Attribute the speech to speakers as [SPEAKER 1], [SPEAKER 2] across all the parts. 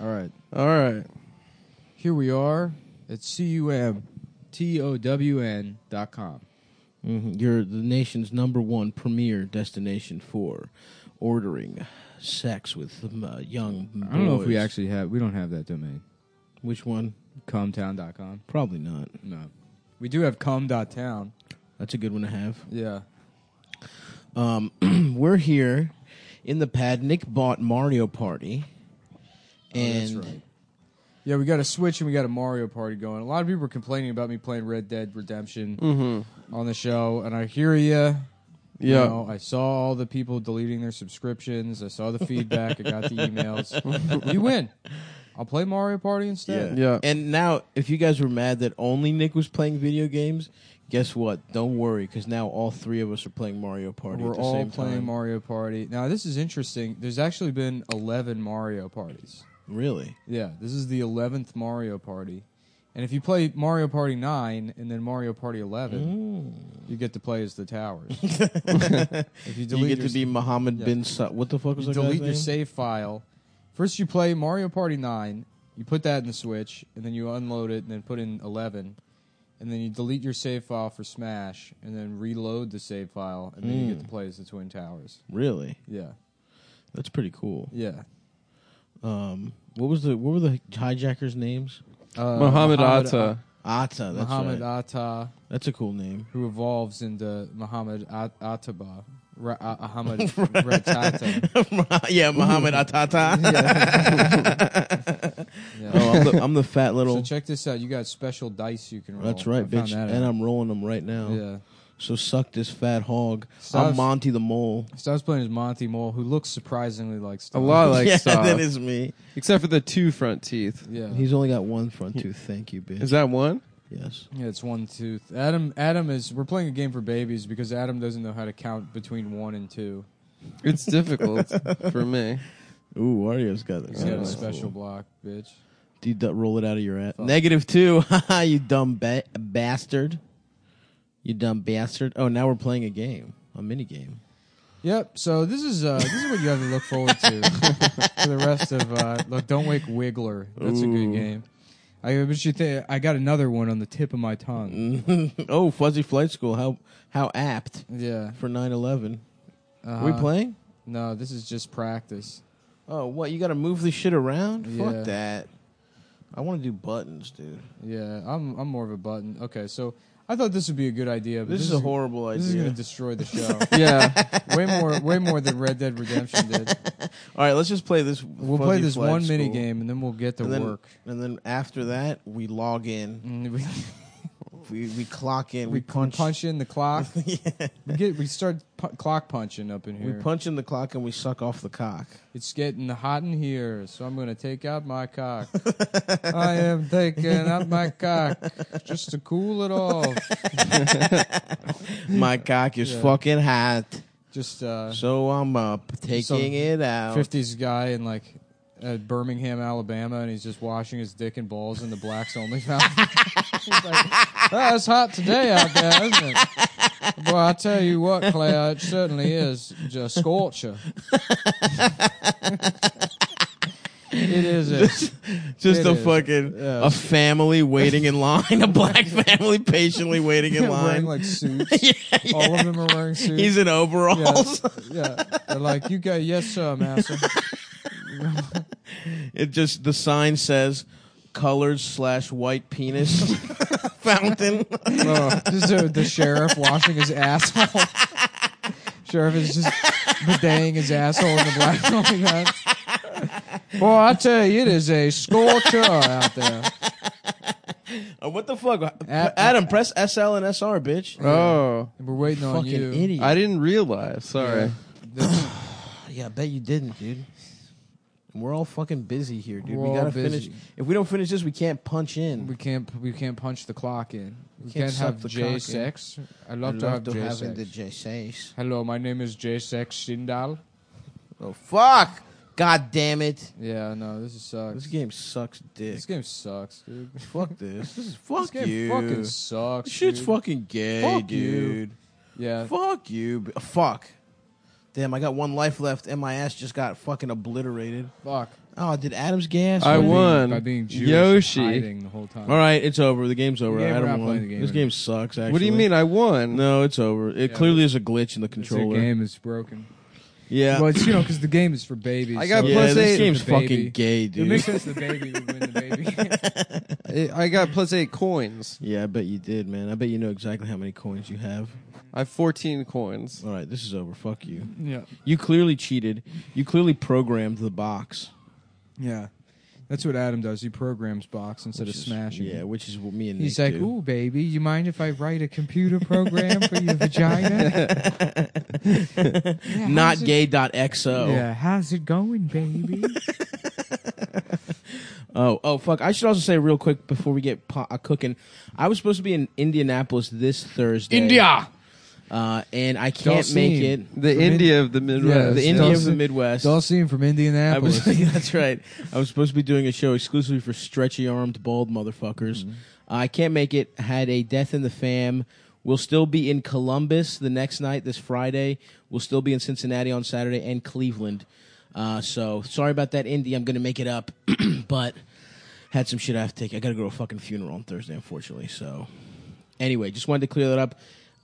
[SPEAKER 1] All right.
[SPEAKER 2] All right.
[SPEAKER 1] Here we are at cumtown dot com.
[SPEAKER 2] hmm You're the nation's number one premier destination for ordering sex with um, uh, young boys.
[SPEAKER 1] I don't know if we actually have. We don't have that domain.
[SPEAKER 2] Which one?
[SPEAKER 1] Cumtown.com.
[SPEAKER 2] Probably not.
[SPEAKER 1] No. We do have cum.town.
[SPEAKER 2] That's a good one to have.
[SPEAKER 1] Yeah.
[SPEAKER 2] Um, we're here in the pad. Nick bought Mario Party.
[SPEAKER 1] Oh,
[SPEAKER 2] And
[SPEAKER 1] Yeah, we got a Switch and we got a Mario Party going. A lot of people were complaining about me playing Red Dead Redemption on the show, and I hear you.
[SPEAKER 3] Yeah.
[SPEAKER 1] You know, I saw all the people deleting their subscriptions. I saw the feedback. I got the emails. you win. I'll play Mario Party instead.
[SPEAKER 3] Yeah.
[SPEAKER 2] And now, if you guys were mad that only Nick was playing video games, guess what? Don't worry, because now all three of us are playing Mario Party
[SPEAKER 1] We're
[SPEAKER 2] at the
[SPEAKER 1] all
[SPEAKER 2] same
[SPEAKER 1] playing
[SPEAKER 2] time.
[SPEAKER 1] Mario Party. Now, this is interesting. There's actually been 11 Mario parties.
[SPEAKER 2] really?
[SPEAKER 1] Yeah, this is the 11th Mario Party. And if you play Mario Party 9 and then Mario Party 11, you get to play as the towers. if you
[SPEAKER 2] You
[SPEAKER 1] delete
[SPEAKER 2] Mm-hmm. get
[SPEAKER 1] your,
[SPEAKER 2] to be Mohammed
[SPEAKER 1] yeah.
[SPEAKER 2] bin Sa- What the fuck was
[SPEAKER 1] you
[SPEAKER 2] that
[SPEAKER 1] delete
[SPEAKER 2] guy's
[SPEAKER 1] your
[SPEAKER 2] name?
[SPEAKER 1] save file, first you play Mario Party 9, you put that in the Switch, and then you unload it and then put in 11. And then you delete your save file for Smash, and then reload the save file, and then you
[SPEAKER 2] Mm.
[SPEAKER 1] get to play as the Twin Towers.
[SPEAKER 2] Really?
[SPEAKER 1] Yeah,
[SPEAKER 2] That's pretty cool.
[SPEAKER 1] yeah.
[SPEAKER 2] Um, what was the what were the hijackers' names?
[SPEAKER 1] Uh,
[SPEAKER 3] Muhammad
[SPEAKER 1] Muhammad
[SPEAKER 3] Atta.
[SPEAKER 2] Atta. That's
[SPEAKER 1] Muhammad
[SPEAKER 2] right.
[SPEAKER 1] Atta.
[SPEAKER 2] That's a cool name.
[SPEAKER 1] who evolves into Muhammad At- Ataba, Ra- A- Ahmad Ratata.
[SPEAKER 2] yeah, Muhammad Atata.
[SPEAKER 1] Yeah.
[SPEAKER 2] oh, I'm the, I'm the fat
[SPEAKER 1] so
[SPEAKER 2] little.
[SPEAKER 1] check this out. You got special dice you can roll.
[SPEAKER 2] That's
[SPEAKER 1] I
[SPEAKER 2] right,
[SPEAKER 1] found
[SPEAKER 2] bitch.
[SPEAKER 1] that
[SPEAKER 2] And
[SPEAKER 1] out.
[SPEAKER 2] I'm rolling them right now.
[SPEAKER 1] yeah.
[SPEAKER 2] So suck this fat hog.
[SPEAKER 1] Stop-
[SPEAKER 2] I'm Monty the mole.
[SPEAKER 1] So I was playing as Monty Mole, who looks surprisingly like
[SPEAKER 3] A
[SPEAKER 1] Stalin.
[SPEAKER 3] lot like
[SPEAKER 2] yeah,
[SPEAKER 3] Saw.
[SPEAKER 2] that is me.
[SPEAKER 3] Except for the two front teeth.
[SPEAKER 1] Yeah.
[SPEAKER 2] He's only got one front tooth. Thank you, bitch.
[SPEAKER 3] Is that one?
[SPEAKER 2] yes.
[SPEAKER 1] yeah, it's one tooth. Adam, Adam is. We're playing a game for babies because Adam doesn't know how to count between one and two.
[SPEAKER 3] It's difficult for me.
[SPEAKER 2] Ooh, Wario's got it.
[SPEAKER 1] He's got
[SPEAKER 3] Oh,
[SPEAKER 1] a
[SPEAKER 3] that's
[SPEAKER 1] special block, bitch.
[SPEAKER 2] You d- roll it out of your ass. Negative two. Haha, you dumb ba- bastard. You dumb bastard. Oh, now we're playing a game, a mini game.
[SPEAKER 1] Yep. So this is uh, this is what you have to look forward to for the rest of. Uh, look, don't wake Wiggler. That's a good game. I but you think I got another one on the tip of my tongue.
[SPEAKER 2] oh, Fuzzy Flight School. How how apt
[SPEAKER 1] Yeah.
[SPEAKER 2] for 9-11.
[SPEAKER 1] Uh,
[SPEAKER 2] Are we playing?
[SPEAKER 1] No, this is just practice.
[SPEAKER 2] Oh, what? You got to move this shit around?
[SPEAKER 1] Yeah.
[SPEAKER 2] Fuck that. I want to do buttons, dude.
[SPEAKER 1] Yeah, I'm I'm more of a button. Okay, so I thought this would be a good idea. But
[SPEAKER 2] This, is a horrible
[SPEAKER 1] This is
[SPEAKER 2] idea.
[SPEAKER 1] going to destroy the show.
[SPEAKER 3] Yeah.
[SPEAKER 1] way more, way more than Red Dead Redemption did.
[SPEAKER 2] All right, let's just play this.
[SPEAKER 1] We'll
[SPEAKER 2] Fuzzy
[SPEAKER 1] play this
[SPEAKER 2] Flight
[SPEAKER 1] one mini
[SPEAKER 2] School.
[SPEAKER 1] game, and then we'll get to
[SPEAKER 2] and then,
[SPEAKER 1] work.
[SPEAKER 2] And then after that, we log in.
[SPEAKER 1] Mm, We,
[SPEAKER 2] We, we clock in. We,
[SPEAKER 1] we punch.
[SPEAKER 2] punch.
[SPEAKER 1] in the clock.
[SPEAKER 2] Yeah.
[SPEAKER 1] We get we start pu- clock punching up in
[SPEAKER 2] We
[SPEAKER 1] here.
[SPEAKER 2] punch in the clock and we suck off the cock.
[SPEAKER 1] It's getting hot in here, so I'm gonna take out my cock. I am taking out my cock just to cool it off.
[SPEAKER 2] My cock is
[SPEAKER 1] Yeah.
[SPEAKER 2] fucking hot,
[SPEAKER 1] Just uh,
[SPEAKER 2] so I'm up taking
[SPEAKER 1] Some
[SPEAKER 2] it out.
[SPEAKER 1] 50s guy in like uh, Birmingham, Alabama, and he's just washing his dick and balls in the blacks only fountain. He's like, "Oh, it's hot today out there, isn't it? Boy, I tell you what, Claire, it certainly is just a scorcher. it is. A,
[SPEAKER 2] Just
[SPEAKER 1] It
[SPEAKER 2] a
[SPEAKER 1] is.
[SPEAKER 2] fucking
[SPEAKER 1] Yeah.
[SPEAKER 2] a family waiting in line, a black family patiently waiting in
[SPEAKER 1] wearing
[SPEAKER 2] line.
[SPEAKER 1] like suits. All of them are wearing suits.
[SPEAKER 2] He's in
[SPEAKER 1] yeah,
[SPEAKER 2] overalls.
[SPEAKER 1] yeah. They're like, you go, yes, sir, master.
[SPEAKER 2] It just the sign says colored slash white penis fountain.
[SPEAKER 1] Just uh, the sheriff washing his asshole. sheriff is just bedaying his asshole in the black. Oh my God. Boy, I tell you, it is a scorcher out there.
[SPEAKER 2] Uh, what the fuck,
[SPEAKER 1] At-
[SPEAKER 2] Adam? Press SL and SR, bitch.
[SPEAKER 3] Oh.
[SPEAKER 1] And we're waiting on
[SPEAKER 2] Fucking
[SPEAKER 1] you.
[SPEAKER 2] idiot.
[SPEAKER 3] I didn't realize. Sorry.
[SPEAKER 1] That's-
[SPEAKER 2] Yeah, I bet you didn't, dude. We're all fucking busy here, dude.
[SPEAKER 1] We're
[SPEAKER 2] we
[SPEAKER 1] all
[SPEAKER 2] gotta
[SPEAKER 1] busy.
[SPEAKER 2] finish. If we don't finish this, we can't punch in.
[SPEAKER 1] we can't. We can't punch the clock in. We,
[SPEAKER 2] can't
[SPEAKER 1] can't,
[SPEAKER 2] suck
[SPEAKER 1] have
[SPEAKER 2] the
[SPEAKER 1] J
[SPEAKER 2] cock in.
[SPEAKER 1] sex. I
[SPEAKER 2] I
[SPEAKER 1] love to have
[SPEAKER 2] love to
[SPEAKER 1] J sex.
[SPEAKER 2] having the JCs.
[SPEAKER 1] Hello, my name is J sex Shindal.
[SPEAKER 2] Oh fuck! God damn it!
[SPEAKER 1] Yeah, no, this is sucks.
[SPEAKER 2] This game sucks, dick.
[SPEAKER 1] This game sucks, dude.
[SPEAKER 2] fuck this. This is fuck
[SPEAKER 1] this game
[SPEAKER 2] you.
[SPEAKER 1] fucking sucks.
[SPEAKER 2] This shit's
[SPEAKER 1] dude.
[SPEAKER 2] fucking gay,
[SPEAKER 1] Fuck you.
[SPEAKER 2] dude.
[SPEAKER 1] Yeah.
[SPEAKER 2] Fuck you. b- Fuck. Damn, I got one life left, and my ass just got fucking obliterated.
[SPEAKER 1] Fuck.
[SPEAKER 2] Oh, did Adams gas?
[SPEAKER 3] I
[SPEAKER 2] win?
[SPEAKER 1] By being-
[SPEAKER 3] won.
[SPEAKER 1] by being Jewish
[SPEAKER 3] Yoshi.
[SPEAKER 1] and hiding the whole time.
[SPEAKER 2] All right, it's over. The game's over.
[SPEAKER 1] Yeah, we're
[SPEAKER 2] Adam
[SPEAKER 1] not
[SPEAKER 2] won.
[SPEAKER 1] playing the game
[SPEAKER 2] this
[SPEAKER 1] anymore.
[SPEAKER 2] game sucks. Actually,
[SPEAKER 3] What do you mean I won?
[SPEAKER 2] No, it's over. It
[SPEAKER 1] Yeah,
[SPEAKER 2] clearly is a glitch in the
[SPEAKER 1] That's it,
[SPEAKER 2] controller.
[SPEAKER 1] game is broken.
[SPEAKER 2] Yeah,
[SPEAKER 1] Well, it's, you know, because the game is for babies.
[SPEAKER 3] I got
[SPEAKER 1] so
[SPEAKER 2] yeah.
[SPEAKER 3] plus
[SPEAKER 2] this
[SPEAKER 3] eight.
[SPEAKER 2] game's
[SPEAKER 1] The baby.
[SPEAKER 2] fucking gay,
[SPEAKER 1] It makes
[SPEAKER 2] dude.
[SPEAKER 1] sense the baby would win the baby.
[SPEAKER 3] I- I got plus eight coins.
[SPEAKER 2] yeah, I bet you did, man. I bet you know exactly how many coins you have.
[SPEAKER 3] I have 14 coins.
[SPEAKER 2] All right, this is over. Fuck you.
[SPEAKER 1] yeah.
[SPEAKER 2] You clearly cheated. You clearly programmed the box.
[SPEAKER 1] Yeah. That's what Adam does. He programs box instead
[SPEAKER 2] which
[SPEAKER 1] of
[SPEAKER 2] is-
[SPEAKER 1] smashing.
[SPEAKER 2] Yeah, which is what me and
[SPEAKER 1] He's
[SPEAKER 2] Nick
[SPEAKER 1] like,
[SPEAKER 2] do.
[SPEAKER 1] ooh, baby, you mind if I write a computer program for your vagina?
[SPEAKER 2] not
[SPEAKER 1] how's it-
[SPEAKER 2] gay.xo.
[SPEAKER 1] Yeah, how's it going, baby?
[SPEAKER 2] Oh, oh, fuck. I should also say real quick before we get po- uh, cooking, I was supposed to be in Indianapolis this Thursday. Uh, and I can't
[SPEAKER 1] Dulcine.
[SPEAKER 2] make it.
[SPEAKER 3] The
[SPEAKER 1] From
[SPEAKER 3] India of the Midwest.
[SPEAKER 2] The
[SPEAKER 1] Yes,
[SPEAKER 2] India of
[SPEAKER 1] Dulcine.
[SPEAKER 2] the Midwest.
[SPEAKER 1] Dulcine from
[SPEAKER 2] I
[SPEAKER 1] Indianapolis.
[SPEAKER 2] was, that's right. I was supposed to be doing a show exclusively for stretchy armed bald motherfuckers. I can't make it. Had a death in the fam. We'll still be in Columbus the next night, this Friday. We'll still be in Cincinnati on Saturday and Cleveland. Uh, so sorry about that, Indy. I'm going to make it up, but had some shit I have to take. I got to go to a fucking funeral on Thursday, unfortunately. So anyway, just wanted to clear that up.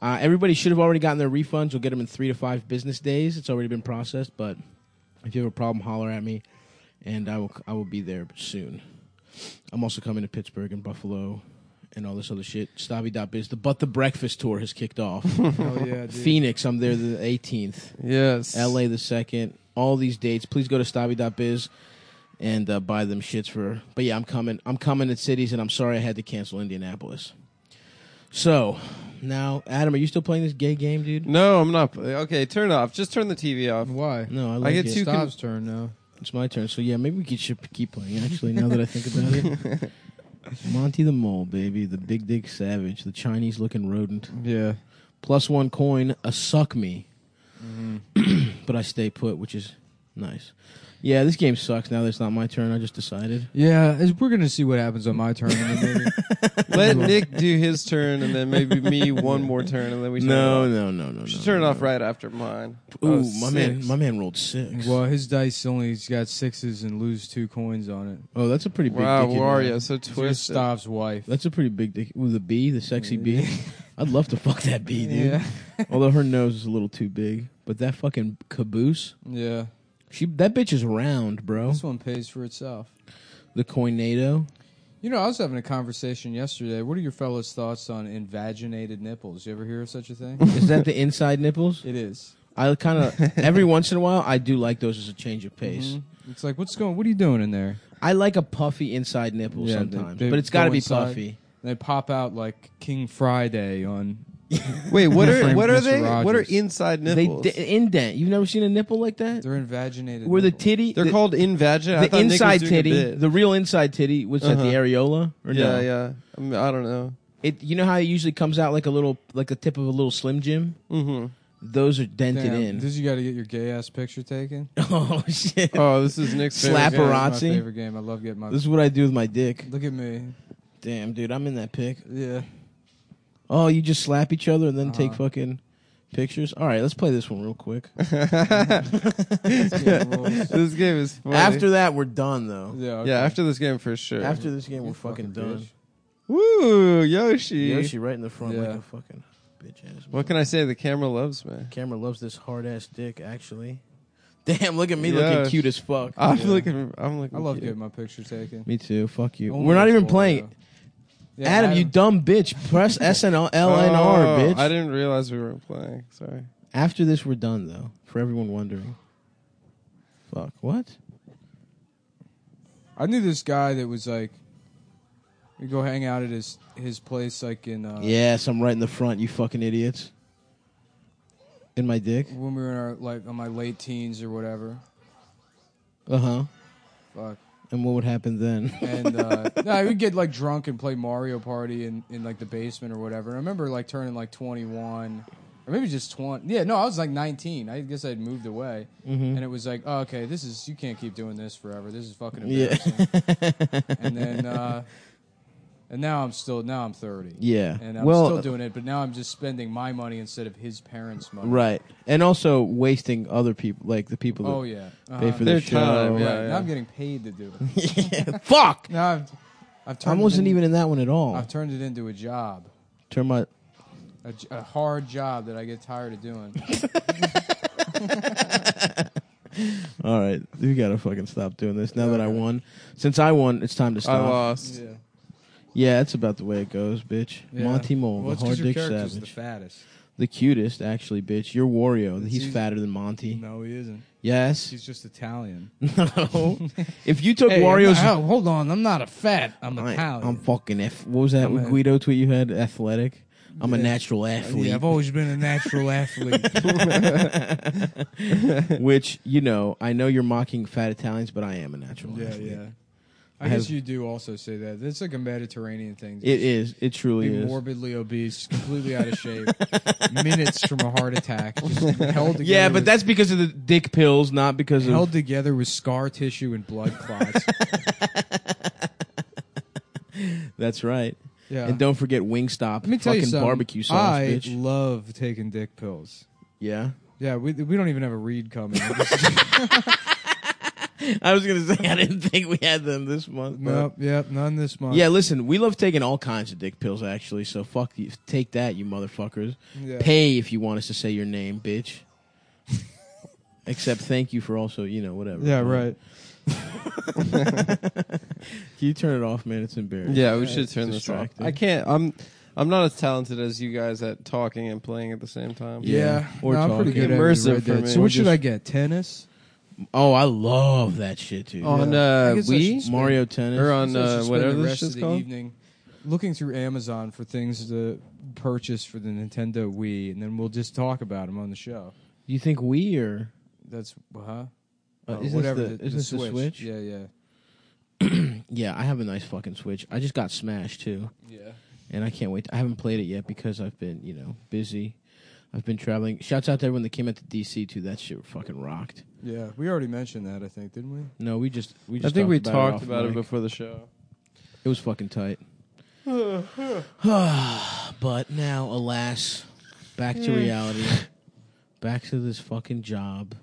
[SPEAKER 2] Uh, everybody should have already gotten their refunds. We'll get them in three to five business days. It's already been processed, but if you have a problem, holler at me, and I will I will be there soon. I'm also coming to Pittsburgh and Buffalo and all this other shit. Stabby.biz. The But the Breakfast Tour has kicked off.
[SPEAKER 1] Hell Oh, yeah, dude.
[SPEAKER 2] Phoenix, I'm there the 18th.
[SPEAKER 3] Yes.
[SPEAKER 2] LA the 2nd. All these dates. Please go to stabby.biz and uh, buy them shits for. But yeah, I'm coming. I'm coming to cities, and I'm sorry I had to cancel Indianapolis. So now, Adam, are you still playing this gay game,
[SPEAKER 4] Mm.
[SPEAKER 2] dude?
[SPEAKER 3] No, I'm not. Okay, turn off. Just turn the TV off.
[SPEAKER 1] Why?
[SPEAKER 2] No, I like
[SPEAKER 3] get
[SPEAKER 2] it.
[SPEAKER 3] two-
[SPEAKER 1] It's Stav's turn now.
[SPEAKER 2] It's my turn. So yeah, maybe we could should keep playing. Actually, now that I think about it, Monty the Mole, baby, the big dick savage, the Chinese-looking rodent.
[SPEAKER 1] Yeah.
[SPEAKER 2] Plus one coin, a suck me. but I stay put, which is nice. Yeah, this game sucks. Now that it's not my turn, I just decided.
[SPEAKER 1] Yeah, is- we're going to see what happens on my turn. in a minute.
[SPEAKER 3] Let Nick do his turn, and then maybe me one more turn, and then we turn it off.
[SPEAKER 2] no, no, no.
[SPEAKER 3] We should turn it off right after mine.
[SPEAKER 2] Ooh,
[SPEAKER 3] Oh,
[SPEAKER 2] my man,
[SPEAKER 3] six.
[SPEAKER 2] my man rolled six.
[SPEAKER 1] well, his dice only's got sixes and lose two coins on it.
[SPEAKER 2] Oh, that's a pretty big.
[SPEAKER 3] Wow,
[SPEAKER 2] dick in
[SPEAKER 3] Wario,
[SPEAKER 2] there.
[SPEAKER 3] so
[SPEAKER 1] Here's
[SPEAKER 3] twisted.
[SPEAKER 1] Stav's wife.
[SPEAKER 2] That's a pretty big dick. Ooh, the bee, the sexy bee. I'd love to fuck that bee, dude.
[SPEAKER 1] Yeah.
[SPEAKER 2] Although her nose is a little too big. But that fucking caboose,
[SPEAKER 1] Yeah.
[SPEAKER 2] she that bitch is round, bro.
[SPEAKER 1] This one pays for itself.
[SPEAKER 2] The coinado.
[SPEAKER 1] You know, I was having a conversation yesterday. What are your fellows' thoughts on invaginated nipples? You ever hear of such a thing?
[SPEAKER 2] Is that the inside nipples?
[SPEAKER 1] it is.
[SPEAKER 2] I kind of every once in a while I do like those as a change of pace.
[SPEAKER 3] Mm-hmm.
[SPEAKER 1] Mhm. It's like, what's going? What are you doing in there?
[SPEAKER 2] I like a puffy inside nipple
[SPEAKER 1] Yeah, they-
[SPEAKER 2] sometimes,
[SPEAKER 1] they
[SPEAKER 2] but it's got to
[SPEAKER 1] go
[SPEAKER 2] be
[SPEAKER 1] inside.
[SPEAKER 2] puffy.
[SPEAKER 1] And they pop out like King Friday on.
[SPEAKER 3] Wait, what are
[SPEAKER 1] Different
[SPEAKER 3] what are
[SPEAKER 1] Mr.
[SPEAKER 3] they? What are
[SPEAKER 1] Rogers.
[SPEAKER 3] inside nipples?
[SPEAKER 2] They d- indent. You've never seen a nipple like that?
[SPEAKER 1] They're invaginated.
[SPEAKER 2] Where the
[SPEAKER 1] nipples.
[SPEAKER 2] titty,
[SPEAKER 3] They're
[SPEAKER 2] the,
[SPEAKER 3] called invagina. I
[SPEAKER 2] the
[SPEAKER 3] thought Nick was
[SPEAKER 2] inside
[SPEAKER 3] doing a
[SPEAKER 2] titty,
[SPEAKER 3] bit.
[SPEAKER 2] the real inside titty. What's that? The
[SPEAKER 3] Uh-huh.
[SPEAKER 2] areola or
[SPEAKER 3] yeah,
[SPEAKER 2] no?
[SPEAKER 3] yeah. I, mean, I don't know.
[SPEAKER 2] It. You know how it usually comes out like a little, like the tip of a little slim jim.
[SPEAKER 3] hmm
[SPEAKER 2] Those are dented
[SPEAKER 1] Damn,
[SPEAKER 2] in.
[SPEAKER 1] This you got to get your gay ass picture taken.
[SPEAKER 2] oh shit!
[SPEAKER 3] Oh, this is Nick's favorite
[SPEAKER 2] Slap
[SPEAKER 3] game.
[SPEAKER 2] her
[SPEAKER 1] Yeah,
[SPEAKER 2] on.
[SPEAKER 1] it's
[SPEAKER 2] Paparazzi?
[SPEAKER 1] My favorite game. I love getting my.
[SPEAKER 2] This is what I do with my dick.
[SPEAKER 1] Look at me.
[SPEAKER 2] Damn, dude, I'm in that pic.
[SPEAKER 1] Yeah.
[SPEAKER 2] Oh, you just slap each other and then take
[SPEAKER 1] Uh-huh.
[SPEAKER 2] fucking pictures. All right, let's play this one real quick.
[SPEAKER 1] This game rules.
[SPEAKER 3] This game is funny.
[SPEAKER 2] After that, we're done though.
[SPEAKER 1] yeah. okay.
[SPEAKER 3] yeah, after this game for sure.
[SPEAKER 2] After this game,
[SPEAKER 1] You
[SPEAKER 2] we're fucking, done.
[SPEAKER 1] bitch.
[SPEAKER 3] Woo, Yoshi.
[SPEAKER 2] Yoshi right in the front
[SPEAKER 1] Yeah.
[SPEAKER 2] like a fucking bitch ass.
[SPEAKER 3] What can I say? The camera loves me.
[SPEAKER 2] Camera loves this hard ass dick. Actually, damn, look at me
[SPEAKER 3] Yeah.
[SPEAKER 2] looking cute as fuck.
[SPEAKER 3] I'm
[SPEAKER 4] Ah.
[SPEAKER 2] Yeah.
[SPEAKER 3] looking. I'm looking.
[SPEAKER 1] I love
[SPEAKER 3] cute.
[SPEAKER 1] getting my picture taken.
[SPEAKER 2] Me too. Fuck you.
[SPEAKER 1] Only
[SPEAKER 2] we're not
[SPEAKER 1] with
[SPEAKER 2] even
[SPEAKER 1] Wario.
[SPEAKER 2] playing.
[SPEAKER 1] Yeah,
[SPEAKER 2] Adam, you dumb bitch. Press S and L L and R,
[SPEAKER 3] Oh,
[SPEAKER 2] bitch.
[SPEAKER 3] I didn't realize we weren't playing. Sorry.
[SPEAKER 2] After this, we're done though. For everyone wondering. Fuck what?
[SPEAKER 1] I knew this guy that was like, we go hang out at his his place, like in uh,
[SPEAKER 2] yes, I'm right in the front. You fucking idiots. In my dick.
[SPEAKER 1] when we were in our like on my late teens or whatever.
[SPEAKER 2] Uh huh.
[SPEAKER 1] Fuck.
[SPEAKER 2] And what would happen then?
[SPEAKER 1] And uh, no, we'd get like drunk and play Mario Party in, in like the basement or whatever. And I remember like turning like 21 or maybe just 20. Yeah, no, I was like 19. I guess I'd moved away.
[SPEAKER 2] Mm-hmm.
[SPEAKER 1] And it was like, oh, okay, this is, you can't keep doing this forever. This is fucking
[SPEAKER 2] Yeah.
[SPEAKER 1] embarrassing. and then uh, And now I'm still now I'm 30.
[SPEAKER 2] Yeah.
[SPEAKER 1] And I'm
[SPEAKER 2] Well- uh,
[SPEAKER 1] still doing it, but now I'm just spending my money instead of his parents' money.
[SPEAKER 2] Right. And also wasting other people, like the people that
[SPEAKER 1] Oh yeah. Uh-huh.
[SPEAKER 2] pay for
[SPEAKER 3] Their
[SPEAKER 2] the show.
[SPEAKER 3] time, yeah.
[SPEAKER 1] Right. Now I'm getting paid to do it.
[SPEAKER 2] Fuck!
[SPEAKER 1] now I've I've
[SPEAKER 2] I
[SPEAKER 1] turned it
[SPEAKER 2] wasn't
[SPEAKER 1] in-
[SPEAKER 2] even in that one at all.
[SPEAKER 1] I've turned it into a job.
[SPEAKER 2] Turn my.
[SPEAKER 1] A, j- a hard job that I get tired of doing.
[SPEAKER 2] All right, we gotta fucking stop doing this now that I won. Since I won, it's
[SPEAKER 1] Oh,
[SPEAKER 2] time to
[SPEAKER 3] I
[SPEAKER 2] stop.
[SPEAKER 1] uh,
[SPEAKER 3] lost.
[SPEAKER 2] Yeah, that's about the way it goes, bitch.
[SPEAKER 1] Yeah.
[SPEAKER 2] Monty Mole,
[SPEAKER 1] Well, it's
[SPEAKER 2] the
[SPEAKER 1] 'cause
[SPEAKER 2] hard
[SPEAKER 1] your
[SPEAKER 2] dick
[SPEAKER 1] character's
[SPEAKER 2] savage,
[SPEAKER 1] the
[SPEAKER 2] the,
[SPEAKER 1] fattest.
[SPEAKER 2] cutest actually, bitch. You're Wario.
[SPEAKER 1] It's
[SPEAKER 2] He's
[SPEAKER 1] easy.
[SPEAKER 2] fatter than Monty.
[SPEAKER 1] No, he isn't.
[SPEAKER 2] Yes.
[SPEAKER 1] He's just Italian.
[SPEAKER 2] no. if you took
[SPEAKER 1] Hey,
[SPEAKER 2] Wario's,
[SPEAKER 1] I'm not- oh, hold on, I'm not a fat. I'm
[SPEAKER 2] I,
[SPEAKER 1] Italian.
[SPEAKER 2] am fucking. F- what was that
[SPEAKER 1] I'm a-
[SPEAKER 2] Guido tweet you had? Athletic. I'm a
[SPEAKER 1] Yeah.
[SPEAKER 2] natural athlete.
[SPEAKER 1] Yeah, I've always been a natural athlete.
[SPEAKER 2] Which you know, I know you're mocking fat Italians, but I am a natural.
[SPEAKER 1] yeah,
[SPEAKER 2] athlete.
[SPEAKER 1] yeah. I,
[SPEAKER 2] I
[SPEAKER 1] guess
[SPEAKER 2] have-
[SPEAKER 1] you do also say that. It's like a Mediterranean thing.
[SPEAKER 2] It is. It truly
[SPEAKER 1] Be
[SPEAKER 2] is.
[SPEAKER 1] morbidly obese, completely out of shape, minutes from a heart attack, just held together.
[SPEAKER 2] Yeah, but
[SPEAKER 1] with-
[SPEAKER 2] that's because of the dick pills, not because of.
[SPEAKER 1] held together with scar tissue and blood clots.
[SPEAKER 2] That's right.
[SPEAKER 1] Yeah.
[SPEAKER 2] And don't forget Wingstop.
[SPEAKER 1] Let me tell
[SPEAKER 2] fucking
[SPEAKER 1] you something.
[SPEAKER 2] barbecue sauce,
[SPEAKER 1] I
[SPEAKER 2] bitch.
[SPEAKER 1] love taking dick pills.
[SPEAKER 2] Yeah.
[SPEAKER 1] Yeah, we we don't even have a read coming.
[SPEAKER 2] I was gonna say I didn't think we had them this month. but-
[SPEAKER 1] nope, yep, none this month.
[SPEAKER 2] Yeah, listen, we love taking all kinds of dick pills, actually. So fuck you, take that, you motherfuckers.
[SPEAKER 1] Yeah.
[SPEAKER 2] Pay if you want us to say your name, bitch. Except thank you for also, you know, whatever.
[SPEAKER 1] Yeah,
[SPEAKER 2] But-
[SPEAKER 1] right.
[SPEAKER 2] Can you turn it off, man? It's embarrassing.
[SPEAKER 3] Yeah, we
[SPEAKER 2] It's
[SPEAKER 3] should turn this off.
[SPEAKER 2] distracting.
[SPEAKER 3] I can't. I'm. I'm not as talented as you guys at talking and playing at the same time.
[SPEAKER 2] Yeah. Or
[SPEAKER 1] No, I'm pretty
[SPEAKER 2] talking.
[SPEAKER 1] good at it with
[SPEAKER 3] Immersive
[SPEAKER 1] Red
[SPEAKER 3] for
[SPEAKER 1] Dead.
[SPEAKER 3] me.
[SPEAKER 1] So what
[SPEAKER 3] Or
[SPEAKER 1] should
[SPEAKER 3] just-
[SPEAKER 1] I get? Tennis?
[SPEAKER 2] Oh, I love that shit, dude.
[SPEAKER 3] On
[SPEAKER 1] Yeah. I
[SPEAKER 3] uh,
[SPEAKER 1] guess I
[SPEAKER 3] Wii
[SPEAKER 1] should-
[SPEAKER 2] Mario Tennis.
[SPEAKER 3] or on
[SPEAKER 1] So I should
[SPEAKER 3] uh,
[SPEAKER 1] spend
[SPEAKER 3] whatever
[SPEAKER 1] the
[SPEAKER 3] this
[SPEAKER 1] rest of
[SPEAKER 3] shit's
[SPEAKER 1] the
[SPEAKER 3] called.
[SPEAKER 1] evening looking through Amazon for things to purchase for the Nintendo Wii, and then we'll just talk about them on the show.
[SPEAKER 2] you think we or
[SPEAKER 1] That's huh?
[SPEAKER 2] Uh,
[SPEAKER 1] Uh,
[SPEAKER 2] isn't this the- isn't this the Switch?
[SPEAKER 1] Yeah, yeah,
[SPEAKER 2] Yeah, I have a nice fucking Switch. I just got Smash too,
[SPEAKER 1] yeah.
[SPEAKER 2] and I can't wait. I haven't played it yet because I've been, you know, busy. I've been traveling. Shouts out to everyone that came out to DC too. That shit fucking rocked.
[SPEAKER 1] Yeah, we already mentioned that, I think, didn't we?
[SPEAKER 2] No, we just we
[SPEAKER 3] I
[SPEAKER 2] just
[SPEAKER 3] think we
[SPEAKER 2] about
[SPEAKER 3] talked about it
[SPEAKER 2] off mic.
[SPEAKER 3] before the show.
[SPEAKER 2] It was fucking tight. but now, alas, back to reality. Back to this fucking job.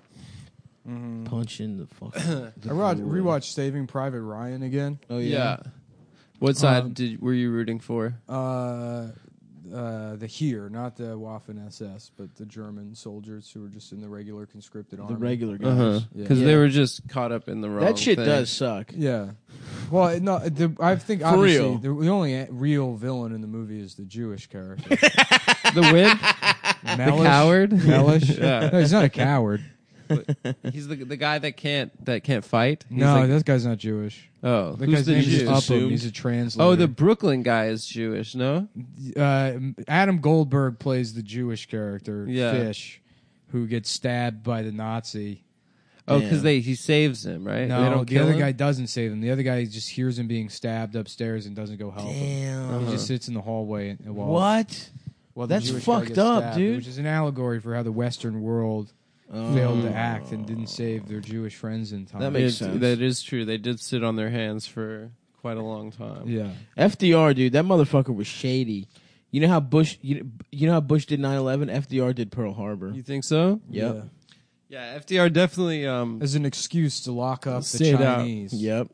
[SPEAKER 1] Mm-hmm.
[SPEAKER 2] Punching the fucking. the
[SPEAKER 1] I watched,
[SPEAKER 2] floor.
[SPEAKER 1] rewatched Saving Private Ryan again.
[SPEAKER 2] Oh yeah.
[SPEAKER 3] What side
[SPEAKER 1] Um,
[SPEAKER 3] did were you rooting for?
[SPEAKER 1] Uh, uh, the here, not the Waffen SS, but the German soldiers who were just in the regular conscripted army.
[SPEAKER 2] The regular guys.
[SPEAKER 3] Because
[SPEAKER 4] Uh-huh.
[SPEAKER 1] Yeah.
[SPEAKER 3] Uh-huh. they were just caught up in the wrong.
[SPEAKER 2] That shit
[SPEAKER 3] thing.
[SPEAKER 2] does suck.
[SPEAKER 1] Yeah. Well, no, the, I think
[SPEAKER 2] For
[SPEAKER 1] obviously
[SPEAKER 2] real.
[SPEAKER 1] The, the only a- real villain in the movie is the Jewish character.
[SPEAKER 3] The wimp,
[SPEAKER 1] Mellish,
[SPEAKER 3] coward?
[SPEAKER 1] Mellish.
[SPEAKER 3] Yeah.
[SPEAKER 1] No, he's not a coward.
[SPEAKER 3] he's the the guy that can't that can't fight. He's
[SPEAKER 1] no,
[SPEAKER 3] like-
[SPEAKER 1] that guy's not Jewish.
[SPEAKER 3] oh,
[SPEAKER 1] That
[SPEAKER 3] who's
[SPEAKER 1] guy's
[SPEAKER 3] the
[SPEAKER 1] name is
[SPEAKER 3] Jew?
[SPEAKER 1] Upham. He's a translator.
[SPEAKER 3] Oh, the Brooklyn guy is Jewish. No,
[SPEAKER 1] uh, Adam Goldberg plays the Jewish character
[SPEAKER 3] Yeah.
[SPEAKER 1] Fish, who gets stabbed by the Nazi.
[SPEAKER 3] oh,
[SPEAKER 2] Damn.
[SPEAKER 3] because they he saves him, right?
[SPEAKER 1] No,
[SPEAKER 3] they don't
[SPEAKER 1] the
[SPEAKER 3] kill
[SPEAKER 1] other
[SPEAKER 3] him?
[SPEAKER 1] guy doesn't save him. The other guy just hears him being stabbed upstairs and doesn't go help him.
[SPEAKER 2] Damn.
[SPEAKER 1] He just sits in the hallway and and while
[SPEAKER 2] What?
[SPEAKER 1] Well, the
[SPEAKER 2] That's
[SPEAKER 1] Jewish guy
[SPEAKER 2] fucked
[SPEAKER 1] gets
[SPEAKER 2] up,
[SPEAKER 1] stabbed,
[SPEAKER 2] dude.
[SPEAKER 1] Which is an allegory for how the Western world failed to act and didn't save their Jewish friends in time.
[SPEAKER 2] That
[SPEAKER 3] It-
[SPEAKER 2] makes sense.
[SPEAKER 3] That is true. They did sit on their hands for quite a long time.
[SPEAKER 1] yeah.
[SPEAKER 2] FDR, dude, that motherfucker was shady. You know how Bush, you, you know how Bush did 9/11. FDR did Pearl Harbor.
[SPEAKER 3] You think so?
[SPEAKER 2] Yep.
[SPEAKER 1] Yeah.
[SPEAKER 3] Yeah, FDR definitely. Um,
[SPEAKER 1] As an excuse to lock up the
[SPEAKER 3] Stayed out.
[SPEAKER 1] Chinese.
[SPEAKER 2] Yep.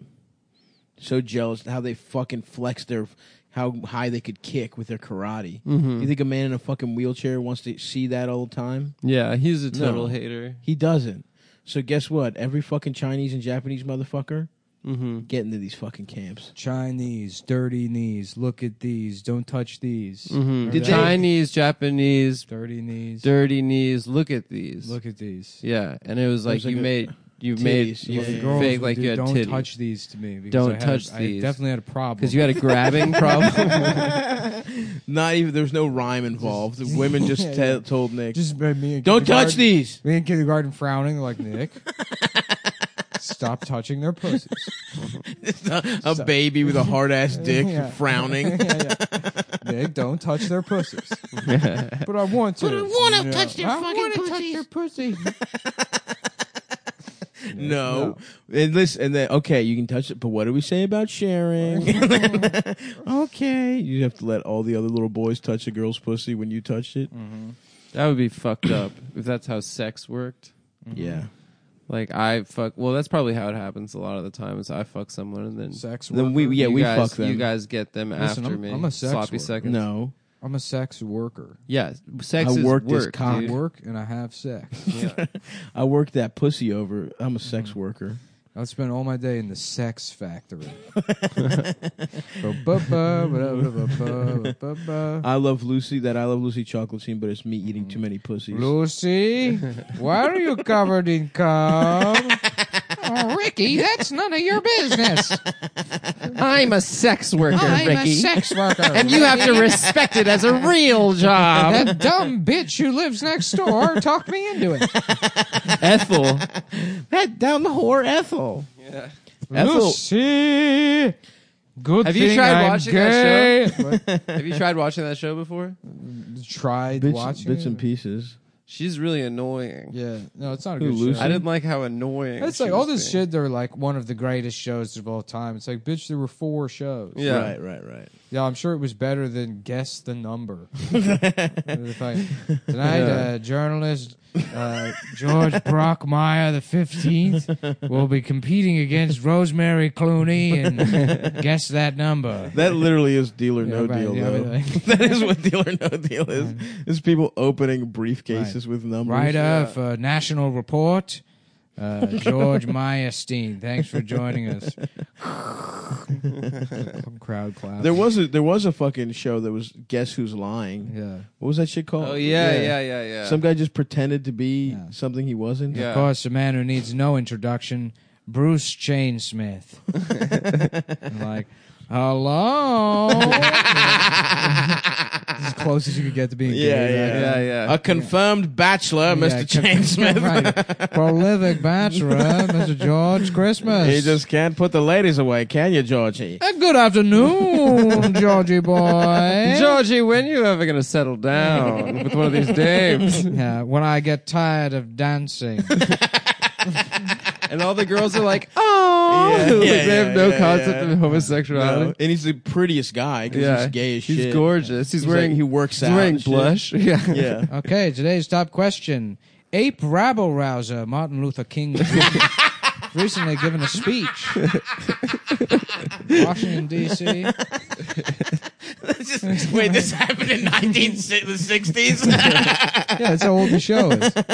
[SPEAKER 2] So jealous how they fucking flexed their how high they could kick with their karate.
[SPEAKER 4] Mm-hmm.
[SPEAKER 2] You think a man in a fucking wheelchair wants to see that all the time?
[SPEAKER 3] yeah, he's a total
[SPEAKER 2] No.
[SPEAKER 3] hater.
[SPEAKER 2] He doesn't. So guess what? Every fucking Chinese and Japanese motherfucker
[SPEAKER 3] Mm-hmm.
[SPEAKER 2] get into these fucking camps.
[SPEAKER 1] Chinese, dirty knees. Look at these. Don't touch these.
[SPEAKER 3] Mm-hmm.
[SPEAKER 1] Or
[SPEAKER 3] Did
[SPEAKER 1] that-
[SPEAKER 3] Chinese, Japanese,
[SPEAKER 1] dirty knees.
[SPEAKER 3] dirty knees. Look at these.
[SPEAKER 1] Look at these.
[SPEAKER 3] Yeah, and it was like,
[SPEAKER 2] like
[SPEAKER 3] you
[SPEAKER 2] a-
[SPEAKER 3] made you
[SPEAKER 2] titties.
[SPEAKER 3] made you
[SPEAKER 2] Yeah,
[SPEAKER 1] The
[SPEAKER 2] yeah,
[SPEAKER 1] girls
[SPEAKER 3] fake
[SPEAKER 1] would
[SPEAKER 3] like
[SPEAKER 1] do,
[SPEAKER 3] you had
[SPEAKER 1] don't
[SPEAKER 3] titty
[SPEAKER 1] touch these to me. Because
[SPEAKER 3] Don't
[SPEAKER 1] I had
[SPEAKER 3] touch
[SPEAKER 1] a,
[SPEAKER 3] these.
[SPEAKER 1] I definitely had a problem
[SPEAKER 3] because you had a grabbing problem.
[SPEAKER 2] Not even there's no rhyme involved. The women just
[SPEAKER 1] Yeah,
[SPEAKER 2] te-
[SPEAKER 1] yeah.
[SPEAKER 2] told Nick,
[SPEAKER 1] just by me. in
[SPEAKER 2] "Don't touch
[SPEAKER 1] kindergarten-
[SPEAKER 2] these."
[SPEAKER 1] Me in kindergarten frowning like Nick. Stop touching their pussies.
[SPEAKER 2] a baby with a hard ass dick
[SPEAKER 1] Yeah.
[SPEAKER 2] frowning.
[SPEAKER 1] yeah, yeah. Nick, don't touch their pussies. but I want to. But I want to touch their I pussy. touch their pussy.
[SPEAKER 2] No. And listen, and then okay, you can touch it, but what do we say about sharing? okay, you have to let all the other little boys touch a girl's pussy when you touch it.
[SPEAKER 4] That would be fucked up if that's how sex worked.
[SPEAKER 2] Yeah.
[SPEAKER 4] Like I fuck. Well, that's probably how it happens a lot of the time. Is I fuck someone and then
[SPEAKER 1] Sex.
[SPEAKER 2] Then we
[SPEAKER 1] worker.
[SPEAKER 2] yeah
[SPEAKER 4] you
[SPEAKER 2] we
[SPEAKER 4] guys,
[SPEAKER 2] fuck them.
[SPEAKER 4] You guys get them
[SPEAKER 1] Listen,
[SPEAKER 4] after
[SPEAKER 1] I'm-
[SPEAKER 4] me.
[SPEAKER 1] I'm a sex
[SPEAKER 4] sloppy
[SPEAKER 1] worker.
[SPEAKER 4] seconds.
[SPEAKER 2] no.
[SPEAKER 1] I'm a sex worker.
[SPEAKER 4] Yeah, sex
[SPEAKER 2] I
[SPEAKER 4] is
[SPEAKER 2] worked as
[SPEAKER 4] work,
[SPEAKER 2] cock
[SPEAKER 1] I
[SPEAKER 4] dude.
[SPEAKER 1] work and I have sex.
[SPEAKER 4] Yeah.
[SPEAKER 2] I work that pussy over. I'm a sex worker.
[SPEAKER 1] I spend all my day in the sex factory. Ba-ba-ba-ba-ba-ba-ba-ba.
[SPEAKER 2] I love Lucy. That I love Lucy chocolate scene, but it's me eating too many pussies.
[SPEAKER 1] Lucy, why are you covered in cum? Oh, Ricky, that's none of your business.
[SPEAKER 4] I'm a sex worker,
[SPEAKER 1] I'm
[SPEAKER 4] Ricky,
[SPEAKER 1] a sex worker.
[SPEAKER 4] and you have to respect it as a real job.
[SPEAKER 1] that dumb bitch who lives next door talked me into it.
[SPEAKER 4] Ethel,
[SPEAKER 2] That dumb whore Ethel. Ethel.
[SPEAKER 1] Lucy, good
[SPEAKER 4] Have
[SPEAKER 1] thing
[SPEAKER 4] you tried
[SPEAKER 1] I'm
[SPEAKER 4] watching
[SPEAKER 1] gay.
[SPEAKER 4] that have you tried watching that show before?
[SPEAKER 1] tried
[SPEAKER 2] Bitch,
[SPEAKER 1] watching
[SPEAKER 2] bits
[SPEAKER 1] it?
[SPEAKER 2] and pieces.
[SPEAKER 4] She's really annoying.
[SPEAKER 1] Yeah, no, it's not a
[SPEAKER 2] Who,
[SPEAKER 1] good
[SPEAKER 2] Lucy?
[SPEAKER 1] show.
[SPEAKER 4] I didn't like how annoying.
[SPEAKER 1] It's
[SPEAKER 4] she
[SPEAKER 1] like all
[SPEAKER 4] was
[SPEAKER 1] this
[SPEAKER 4] being.
[SPEAKER 1] shit. They're like one of the greatest shows of all time. It's like, bitch, there were four shows.
[SPEAKER 4] Yeah.
[SPEAKER 2] Right. Right. Right.
[SPEAKER 1] Yeah, I'm sure it was better than guess the number. If I- Tonight, uh, journalist uh, George Brockmeyer the fifteenth will be competing against Rosemary Clooney and guess that number.
[SPEAKER 2] That literally is deal or
[SPEAKER 1] Yeah,
[SPEAKER 2] no
[SPEAKER 1] right,
[SPEAKER 2] deal,
[SPEAKER 1] yeah,
[SPEAKER 2] though.
[SPEAKER 1] right,
[SPEAKER 2] that is what deal or no deal is. Is people opening briefcases with numbers.
[SPEAKER 1] Writer for National Report, uh, George Meyerstein. Thanks for joining us. Crowd clap.
[SPEAKER 2] There was a there was a fucking show that was Guess Who's Lying.
[SPEAKER 1] yeah.
[SPEAKER 2] What was that shit called?
[SPEAKER 4] Oh yeah, yeah, yeah, yeah.
[SPEAKER 2] Some guy just pretended to be
[SPEAKER 1] Yeah.
[SPEAKER 2] something he wasn't.
[SPEAKER 4] Yeah.
[SPEAKER 1] Of course, a man who needs no introduction, Bruce Chainsmith. I'm like, hello. as close as you could get to being
[SPEAKER 2] Yeah,
[SPEAKER 1] gay.
[SPEAKER 2] yeah,
[SPEAKER 1] right?
[SPEAKER 4] Yeah, yeah.
[SPEAKER 2] A confirmed
[SPEAKER 1] Yeah,
[SPEAKER 2] bachelor, Mr. Chain Smith.
[SPEAKER 1] Right. Prolific bachelor, Mr. George Christmas.
[SPEAKER 2] He just can't put the ladies away, can you, Georgie?
[SPEAKER 1] And good afternoon, Georgie boy.
[SPEAKER 4] Georgie, when you ever gonna settle down with one of these dames?
[SPEAKER 1] Yeah, when I get tired of dancing.
[SPEAKER 4] And all the girls are like, oh,
[SPEAKER 2] Yeah,
[SPEAKER 4] like
[SPEAKER 2] yeah,
[SPEAKER 4] they have
[SPEAKER 2] yeah,
[SPEAKER 4] no
[SPEAKER 2] yeah,
[SPEAKER 4] concept
[SPEAKER 2] yeah.
[SPEAKER 4] of
[SPEAKER 2] No.
[SPEAKER 4] homosexuality.
[SPEAKER 2] And he's the prettiest guy because
[SPEAKER 4] Yeah,
[SPEAKER 2] he's gay as
[SPEAKER 4] he's
[SPEAKER 2] shit.
[SPEAKER 4] gorgeous. He's,
[SPEAKER 2] He's
[SPEAKER 4] wearing
[SPEAKER 2] like, he works
[SPEAKER 4] he's
[SPEAKER 2] out
[SPEAKER 4] wearing
[SPEAKER 2] and shit.
[SPEAKER 4] blush. Yeah,
[SPEAKER 2] Yeah.
[SPEAKER 1] Okay, today's top question. Ape rabble rouser Martin Luther King Jr. recently given a speech. Washington, D.C.
[SPEAKER 2] Wait, this happened in 1960s?
[SPEAKER 1] Yeah, that's how old the show is.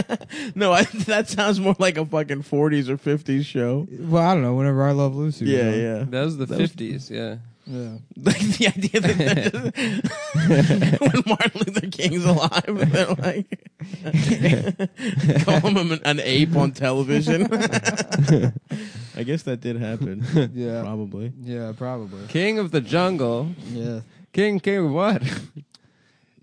[SPEAKER 2] No, I, that sounds more like a fucking 40s or 50s show.
[SPEAKER 1] Well, I don't know. Whenever I Love Lucy. was
[SPEAKER 2] Yeah,
[SPEAKER 1] on.
[SPEAKER 2] yeah.
[SPEAKER 4] that was the fifties. Yeah,
[SPEAKER 1] yeah.
[SPEAKER 2] Like the idea that they're just- when Martin Luther King's alive, they're like call him an, an ape on television. I guess that did happen.
[SPEAKER 1] Yeah.
[SPEAKER 2] Probably.
[SPEAKER 1] Yeah, probably.
[SPEAKER 4] King of the Jungle,
[SPEAKER 1] Yeah.
[SPEAKER 4] King, King of what?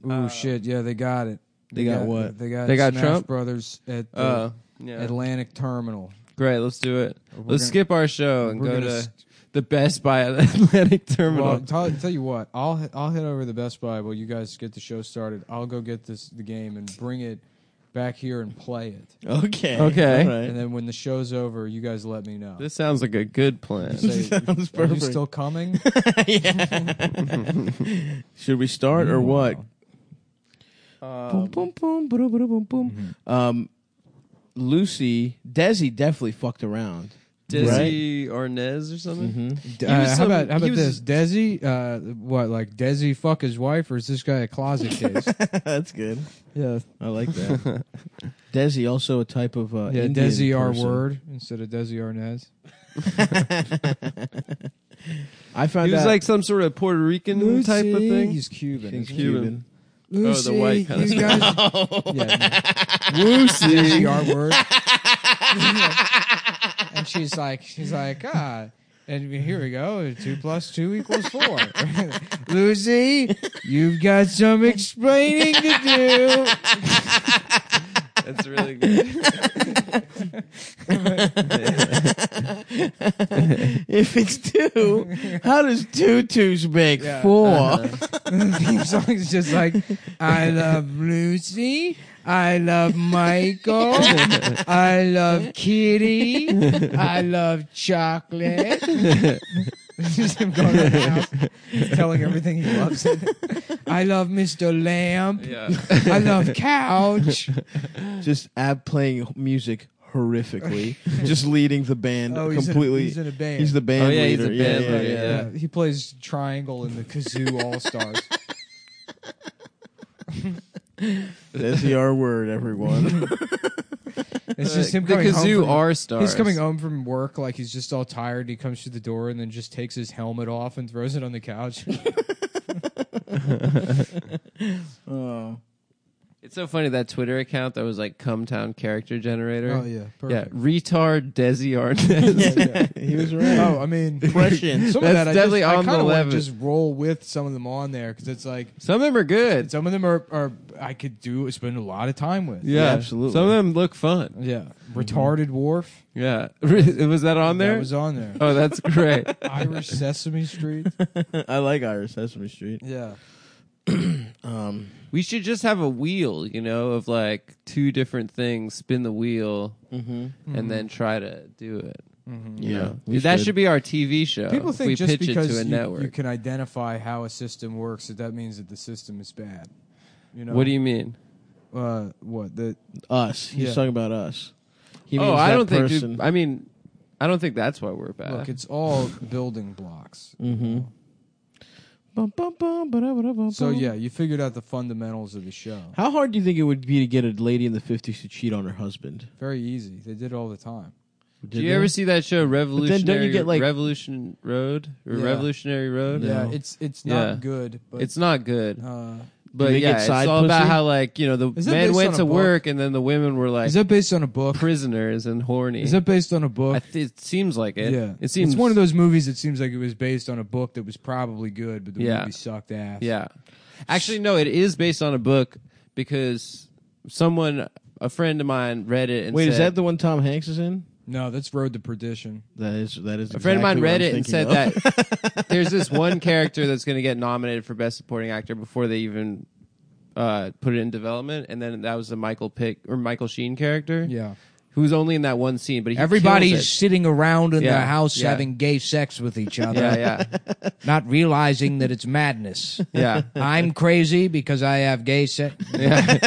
[SPEAKER 4] Uh,
[SPEAKER 1] Ooh, shit. Yeah, they got it.
[SPEAKER 2] They got what?
[SPEAKER 1] They got,
[SPEAKER 4] They got
[SPEAKER 1] Smash
[SPEAKER 4] Trump?
[SPEAKER 1] Brothers at the
[SPEAKER 4] Uh, yeah.
[SPEAKER 1] Atlantic Terminal.
[SPEAKER 4] Great, let's do it.
[SPEAKER 1] We're
[SPEAKER 4] let's
[SPEAKER 1] gonna-
[SPEAKER 4] skip our show and
[SPEAKER 1] we're
[SPEAKER 4] go
[SPEAKER 1] gonna
[SPEAKER 4] to
[SPEAKER 1] s-
[SPEAKER 4] the Best Buy at Atlantic Terminal.
[SPEAKER 1] Well, tell, tell you what, I'll he- I'll head over to the Best Buy while you guys get the show started. I'll go get this the game and bring it back here and play it.
[SPEAKER 2] Okay.
[SPEAKER 4] Okay.
[SPEAKER 2] All right.
[SPEAKER 1] And then when the show's over, you guys let me know.
[SPEAKER 4] this sounds like a good plan.
[SPEAKER 1] Say,
[SPEAKER 2] Sounds
[SPEAKER 1] are you
[SPEAKER 2] perfect.
[SPEAKER 1] still coming?
[SPEAKER 2] Should we start or what?
[SPEAKER 4] um,
[SPEAKER 1] Um,
[SPEAKER 2] Boom, boom, boom, boom, boom, boom, boom. Um, Lucy, Desi definitely fucked around.
[SPEAKER 4] Dizzy Arnez or something.
[SPEAKER 1] Uh,
[SPEAKER 4] was
[SPEAKER 1] how
[SPEAKER 4] some-
[SPEAKER 1] about how
[SPEAKER 4] he
[SPEAKER 1] about
[SPEAKER 4] was-
[SPEAKER 1] this? Desi, uh, what like Desi fuck his wife, or is this guy a closet case?
[SPEAKER 2] That's good.
[SPEAKER 1] yeah,
[SPEAKER 2] I like that. Desi also a type of uh,
[SPEAKER 1] yeah.
[SPEAKER 2] Indian
[SPEAKER 1] Desi R
[SPEAKER 2] person.
[SPEAKER 1] word instead of Desi Arnaz.
[SPEAKER 2] I found
[SPEAKER 4] He was
[SPEAKER 2] out
[SPEAKER 4] like some sort of Puerto Rican type of thing.
[SPEAKER 1] He's Cuban.
[SPEAKER 2] he's
[SPEAKER 1] isn't he?
[SPEAKER 2] Cuban.
[SPEAKER 4] Cuban.
[SPEAKER 1] Lucy,
[SPEAKER 4] Oh, the white kind of
[SPEAKER 1] you guys. yeah, no. Lucy, our word. and she's like, she's like, ah. And here we go. Two plus two equals four. Lucy, you've got some explaining to
[SPEAKER 4] That's really good.
[SPEAKER 2] If it's two, how does two twos make
[SPEAKER 1] Yeah.
[SPEAKER 2] four?
[SPEAKER 1] do. the theme song is just like, I love Lucy. I love Michael. I love Kitty. I love chocolate. Just him going around the house, telling everything he loves. in it. I love Mr. Lamp.
[SPEAKER 4] Yeah.
[SPEAKER 1] I love couch.
[SPEAKER 2] just ab playing music horrifically, just leading the band
[SPEAKER 1] Oh, he's in a-
[SPEAKER 2] completely.
[SPEAKER 1] he's in a band.
[SPEAKER 2] He's the band
[SPEAKER 4] Oh, yeah, he's
[SPEAKER 2] leader.
[SPEAKER 4] a band leader, yeah.
[SPEAKER 1] he plays triangle in the Kazoo All Stars.
[SPEAKER 2] That's the R word, everyone.
[SPEAKER 1] It's just him
[SPEAKER 4] the
[SPEAKER 1] coming home.
[SPEAKER 4] kazoo
[SPEAKER 1] from-
[SPEAKER 4] R stars.
[SPEAKER 1] He's coming home from work like he's just all tired. He comes through the door and then just takes his helmet off and throws it on the couch.
[SPEAKER 2] oh.
[SPEAKER 4] It's so funny that Twitter account that was like Cumtown character generator.
[SPEAKER 1] Oh, yeah,
[SPEAKER 4] Oh, Yeah, retard Desi Arnaz.
[SPEAKER 2] he was right.
[SPEAKER 1] Oh, I mean,
[SPEAKER 2] Impression.
[SPEAKER 1] Some of
[SPEAKER 4] That's
[SPEAKER 1] that I
[SPEAKER 4] definitely
[SPEAKER 1] just, I
[SPEAKER 4] on the
[SPEAKER 1] kinda wanna
[SPEAKER 4] level.
[SPEAKER 1] Just roll with some of them on there because it's like
[SPEAKER 4] Some of them are good.
[SPEAKER 1] some of them are, are I could do spend a lot of time with.
[SPEAKER 4] Yeah,
[SPEAKER 2] absolutely.
[SPEAKER 4] Some of them look fun.
[SPEAKER 1] yeah. Retarded Wharf
[SPEAKER 4] Yeah, was that on there?
[SPEAKER 1] that was on there.
[SPEAKER 4] oh, that's great.
[SPEAKER 1] Irish Sesame Street.
[SPEAKER 2] I like Irish Sesame Street.
[SPEAKER 1] Yeah,
[SPEAKER 2] Um,
[SPEAKER 4] we should just have a wheel, you know, of like two different things. Spin the wheel
[SPEAKER 1] Mm-hmm.
[SPEAKER 4] and then try to do it. you know?
[SPEAKER 2] we
[SPEAKER 4] Mm, that should. be our TV show.
[SPEAKER 1] people
[SPEAKER 4] if
[SPEAKER 1] think
[SPEAKER 4] Uh, we
[SPEAKER 1] just
[SPEAKER 4] pitch
[SPEAKER 1] because
[SPEAKER 4] it to a
[SPEAKER 1] you,
[SPEAKER 4] network.
[SPEAKER 1] you can identify how a system works that that means that the system is bad. You know
[SPEAKER 4] What do you mean?
[SPEAKER 1] you uh, what the
[SPEAKER 2] us. He's
[SPEAKER 1] Yeah.
[SPEAKER 2] talking about us. He
[SPEAKER 4] oh,
[SPEAKER 2] means
[SPEAKER 4] I
[SPEAKER 2] that
[SPEAKER 4] don't think.
[SPEAKER 2] person.
[SPEAKER 4] dude, I mean, I don't think that's why we're bad.
[SPEAKER 1] look? It's all building blocks.
[SPEAKER 4] Mm.
[SPEAKER 2] Bum, bum, bum, ba-da-ba-da-bum,
[SPEAKER 1] So
[SPEAKER 2] bum.
[SPEAKER 1] yeah, you figured out the fundamentals of the show.
[SPEAKER 2] How hard do you think it would be to get a lady in the 50s to cheat on her husband?
[SPEAKER 1] Very easy. They did it all the time.
[SPEAKER 4] do you ever see that show Revolutionary?
[SPEAKER 2] then don't you get, like-
[SPEAKER 4] Revolution Road or
[SPEAKER 1] Yeah.
[SPEAKER 4] Revolutionary Road?
[SPEAKER 1] Yeah,
[SPEAKER 2] No.
[SPEAKER 1] it's it's not
[SPEAKER 4] Yeah.
[SPEAKER 1] good, but
[SPEAKER 4] It's not good.
[SPEAKER 1] uh,
[SPEAKER 4] But
[SPEAKER 2] they
[SPEAKER 4] yeah,
[SPEAKER 2] get
[SPEAKER 4] it's
[SPEAKER 2] side
[SPEAKER 4] all about
[SPEAKER 2] pussy?
[SPEAKER 4] how like you know the
[SPEAKER 1] Is that
[SPEAKER 4] men
[SPEAKER 1] based
[SPEAKER 4] went
[SPEAKER 1] on a
[SPEAKER 4] to
[SPEAKER 1] book?
[SPEAKER 4] work and then the women were like
[SPEAKER 1] is that based on a book?
[SPEAKER 4] prisoners and horny.
[SPEAKER 1] Is that based on a book?
[SPEAKER 4] I th- it seems like it.
[SPEAKER 1] yeah,
[SPEAKER 4] it seems
[SPEAKER 1] It's one of those movies that seems like it was based on a book that was probably good, but the
[SPEAKER 4] Yeah.
[SPEAKER 1] movie sucked ass.
[SPEAKER 4] Yeah, actually, no, it is based on a book because someone, a friend of mine, read it. And
[SPEAKER 2] Wait, is
[SPEAKER 4] said-
[SPEAKER 2] that the one Tom Hanks is in?
[SPEAKER 1] no, that's Road to Perdition.
[SPEAKER 2] That is that is.
[SPEAKER 4] A friend of mine read it and said
[SPEAKER 2] that.
[SPEAKER 4] that there's this one character that's going to get nominated for best supporting actor before they even uh, put it in development, and then that was the Michael Pick or Michael Sheen character.
[SPEAKER 1] Yeah,
[SPEAKER 4] who's only in that one scene, but he kills
[SPEAKER 5] Everybody's
[SPEAKER 4] it.
[SPEAKER 5] sitting around in
[SPEAKER 4] Yeah,
[SPEAKER 5] the house
[SPEAKER 4] yeah.
[SPEAKER 5] having gay sex with each other,
[SPEAKER 4] Yeah, yeah,
[SPEAKER 5] not realizing that it's madness.
[SPEAKER 4] yeah.
[SPEAKER 5] I'm crazy because I have gay sex.
[SPEAKER 4] Yeah.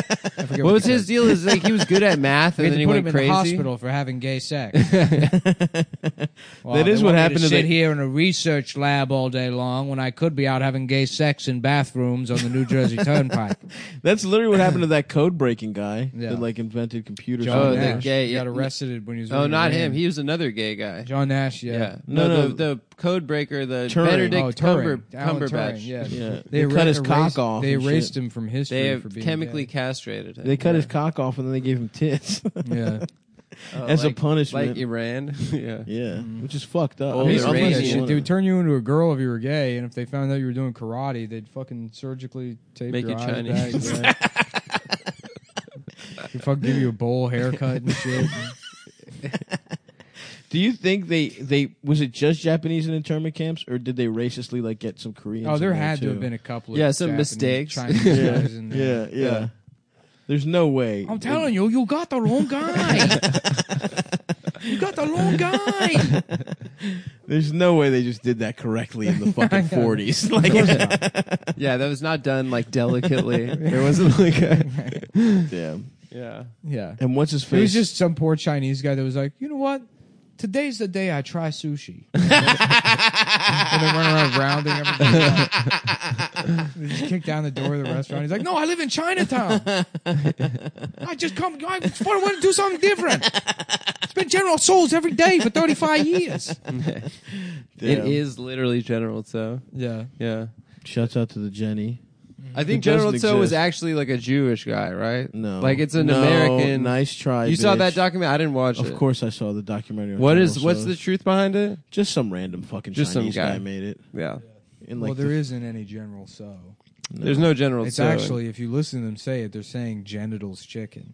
[SPEAKER 1] forget
[SPEAKER 4] what was his deal? Is like he was good at math, and
[SPEAKER 5] We had
[SPEAKER 4] then
[SPEAKER 5] to
[SPEAKER 4] he
[SPEAKER 5] put
[SPEAKER 4] went
[SPEAKER 5] him in
[SPEAKER 4] crazy.
[SPEAKER 5] the hospital for having gay sex. Wow,
[SPEAKER 2] That
[SPEAKER 5] they
[SPEAKER 2] is what
[SPEAKER 5] want me
[SPEAKER 2] happened to
[SPEAKER 5] To sit
[SPEAKER 2] the-
[SPEAKER 5] here in a research lab all day long when I could be out having gay sex in bathrooms on the New Jersey Turnpike.
[SPEAKER 4] Oh,
[SPEAKER 2] That's literally what happened to that code breaking guy
[SPEAKER 5] Yeah.
[SPEAKER 2] that like invented computers.
[SPEAKER 1] John
[SPEAKER 4] Oh, the
[SPEAKER 1] Nash
[SPEAKER 4] gay-
[SPEAKER 1] got
[SPEAKER 4] yeah.
[SPEAKER 1] arrested when he was.
[SPEAKER 4] Oh,
[SPEAKER 1] in
[SPEAKER 4] not
[SPEAKER 1] Iran.
[SPEAKER 4] him. He was another gay guy.
[SPEAKER 1] John Nash. Yeah.
[SPEAKER 4] yeah.
[SPEAKER 2] No,
[SPEAKER 5] Oh,
[SPEAKER 4] No,
[SPEAKER 2] no.
[SPEAKER 4] the the code breaker, the
[SPEAKER 2] Turing.
[SPEAKER 4] Benedict
[SPEAKER 1] Oh,
[SPEAKER 4] Cumber,
[SPEAKER 1] Turing. Alan
[SPEAKER 4] Cumberbatch.
[SPEAKER 1] Turing, yeah.
[SPEAKER 2] yeah,
[SPEAKER 1] They,
[SPEAKER 2] they, cut
[SPEAKER 1] erased-
[SPEAKER 2] his cock
[SPEAKER 1] erased-
[SPEAKER 2] off.
[SPEAKER 1] They
[SPEAKER 2] and
[SPEAKER 1] erased
[SPEAKER 2] shit.
[SPEAKER 1] him from history.
[SPEAKER 4] They
[SPEAKER 1] for
[SPEAKER 4] have
[SPEAKER 1] being
[SPEAKER 4] chemically castrated him.
[SPEAKER 2] They cut his cock off and then they gave him tits
[SPEAKER 1] gay. Yeah.
[SPEAKER 4] Uh,
[SPEAKER 2] as a
[SPEAKER 4] like-
[SPEAKER 2] punishment.
[SPEAKER 4] like Iran. yeah.
[SPEAKER 2] yeah, which is fucked up.
[SPEAKER 4] Oh,
[SPEAKER 1] They
[SPEAKER 4] they're
[SPEAKER 1] used to do that
[SPEAKER 4] racist.
[SPEAKER 1] shit. They would turn you into a girl if you were gay, and if they found out you were doing karate, they'd fucking surgically tape
[SPEAKER 4] Make
[SPEAKER 1] your
[SPEAKER 4] you
[SPEAKER 1] eyes
[SPEAKER 4] Chinese.
[SPEAKER 1] back. Yeah. They'd fucking give you a bowl haircut and shit.
[SPEAKER 2] Do you think they they was it just Japanese in internment camps or did they racistly like get some Koreans?
[SPEAKER 1] oh, there
[SPEAKER 2] in
[SPEAKER 1] had
[SPEAKER 2] too?
[SPEAKER 1] to have been a couple. Of
[SPEAKER 4] Yeah, some
[SPEAKER 1] Japanese-
[SPEAKER 4] mistakes.
[SPEAKER 1] Chinese
[SPEAKER 2] Yeah.
[SPEAKER 1] guys in there.
[SPEAKER 2] Yeah, yeah, There's no way.
[SPEAKER 5] I'm telling you, you got the wrong guy. you got the wrong guy.
[SPEAKER 2] There's no way they just did that correctly in the fucking 40s. Like,
[SPEAKER 4] Yeah, that was not done like delicately. There wasn't like a
[SPEAKER 2] damn.
[SPEAKER 4] yeah.
[SPEAKER 1] yeah.
[SPEAKER 2] And what's his
[SPEAKER 1] It
[SPEAKER 2] face?
[SPEAKER 1] was just some poor Chinese guy that was like, you know what? Today's the day I try sushi. and then run around rounding everything. up. they just kick down the door of the restaurant. He's like, no, I live in Chinatown.
[SPEAKER 5] I just come. I want to do something different. It's been General Souls every day for 35 years.
[SPEAKER 4] It is literally General Tso.
[SPEAKER 1] Yeah.
[SPEAKER 4] Yeah.
[SPEAKER 2] Shouts out to the Jenny.
[SPEAKER 4] I
[SPEAKER 2] It
[SPEAKER 4] think General
[SPEAKER 2] doesn't
[SPEAKER 4] Tso was
[SPEAKER 2] exist.
[SPEAKER 4] actually like a Jewish guy, right?
[SPEAKER 2] No,
[SPEAKER 4] Like it's an
[SPEAKER 2] No,
[SPEAKER 4] American
[SPEAKER 2] Nice try.
[SPEAKER 4] You saw that
[SPEAKER 2] documentary?
[SPEAKER 4] document? I didn't watch it.
[SPEAKER 2] Of course, I saw the documentary. on
[SPEAKER 4] What
[SPEAKER 2] General
[SPEAKER 4] is what's
[SPEAKER 2] Tso.
[SPEAKER 4] the truth behind it?
[SPEAKER 2] just some random fucking
[SPEAKER 4] Just some
[SPEAKER 2] Chinese guy.
[SPEAKER 4] guy.
[SPEAKER 2] made it.
[SPEAKER 4] Yeah.
[SPEAKER 2] And
[SPEAKER 1] well,
[SPEAKER 2] like
[SPEAKER 1] there
[SPEAKER 2] the-
[SPEAKER 1] isn't any General So.
[SPEAKER 4] There's no General
[SPEAKER 1] It's
[SPEAKER 4] Tso.
[SPEAKER 1] actually, if you listen to them say it, they're saying genitals chicken.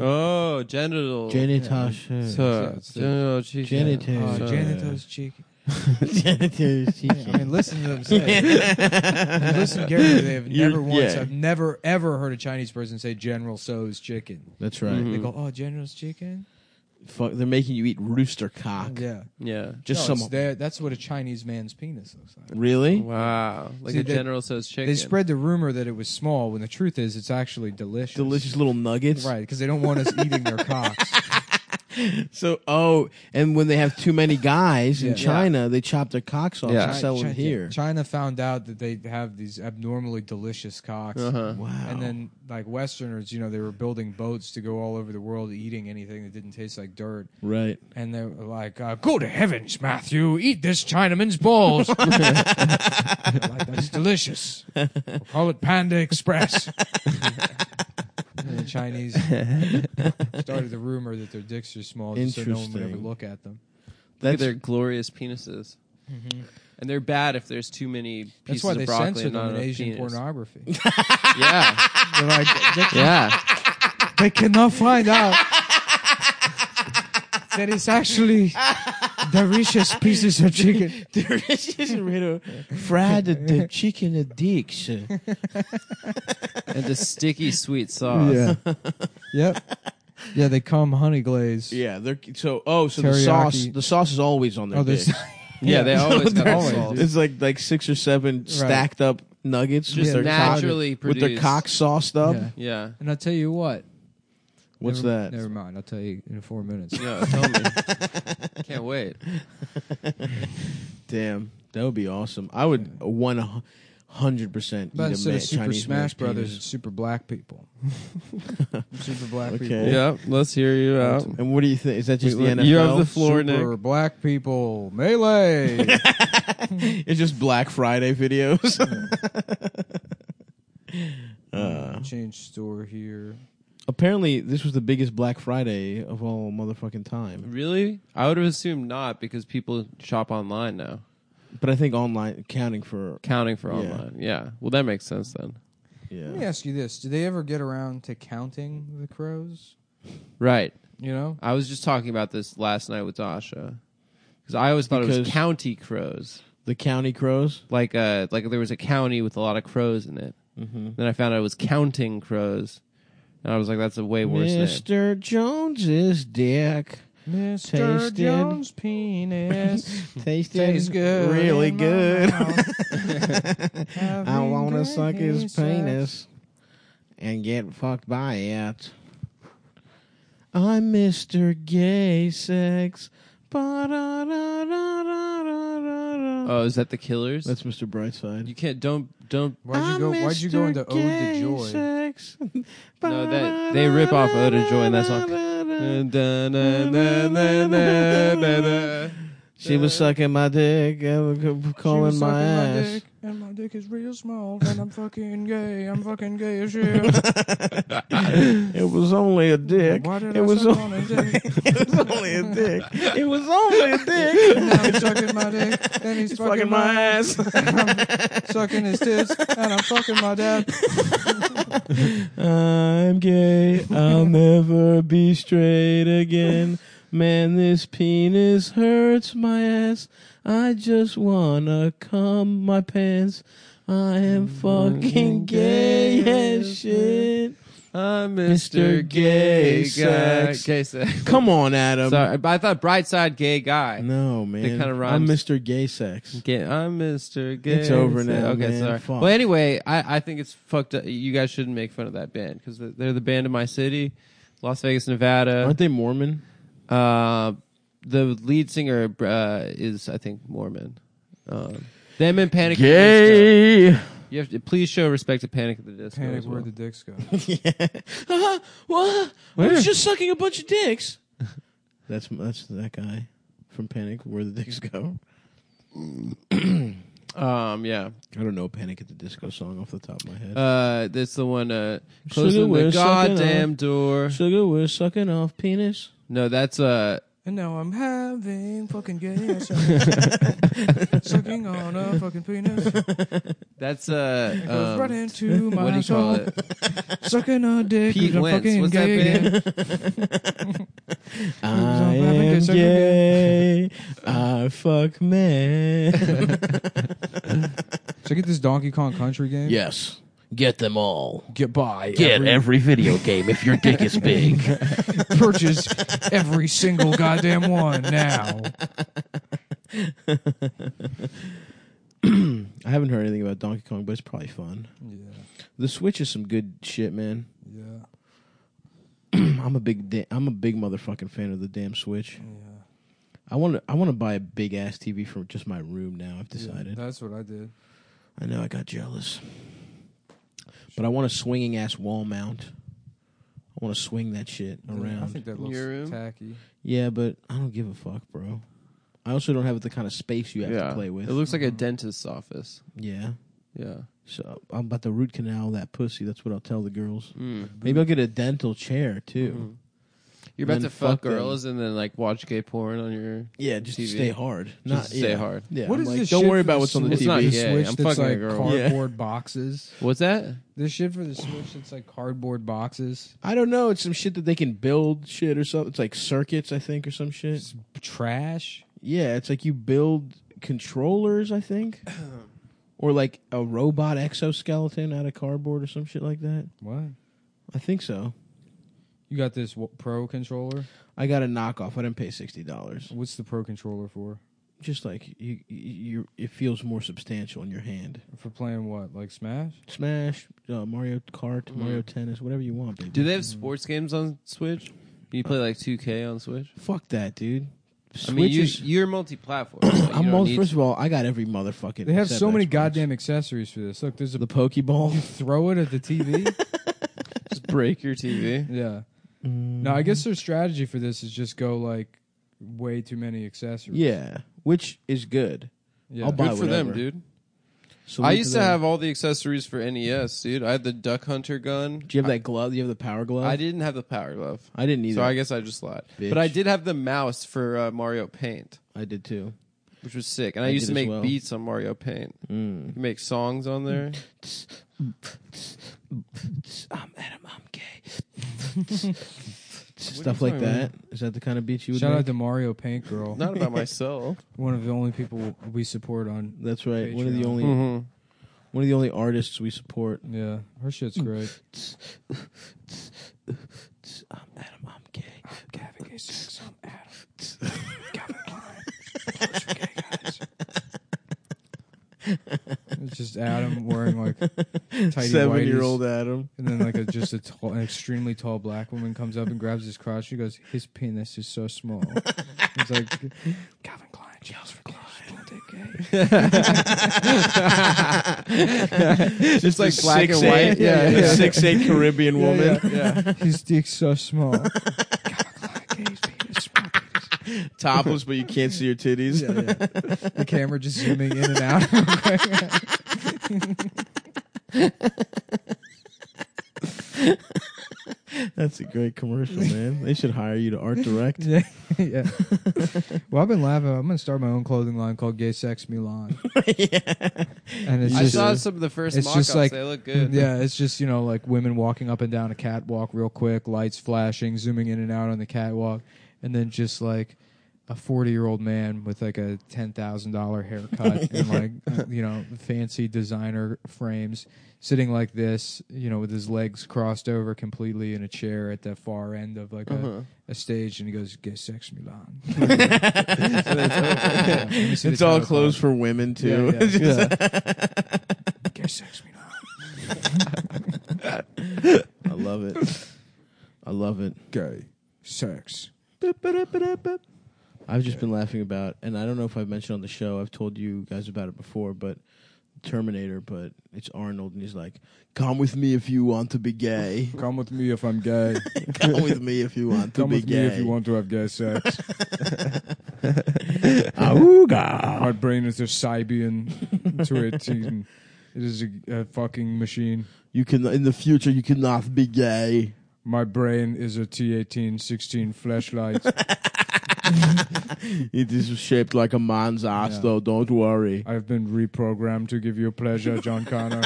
[SPEAKER 4] Oh, genital.
[SPEAKER 2] Jenny Tasha.
[SPEAKER 4] Tso.
[SPEAKER 1] it's the-
[SPEAKER 4] General Tso.
[SPEAKER 2] Genitals.
[SPEAKER 1] Uh,
[SPEAKER 2] Uh,
[SPEAKER 4] Oh,
[SPEAKER 1] genitals chicken. I mean, listen to them say. it. And listen, Gary, they have
[SPEAKER 2] You're-
[SPEAKER 1] never once.
[SPEAKER 2] yeah.
[SPEAKER 1] I've never ever heard a Chinese person say General So's chicken.
[SPEAKER 2] That's
[SPEAKER 4] Mm-hmm.
[SPEAKER 2] right.
[SPEAKER 1] They go, "Oh, General's chicken."
[SPEAKER 2] Fuck, they're making you eat rooster cock.
[SPEAKER 1] Yeah,
[SPEAKER 4] Yeah.
[SPEAKER 1] No,
[SPEAKER 2] Just
[SPEAKER 1] it's
[SPEAKER 2] some.
[SPEAKER 1] their- That's what a Chinese man's penis looks like.
[SPEAKER 2] Really?
[SPEAKER 4] Wow. Like
[SPEAKER 1] See,
[SPEAKER 4] a
[SPEAKER 1] they-
[SPEAKER 4] general says chicken.
[SPEAKER 1] They spread the rumor that it was small when the truth is it's actually delicious.
[SPEAKER 2] Delicious little nuggets.
[SPEAKER 1] Right, because they don't want us eating their cocks.
[SPEAKER 2] So, oh, and when they have too many guys
[SPEAKER 1] Yeah.
[SPEAKER 2] in China, they chop their cocks off
[SPEAKER 4] Yeah.
[SPEAKER 2] and sell them
[SPEAKER 1] China,
[SPEAKER 2] here.
[SPEAKER 1] China found out that they have these abnormally delicious cocks.
[SPEAKER 4] Uh-huh.
[SPEAKER 2] Wow.
[SPEAKER 1] And then, like Westerners, you know, they were building boats to go all over the world eating anything that didn't taste like dirt.
[SPEAKER 2] Right.
[SPEAKER 1] And they were like, uh, "Go to heavens, Matthew! Eat this Chinaman's balls. Like, That's delicious. We'll call it Panda Express." and the Chinese started the rumor that their dicks are small, just so no one would ever
[SPEAKER 2] Interesting.
[SPEAKER 1] look at them.
[SPEAKER 4] That's
[SPEAKER 2] That's
[SPEAKER 4] their glorious penises. And they're bad if there's too many
[SPEAKER 1] Mm-hmm. That's
[SPEAKER 4] pieces
[SPEAKER 1] why they
[SPEAKER 4] of broccoli
[SPEAKER 1] censor
[SPEAKER 4] and
[SPEAKER 1] them
[SPEAKER 4] not
[SPEAKER 1] in
[SPEAKER 4] enough
[SPEAKER 1] Asian
[SPEAKER 4] penis.
[SPEAKER 1] pornography.
[SPEAKER 4] Yeah.
[SPEAKER 1] They're like, they,
[SPEAKER 4] Yeah.
[SPEAKER 1] they cannot find out that it's actually delicious pieces of chicken.
[SPEAKER 2] delicious little fried uh, the chicken addiction.
[SPEAKER 4] and the sticky sweet sauce.
[SPEAKER 1] Yeah. yep. Yeah, they come honey glaze.
[SPEAKER 2] Yeah, they're so oh so the
[SPEAKER 1] Teriyaki.
[SPEAKER 2] sauce the sauce is always on their
[SPEAKER 1] Oh,
[SPEAKER 2] dick.
[SPEAKER 1] there's
[SPEAKER 4] Yeah, they always got
[SPEAKER 1] Always,
[SPEAKER 4] salt.
[SPEAKER 1] dude.
[SPEAKER 2] It's like like six or seven stacked up nuggets
[SPEAKER 4] Just
[SPEAKER 2] with their
[SPEAKER 4] naturally
[SPEAKER 2] cock, with their
[SPEAKER 4] produced.
[SPEAKER 2] cock sauced up.
[SPEAKER 1] Yeah.
[SPEAKER 4] Yeah.
[SPEAKER 1] And I'll tell you what.
[SPEAKER 2] What's
[SPEAKER 1] never,
[SPEAKER 2] that?
[SPEAKER 1] Never mind. I'll tell you in four minutes.
[SPEAKER 4] Yeah, tell me. Can't wait.
[SPEAKER 2] Damn, that would be awesome. I would one hundred percent.
[SPEAKER 1] But instead of Super Smash Brothers, it's Super Black People. super Black
[SPEAKER 2] Okay.
[SPEAKER 1] people.
[SPEAKER 4] Yeah, let's hear you out.
[SPEAKER 2] And what do you think? Is that just the NFL?
[SPEAKER 4] You have the floor,
[SPEAKER 1] Super
[SPEAKER 4] Nick.
[SPEAKER 1] Black People Melee.
[SPEAKER 2] It's just Black Friday videos. uh,
[SPEAKER 1] Change store here.
[SPEAKER 2] apparently, this was the biggest Black Friday of all motherfucking time.
[SPEAKER 4] Really? I would have assumed not because people shop online now,
[SPEAKER 2] But I think online counting for
[SPEAKER 4] counting for
[SPEAKER 2] Yeah.
[SPEAKER 4] online. Yeah. Well, that makes sense then.
[SPEAKER 2] yeah.
[SPEAKER 1] Let me ask you this: Do they ever get around to counting the crows?
[SPEAKER 4] Right.
[SPEAKER 1] You know,
[SPEAKER 4] I was just talking about this last night with Dasha because I always thought it was
[SPEAKER 2] Because-
[SPEAKER 4] county crows.
[SPEAKER 2] the county crows.
[SPEAKER 4] Like uh, like there was a county with a lot of crows in it. Mm-hmm. Then I found out it was counting crows, and I was like, "That's a way worse name."
[SPEAKER 2] Mr. Jones's dick
[SPEAKER 1] Mr.
[SPEAKER 2] Tasted.
[SPEAKER 1] Jones' penis
[SPEAKER 2] tasted
[SPEAKER 1] tastes good,
[SPEAKER 2] really
[SPEAKER 1] in my
[SPEAKER 2] good.
[SPEAKER 1] mouth.
[SPEAKER 2] I
[SPEAKER 1] Having
[SPEAKER 2] want to
[SPEAKER 1] great
[SPEAKER 2] suck his
[SPEAKER 1] sex.
[SPEAKER 2] penis and get fucked by it. I'm Mr. Gay Sex. Ba-da-da-da-da-da-da.
[SPEAKER 4] Oh, is that the Killers?
[SPEAKER 2] That's Mr. Brightside.
[SPEAKER 4] you can't. Don't don't.
[SPEAKER 1] Why'd you
[SPEAKER 2] I'm
[SPEAKER 1] go? Why'd you go
[SPEAKER 2] Mr.
[SPEAKER 1] into Ode
[SPEAKER 2] Gay
[SPEAKER 1] to Joy?
[SPEAKER 2] Sex.
[SPEAKER 4] No, that they rip off Ode to Joy in that song. Da-na-na-na-na-na-na.
[SPEAKER 2] She was sucking my dick, and calling
[SPEAKER 1] She was
[SPEAKER 2] my
[SPEAKER 1] sucking
[SPEAKER 2] ass.
[SPEAKER 1] dick, and my dick is real small, and I'm fucking gay. I'm fucking gay as shit.
[SPEAKER 2] It was only a dick.
[SPEAKER 1] Why did
[SPEAKER 2] It
[SPEAKER 1] I
[SPEAKER 2] was
[SPEAKER 1] suck
[SPEAKER 2] o-
[SPEAKER 1] on a dick?
[SPEAKER 2] It was only a dick. It was only a dick.
[SPEAKER 1] Now he's sucking my dick, and he's, fucking,
[SPEAKER 2] fucking
[SPEAKER 1] my,
[SPEAKER 2] my ass.
[SPEAKER 1] sucking his tits, and I'm fucking my dad.
[SPEAKER 2] I'm gay. I'll never be straight again. Man, this penis hurts my ass. I just wanna cum my pants. I am fucking gay as shit.
[SPEAKER 4] I'm
[SPEAKER 2] Mr. Gay
[SPEAKER 4] Gay
[SPEAKER 2] Sex.
[SPEAKER 4] Gay sex.
[SPEAKER 2] Come on, Adam.
[SPEAKER 4] Sorry, but I thought Brightside Gay Guy.
[SPEAKER 2] No, man.
[SPEAKER 4] That kinda
[SPEAKER 2] I'm
[SPEAKER 4] rhymes.
[SPEAKER 2] Mr. Gay Sex.
[SPEAKER 4] Gay, I'm Mr. Gay.
[SPEAKER 2] It's over
[SPEAKER 4] Sex.
[SPEAKER 2] now,
[SPEAKER 4] Okay,
[SPEAKER 2] man.
[SPEAKER 4] sorry.
[SPEAKER 2] Fuck.
[SPEAKER 4] Well, anyway, I, I think it's fucked up. You guys shouldn't make fun of that band because they're the band of my city, Las Vegas, Nevada.
[SPEAKER 2] Aren't they Mormon?
[SPEAKER 4] Uh, the lead singer uh, is, I think, Mormon.
[SPEAKER 2] Uh,
[SPEAKER 4] Um, them and Panic. at the Disco. You have to please show respect to Panic at the Disco.
[SPEAKER 1] Panic
[SPEAKER 4] as well.
[SPEAKER 1] where the dicks go.
[SPEAKER 2] Uh-huh. What? I was just sucking a bunch of dicks. that's that's that guy from Panic. Where the dicks go?
[SPEAKER 4] um, yeah.
[SPEAKER 2] I don't know a Panic at the Disco song off the top of my head.
[SPEAKER 4] Uh, that's the one. Uh,
[SPEAKER 2] Sugar,
[SPEAKER 4] closing the
[SPEAKER 2] we're sucking
[SPEAKER 4] goddamn door.
[SPEAKER 2] Sugar, we're sucking off penis.
[SPEAKER 4] No, that's uh.
[SPEAKER 1] And now I'm having fucking gay ass sucking on a fucking penis.
[SPEAKER 4] That's uh, um,
[SPEAKER 1] right into my
[SPEAKER 4] what do you
[SPEAKER 1] soul.
[SPEAKER 4] call it?
[SPEAKER 1] Sucking a dick.
[SPEAKER 4] Pete
[SPEAKER 1] is a
[SPEAKER 4] Wentz.
[SPEAKER 1] fucking
[SPEAKER 4] What's that
[SPEAKER 1] gay
[SPEAKER 4] band?
[SPEAKER 1] again.
[SPEAKER 2] I am gay. I fuck men.
[SPEAKER 1] Should I get this Donkey Kong Country game?
[SPEAKER 2] yes. Get them all.
[SPEAKER 1] Goodbye.
[SPEAKER 6] Get every video game if your dick is big.
[SPEAKER 1] purchase every single goddamn one now.
[SPEAKER 2] I haven't heard anything about Donkey Kong, but it's probably fun.
[SPEAKER 1] Yeah.
[SPEAKER 2] The Switch is some good shit, man.
[SPEAKER 1] Yeah.
[SPEAKER 2] I'm a big da- I'm a big motherfucking fan of the damn Switch.
[SPEAKER 1] Yeah.
[SPEAKER 2] I want to I want to buy a big ass TV for just my room now. I've decided.
[SPEAKER 1] That's what I did.
[SPEAKER 2] I know I got jealous. But I want a swinging ass wall mount. I want to swing that shit
[SPEAKER 1] I
[SPEAKER 2] around.
[SPEAKER 1] think that
[SPEAKER 4] In your
[SPEAKER 1] looks
[SPEAKER 4] room?
[SPEAKER 1] tacky.
[SPEAKER 2] Yeah, but I don't give a fuck, bro. I also don't have the kind of space you have to play with.
[SPEAKER 4] It looks like a dentist's office.
[SPEAKER 2] yeah.
[SPEAKER 4] Yeah.
[SPEAKER 2] So I'm about to root canal that pussy. That's what I'll tell the girls.
[SPEAKER 1] Mm-hmm.
[SPEAKER 2] Maybe I'll get a dental chair too.
[SPEAKER 4] You're about
[SPEAKER 2] Then
[SPEAKER 4] to fuck,
[SPEAKER 2] fuck them.
[SPEAKER 4] girls and then like watch gay porn on your.
[SPEAKER 2] Yeah, just to
[SPEAKER 4] TV.
[SPEAKER 2] stay hard. Not
[SPEAKER 4] to stay
[SPEAKER 2] yeah.
[SPEAKER 4] hard.
[SPEAKER 2] Yeah.
[SPEAKER 1] What
[SPEAKER 2] I'm
[SPEAKER 1] is
[SPEAKER 2] like,
[SPEAKER 1] this
[SPEAKER 2] Don't
[SPEAKER 1] shit
[SPEAKER 2] worry
[SPEAKER 1] for
[SPEAKER 2] about
[SPEAKER 1] the
[SPEAKER 2] what's on the
[SPEAKER 1] Switch?
[SPEAKER 4] It's not
[SPEAKER 2] TV.
[SPEAKER 1] The
[SPEAKER 4] Yeah,
[SPEAKER 1] Switch
[SPEAKER 4] I'm
[SPEAKER 1] that's
[SPEAKER 4] fucking a
[SPEAKER 1] like
[SPEAKER 4] girl.
[SPEAKER 1] cardboard boxes.
[SPEAKER 4] What's that?
[SPEAKER 1] This shit for the Switch that's like cardboard boxes.
[SPEAKER 2] I don't know. It's some shit that they can build shit or something. It's like circuits, I think, or some shit.
[SPEAKER 1] It's trash.
[SPEAKER 2] Yeah, it's like you build controllers, I think, or like a robot exoskeleton out of cardboard or some shit like that.
[SPEAKER 1] What?
[SPEAKER 2] I think so.
[SPEAKER 1] You got this w- pro controller?
[SPEAKER 2] I got a knockoff. I didn't pay sixty dollars.
[SPEAKER 1] What's the pro controller for?
[SPEAKER 2] Just like you, you, it feels more substantial in your hand.
[SPEAKER 1] For playing what? Like Smash?
[SPEAKER 2] Smash, uh, Mario Kart, Mario Tennis, whatever you want. Baby.
[SPEAKER 4] Mm-hmm. Do they have sports games on Switch? Can you play like 2K on Switch?
[SPEAKER 2] Fuck that, dude.
[SPEAKER 4] I mean, you,
[SPEAKER 2] Switches.
[SPEAKER 4] you're multi-platform. so you
[SPEAKER 2] I'm
[SPEAKER 4] don't
[SPEAKER 2] all,
[SPEAKER 4] need
[SPEAKER 2] first of all, I got every motherfucking.
[SPEAKER 1] They have
[SPEAKER 2] except
[SPEAKER 1] so many
[SPEAKER 2] Xbox.
[SPEAKER 1] goddamn accessories for this. Look, there's a
[SPEAKER 2] The Pokeball.
[SPEAKER 1] throw it at the TV.
[SPEAKER 4] to just break your TV.
[SPEAKER 1] Yeah.
[SPEAKER 2] Mm.
[SPEAKER 1] No, I guess their strategy for this is just go like way too many accessories.
[SPEAKER 2] yeah, which is good.
[SPEAKER 1] Yeah.
[SPEAKER 2] I'll buy-
[SPEAKER 4] Good for them,
[SPEAKER 2] whatever.
[SPEAKER 4] dude.
[SPEAKER 2] So
[SPEAKER 4] I
[SPEAKER 2] look
[SPEAKER 4] used
[SPEAKER 2] at
[SPEAKER 4] to
[SPEAKER 2] that.
[SPEAKER 4] have all the accessories for NES, dude. I had the Duck Hunter gun.
[SPEAKER 2] Do you have that glove? Do you have the power glove?
[SPEAKER 4] I didn't have the Power Glove.
[SPEAKER 2] I didn't either.
[SPEAKER 4] So I guess I just lied.
[SPEAKER 2] Bitch.
[SPEAKER 4] But I did have the mouse for uh, Mario Paint,
[SPEAKER 2] I did too.
[SPEAKER 4] which was sick. And I,
[SPEAKER 2] I
[SPEAKER 4] used
[SPEAKER 2] did
[SPEAKER 4] to
[SPEAKER 2] as
[SPEAKER 4] make
[SPEAKER 2] well.
[SPEAKER 4] beats on Mario Paint. You can make songs on there.
[SPEAKER 2] I'm Adam. I'm gay. Stuff like that. Is that the kind of beat you would
[SPEAKER 1] Shout
[SPEAKER 2] make?
[SPEAKER 1] out to Mario Paint Girl,
[SPEAKER 4] Not about myself.
[SPEAKER 1] one of the only people we support on.
[SPEAKER 2] That's right. One of the
[SPEAKER 1] Patreon.
[SPEAKER 2] only
[SPEAKER 4] Mhm.
[SPEAKER 2] one of the only artists we support.
[SPEAKER 1] Yeah, her shit's
[SPEAKER 2] Mm.
[SPEAKER 1] great.
[SPEAKER 2] I'm Adam. I'm gay.
[SPEAKER 1] It's just Adam wearing like tidy
[SPEAKER 2] Seven year
[SPEAKER 1] whities,
[SPEAKER 2] old Adam.
[SPEAKER 1] and then like a, just a tall, an extremely tall black woman comes up and grabs his crotch. She goes, "His penis is so small." it's like Calvin Klein, Charles for Klein.
[SPEAKER 4] It's like black and
[SPEAKER 2] Six-eight-
[SPEAKER 4] white. Yeah, yeah.
[SPEAKER 2] Six eight Caribbean woman.
[SPEAKER 1] His dick's so small.
[SPEAKER 2] Topless, but you can't see your titties.
[SPEAKER 1] The camera just zooming in and out.
[SPEAKER 2] That's a great commercial, man. They should hire you to art direct.
[SPEAKER 1] Yeah. yeah. Well, I've been laughing. I'm gonna start my own clothing line called Gay Sex Milan. And it's
[SPEAKER 4] I
[SPEAKER 1] just
[SPEAKER 4] saw some of the first
[SPEAKER 1] it's
[SPEAKER 4] mock
[SPEAKER 1] just
[SPEAKER 4] ups.
[SPEAKER 1] like-
[SPEAKER 4] they look good.
[SPEAKER 1] yeah, it's just you know like women walking up and down a catwalk real quick, lights flashing, zooming in and out on the catwalk, and then just like a 40 year old man with like a ten thousand dollar haircut and like you know fancy designer frames sitting like this, you know, with his legs crossed over completely in a chair at the far end of like
[SPEAKER 2] Uh-huh.
[SPEAKER 1] a, a stage, and he goes, "Gay Sex Milan."
[SPEAKER 2] It's all clothes for women too.
[SPEAKER 1] Yeah, yeah. Gay Sex Milan.
[SPEAKER 2] I love it. I love it.
[SPEAKER 1] Gay sex.
[SPEAKER 2] I've just been laughing about, and I don't know if I've mentioned on the show. I've told you guys about it before, but Terminator. But it's Arnold, and he's like, "Come with me if you want to be gay.
[SPEAKER 1] Come with me if I'm gay.
[SPEAKER 2] Come with me if you want to
[SPEAKER 1] Come
[SPEAKER 2] be
[SPEAKER 1] with
[SPEAKER 2] gay.
[SPEAKER 1] me if you want to have gay sex.
[SPEAKER 2] Auga.
[SPEAKER 1] My brain is a Sibian to it. and It is a, a fucking machine.
[SPEAKER 2] You can in the future you cannot be gay.
[SPEAKER 1] My brain is a T eighteen sixteen flashlight.
[SPEAKER 2] It is shaped like a man's ass,
[SPEAKER 1] Yeah.
[SPEAKER 2] though. Don't worry.
[SPEAKER 1] I've been reprogrammed to give you pleasure, John Connor.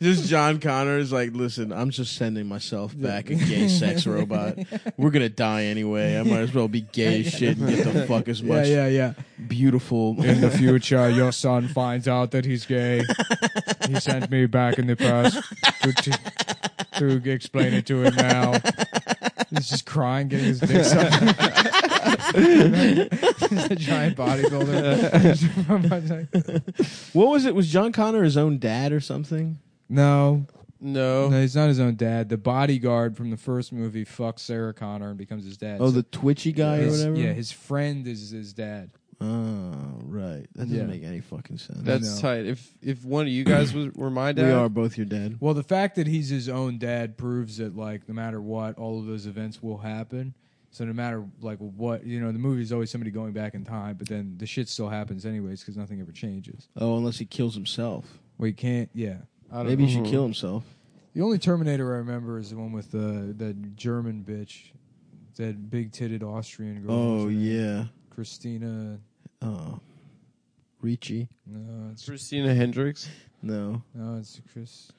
[SPEAKER 2] Just John Connor is like, listen, I'm just sending myself back a gay sex robot. We're gonna die anyway. I might as well be gay as shit and get the fuck as much
[SPEAKER 1] yeah.
[SPEAKER 2] beautiful.
[SPEAKER 1] In the future, your son finds out that he's gay. He sent me back in the past to, to, to explain it to him now. He's just crying, getting his dick sucked. he's a giant bodybuilder.
[SPEAKER 2] What was it? Was John Connor his own dad or something?
[SPEAKER 1] no,
[SPEAKER 4] No.
[SPEAKER 1] no, he's not his own dad. The bodyguard from the first movie fucks Sarah Connor and becomes his dad.
[SPEAKER 2] Oh, the twitchy guy or
[SPEAKER 1] his,
[SPEAKER 2] whatever.
[SPEAKER 1] yeah, his friend is his dad.
[SPEAKER 2] Oh, right. That doesn't
[SPEAKER 1] Yeah.
[SPEAKER 2] make any fucking sense.
[SPEAKER 4] That's
[SPEAKER 1] No.
[SPEAKER 4] tight. If if one of you guys was, were my dad,
[SPEAKER 2] we are both your dad.
[SPEAKER 1] Well, the fact that he's his own dad proves that, like, no matter what, all of those events will happen. So no matter like what you know, the movie's always somebody going back in time, but then the shit still happens anyways because nothing ever changes.
[SPEAKER 2] Oh, unless he kills himself.
[SPEAKER 1] Well, you can't. Yeah, I don't
[SPEAKER 2] Maybe he should kill himself.
[SPEAKER 1] The only Terminator I remember is the one with the that German bitch, that big titted Austrian girl.
[SPEAKER 2] Oh
[SPEAKER 1] What's her name?
[SPEAKER 2] yeah.
[SPEAKER 1] Christina.
[SPEAKER 2] Oh, Ricci.
[SPEAKER 1] No, it's
[SPEAKER 4] Christina Hendricks.
[SPEAKER 2] No.
[SPEAKER 1] no, it's Chris.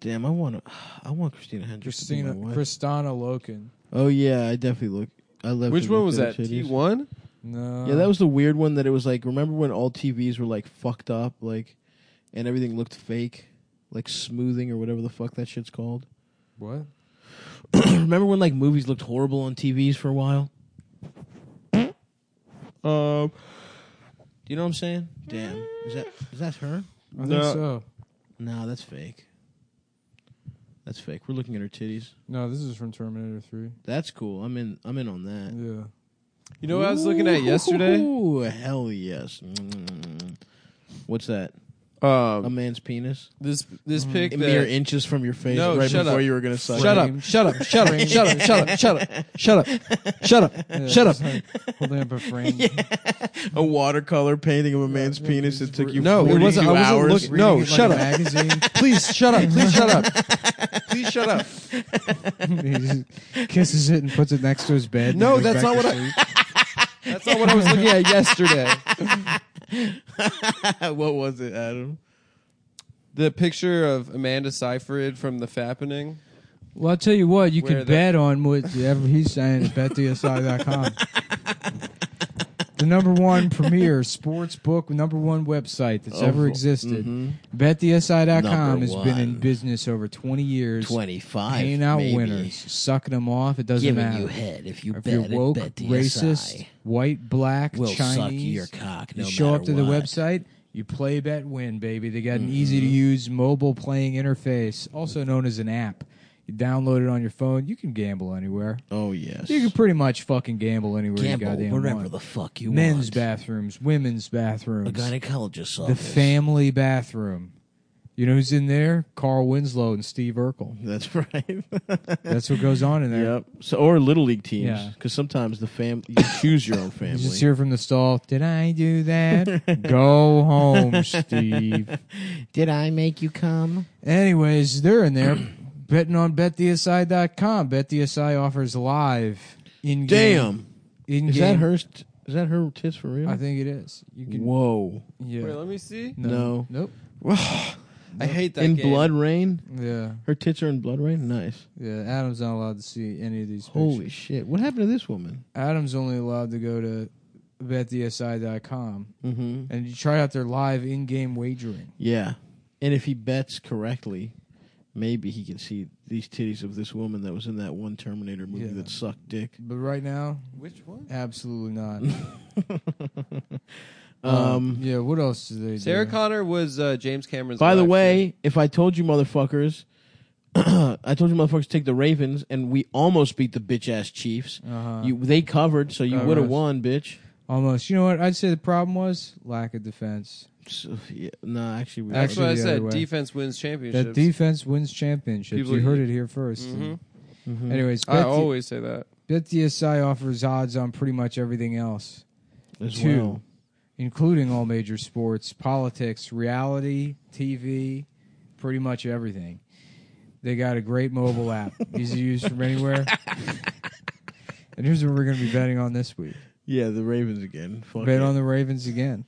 [SPEAKER 2] Damn, I want to. I want Christina Hendricks. to be
[SPEAKER 1] Christina
[SPEAKER 2] my wife.
[SPEAKER 1] Christina Loken.
[SPEAKER 2] Oh yeah, I definitely look. I love.
[SPEAKER 4] Which one was that? T one.
[SPEAKER 1] No.
[SPEAKER 2] Yeah, that was the weird one that it was like. Remember when all TVs were like fucked up, like, and everything looked fake, like smoothing or whatever the fuck that shit's called.
[SPEAKER 1] what?
[SPEAKER 2] remember when like movies looked horrible on TVs for a while? Do
[SPEAKER 4] Um,
[SPEAKER 2] you know what I'm saying? Damn, is that is that her?
[SPEAKER 1] I think
[SPEAKER 4] No.
[SPEAKER 1] so.
[SPEAKER 2] No, that's fake. That's fake. We're looking at her titties.
[SPEAKER 1] No, this is from Terminator Three.
[SPEAKER 2] That's cool. I'm in. I'm in on that.
[SPEAKER 1] Yeah.
[SPEAKER 4] you know what I was looking at yesterday?
[SPEAKER 2] Ooh, hell yes. Mm. What's that? A
[SPEAKER 4] Um,
[SPEAKER 2] man's penis?
[SPEAKER 4] this this pick that
[SPEAKER 2] Mere inches from your face
[SPEAKER 4] No,
[SPEAKER 2] right
[SPEAKER 4] shut
[SPEAKER 2] before
[SPEAKER 4] up.
[SPEAKER 2] you were going to suck.
[SPEAKER 4] Shut
[SPEAKER 2] it.
[SPEAKER 4] up! Shut up! Shut up! Shut up! Shut up! Shut up! Shut up! Shut up!
[SPEAKER 1] Yeah,
[SPEAKER 4] Shut
[SPEAKER 1] it's like holding up a frame.
[SPEAKER 2] A watercolor painting of a man's
[SPEAKER 1] yeah,
[SPEAKER 2] penis. It
[SPEAKER 1] just
[SPEAKER 2] took you
[SPEAKER 4] No, it
[SPEAKER 2] 42
[SPEAKER 4] wasn't- I wasn't
[SPEAKER 2] hours.
[SPEAKER 4] looking-
[SPEAKER 1] Reading
[SPEAKER 4] No,
[SPEAKER 1] it like
[SPEAKER 4] shut
[SPEAKER 1] a
[SPEAKER 4] up.
[SPEAKER 1] Magazine.
[SPEAKER 4] Please shut up! Please shut up! Please shut up!
[SPEAKER 1] he just kisses it and puts it next to his bed. and
[SPEAKER 4] No,
[SPEAKER 1] goes
[SPEAKER 4] that's
[SPEAKER 1] back
[SPEAKER 4] not
[SPEAKER 1] to
[SPEAKER 4] what
[SPEAKER 1] sleep.
[SPEAKER 4] That's not what I was looking at yesterday.
[SPEAKER 2] what was it, Adam?
[SPEAKER 4] The picture of Amanda Seyfried from The Fappening.
[SPEAKER 1] Well, I'll tell you what, you
[SPEAKER 4] Where
[SPEAKER 1] can
[SPEAKER 4] the-
[SPEAKER 1] bet on whatever he's saying at betdsi.com. the number one premier sports book, number one website that's
[SPEAKER 4] Oh,
[SPEAKER 1] ever existted.
[SPEAKER 4] mm-hmm.
[SPEAKER 1] BetDSI.com
[SPEAKER 2] Number
[SPEAKER 1] has been in
[SPEAKER 2] one.
[SPEAKER 1] business over 20 years.
[SPEAKER 6] 25.
[SPEAKER 1] Paying out winners, sucking them off. It doesn't matter.
[SPEAKER 6] head if you
[SPEAKER 1] if you're woke, racist, white, black, Chinese,
[SPEAKER 6] cock
[SPEAKER 1] you show up to the website, you play bet win, baby. They got an easy to use mobile playing interface, also known as an app. You download it on your phone. You can gamble anywhere.
[SPEAKER 2] Oh, yes.
[SPEAKER 1] You can pretty much fucking gamble anywhere you goddamn want.
[SPEAKER 6] fuck you
[SPEAKER 1] Men's bathrooms, women's bathrooms,
[SPEAKER 6] gynecologist's
[SPEAKER 1] the family bathroom. You know who's in there? Carl Winslow and Steve Urkel.
[SPEAKER 2] That's right.
[SPEAKER 1] That's what goes on in there.
[SPEAKER 2] yep. So, or little league teams,
[SPEAKER 1] Yeah.
[SPEAKER 2] because sometimes the fam you choose your own
[SPEAKER 1] You
[SPEAKER 2] family.
[SPEAKER 1] just hear from the stall, did I do that? Go home, Steve.
[SPEAKER 2] Did I make you come?
[SPEAKER 1] Anyways, they're in there betting on betdsi.com. BetDSI offers live in game.
[SPEAKER 2] Damn,
[SPEAKER 1] in
[SPEAKER 2] is that
[SPEAKER 1] game-
[SPEAKER 2] her? Is that her tits for real?
[SPEAKER 1] I think it is. You can.
[SPEAKER 2] Whoa.
[SPEAKER 1] Yeah.
[SPEAKER 4] Wait, let me see.
[SPEAKER 2] No.
[SPEAKER 1] Nope.
[SPEAKER 4] I hate that.
[SPEAKER 2] in
[SPEAKER 4] game.
[SPEAKER 2] Blood Rain?
[SPEAKER 1] Yeah.
[SPEAKER 2] Her tits are in Blood Rain? Nice.
[SPEAKER 1] Yeah. Adam's not allowed to see any of these.
[SPEAKER 2] Holy
[SPEAKER 1] pictures.
[SPEAKER 2] shit. What happened to this woman?
[SPEAKER 1] Adam's only allowed to go to betdsi.com
[SPEAKER 2] Mm-hmm.
[SPEAKER 1] and you try out their live in-game wagering.
[SPEAKER 2] Yeah. And if he bets correctly, maybe he can see these titties of this woman that was in that one Terminator movie
[SPEAKER 1] Yeah.
[SPEAKER 2] that sucked dick.
[SPEAKER 1] But right now,
[SPEAKER 4] Which one?
[SPEAKER 1] absolutely not.
[SPEAKER 2] Um,
[SPEAKER 1] yeah. What else do they do?
[SPEAKER 4] Sarah Connor was uh, James Cameron's.
[SPEAKER 2] by the
[SPEAKER 4] wife.
[SPEAKER 2] way, if I told you motherfuckers, I told you motherfuckers to take the Ravens, and we almost beat the bitch ass Chiefs.
[SPEAKER 1] Uh-huh.
[SPEAKER 2] You, they covered, so you
[SPEAKER 1] Oh,
[SPEAKER 2] would have
[SPEAKER 1] nice.
[SPEAKER 2] won, bitch.
[SPEAKER 1] Almost. You know what? I'd say the problem was lack of defense.
[SPEAKER 2] So, yeah, no, actually, we
[SPEAKER 4] That's
[SPEAKER 1] Actually,
[SPEAKER 4] what I
[SPEAKER 1] the other
[SPEAKER 4] said.
[SPEAKER 1] way.
[SPEAKER 4] Defense wins
[SPEAKER 1] That
[SPEAKER 4] championships.
[SPEAKER 1] defense wins championships.
[SPEAKER 4] People
[SPEAKER 1] you
[SPEAKER 4] are-
[SPEAKER 1] heard it here 1st
[SPEAKER 4] Mhm.
[SPEAKER 2] Mhm.
[SPEAKER 1] Anyways,
[SPEAKER 4] I
[SPEAKER 1] Bet-
[SPEAKER 4] always say that.
[SPEAKER 1] BetDSI offers odds on pretty much everything else,
[SPEAKER 2] as
[SPEAKER 1] two.
[SPEAKER 2] well.
[SPEAKER 1] including all major sports, politics, reality, TV, pretty much everything. They got a great mobile app, easy to use from anywhere. And here's what we're going to be betting on this week.
[SPEAKER 2] Yeah, the Ravens again. Fuck
[SPEAKER 1] Bet
[SPEAKER 2] it.
[SPEAKER 1] on the Ravens again.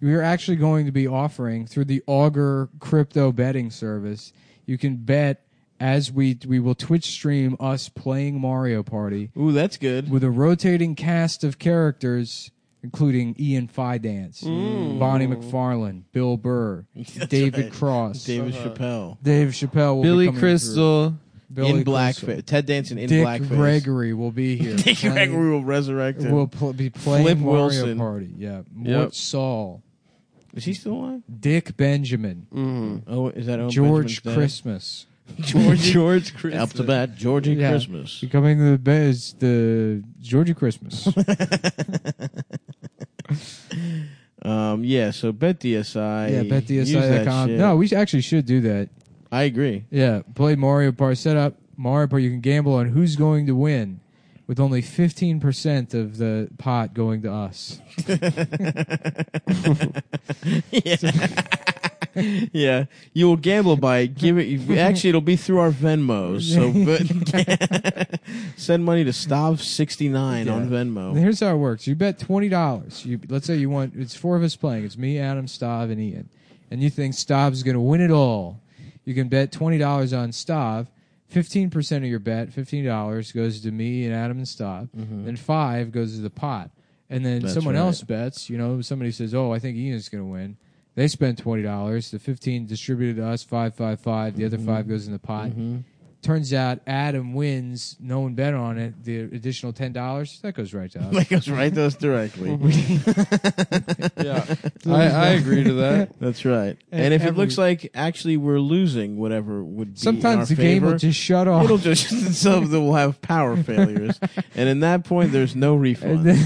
[SPEAKER 1] We're actually going to be offering through the Augur crypto betting service. You can bet as we we will Twitch stream us playing Mario Party
[SPEAKER 2] Ooh, that's good.
[SPEAKER 1] with a rotating cast of characters, including Ian Fidance, Bonnie McFarlane, Bill Burr, David
[SPEAKER 2] Mm. right.
[SPEAKER 1] Cross,
[SPEAKER 2] David Chappelle
[SPEAKER 1] Dave Chappelle, will be
[SPEAKER 4] Billy
[SPEAKER 1] coming
[SPEAKER 4] Crystal.
[SPEAKER 1] through. Billy
[SPEAKER 2] in
[SPEAKER 1] Crystal.
[SPEAKER 2] blackface. Ted Danson in
[SPEAKER 1] Dick
[SPEAKER 2] blackface.
[SPEAKER 1] Gregory will be here.
[SPEAKER 2] Dick
[SPEAKER 1] playing-
[SPEAKER 2] Gregory will resurrect him.
[SPEAKER 1] will pl- be playing
[SPEAKER 2] Flip
[SPEAKER 1] Mario
[SPEAKER 2] Wilson.
[SPEAKER 1] Party. Yeah,
[SPEAKER 4] Yep.
[SPEAKER 1] Mort Saul,
[SPEAKER 2] Is he still alive?
[SPEAKER 1] Dick Benjamin.
[SPEAKER 4] Mm-hmm.
[SPEAKER 2] Oh, is that Owen
[SPEAKER 1] George
[SPEAKER 2] Benjamin's
[SPEAKER 1] Christmas.
[SPEAKER 2] dad? George George Christmas. Up to bat, Georgie
[SPEAKER 1] Yeah.
[SPEAKER 2] Christmas.
[SPEAKER 1] Becoming the best, the Georgia Christmas.
[SPEAKER 2] Um, yeah. So bet DSI.
[SPEAKER 1] yeah,
[SPEAKER 2] Use that
[SPEAKER 1] betdsi.com.
[SPEAKER 2] shit.
[SPEAKER 1] No, we sh- actually should do that.
[SPEAKER 2] I agree.
[SPEAKER 1] Yeah, play Mario Party. Set up Mario Party. You can gamble on who's going to win, with only fifteen percent of the pot going to us.
[SPEAKER 2] Yeah, you will gamble by giving. Actually, it'll be through our Venmos. So, but send money to Stav sixty nine on
[SPEAKER 1] And
[SPEAKER 2] Venmo.
[SPEAKER 1] here's how it works: you bet twenty dollars. You let's say you want it's four of us playing. It's me, Adam, Stav, and Ian. And you think Stav's going to win it all? You can bet twenty dollars on Stav. Fifteen percent of your bet, fifteen dollars, goes to me and Adam and Stav. Then five goes to the pot. And then
[SPEAKER 2] Mm-hmm. That's
[SPEAKER 1] someone
[SPEAKER 2] right.
[SPEAKER 1] else bets. You know, somebody says, "Oh, I think Ian's going to win." They spent twenty dollars. The fifteen distributed to us, five, five, five. The
[SPEAKER 2] Mm-hmm.
[SPEAKER 1] other five goes in the pot. Turns out Adam wins. No one bet on it. The additional ten dollars that goes right to us.
[SPEAKER 2] That goes right to us directly.
[SPEAKER 3] Yeah, I, I agree to that.
[SPEAKER 2] That's right. And, if it looks like actually we're losing, whatever would be in our
[SPEAKER 1] Sometimes the
[SPEAKER 2] favor,
[SPEAKER 1] game will just shut off.
[SPEAKER 2] it'll just some of them will have power failures, and in that point, there's no refund.
[SPEAKER 1] And then-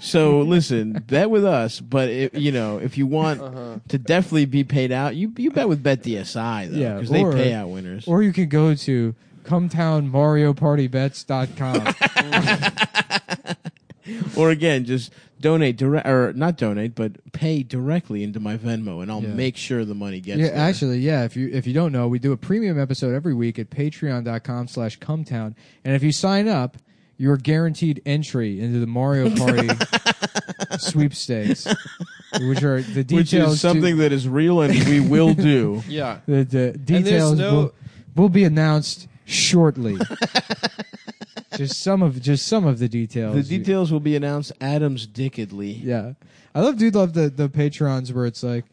[SPEAKER 2] So listen, bet with us, but if, you know if you want
[SPEAKER 1] Uh-huh.
[SPEAKER 2] to definitely be paid out, you you bet with BetDSI though,
[SPEAKER 1] Yeah,
[SPEAKER 2] because they
[SPEAKER 1] or-
[SPEAKER 2] pay out winners.
[SPEAKER 1] or you can go to cometownmariopardybets.com.
[SPEAKER 2] Or again, just donate direct or not donate, but pay directly into my Venmo, and I'll
[SPEAKER 1] Yeah.
[SPEAKER 2] make sure the money gets.
[SPEAKER 1] yeah,
[SPEAKER 2] there.
[SPEAKER 1] actually, yeah. If you if you don't know, we do a premium episode every week at patreon.com slash cometown. And if you sign up, you're guaranteed entry into the Mario Party sweepstakes. Which are the details
[SPEAKER 2] which is
[SPEAKER 1] to-
[SPEAKER 2] something that is real, and we will do.
[SPEAKER 4] Yeah.
[SPEAKER 1] The, the details
[SPEAKER 3] no-
[SPEAKER 1] will, will be announced shortly. just some of just some of the details.
[SPEAKER 2] The details will be announced Adams Dickedly.
[SPEAKER 1] Yeah, I love dude love the the patrons where it's like,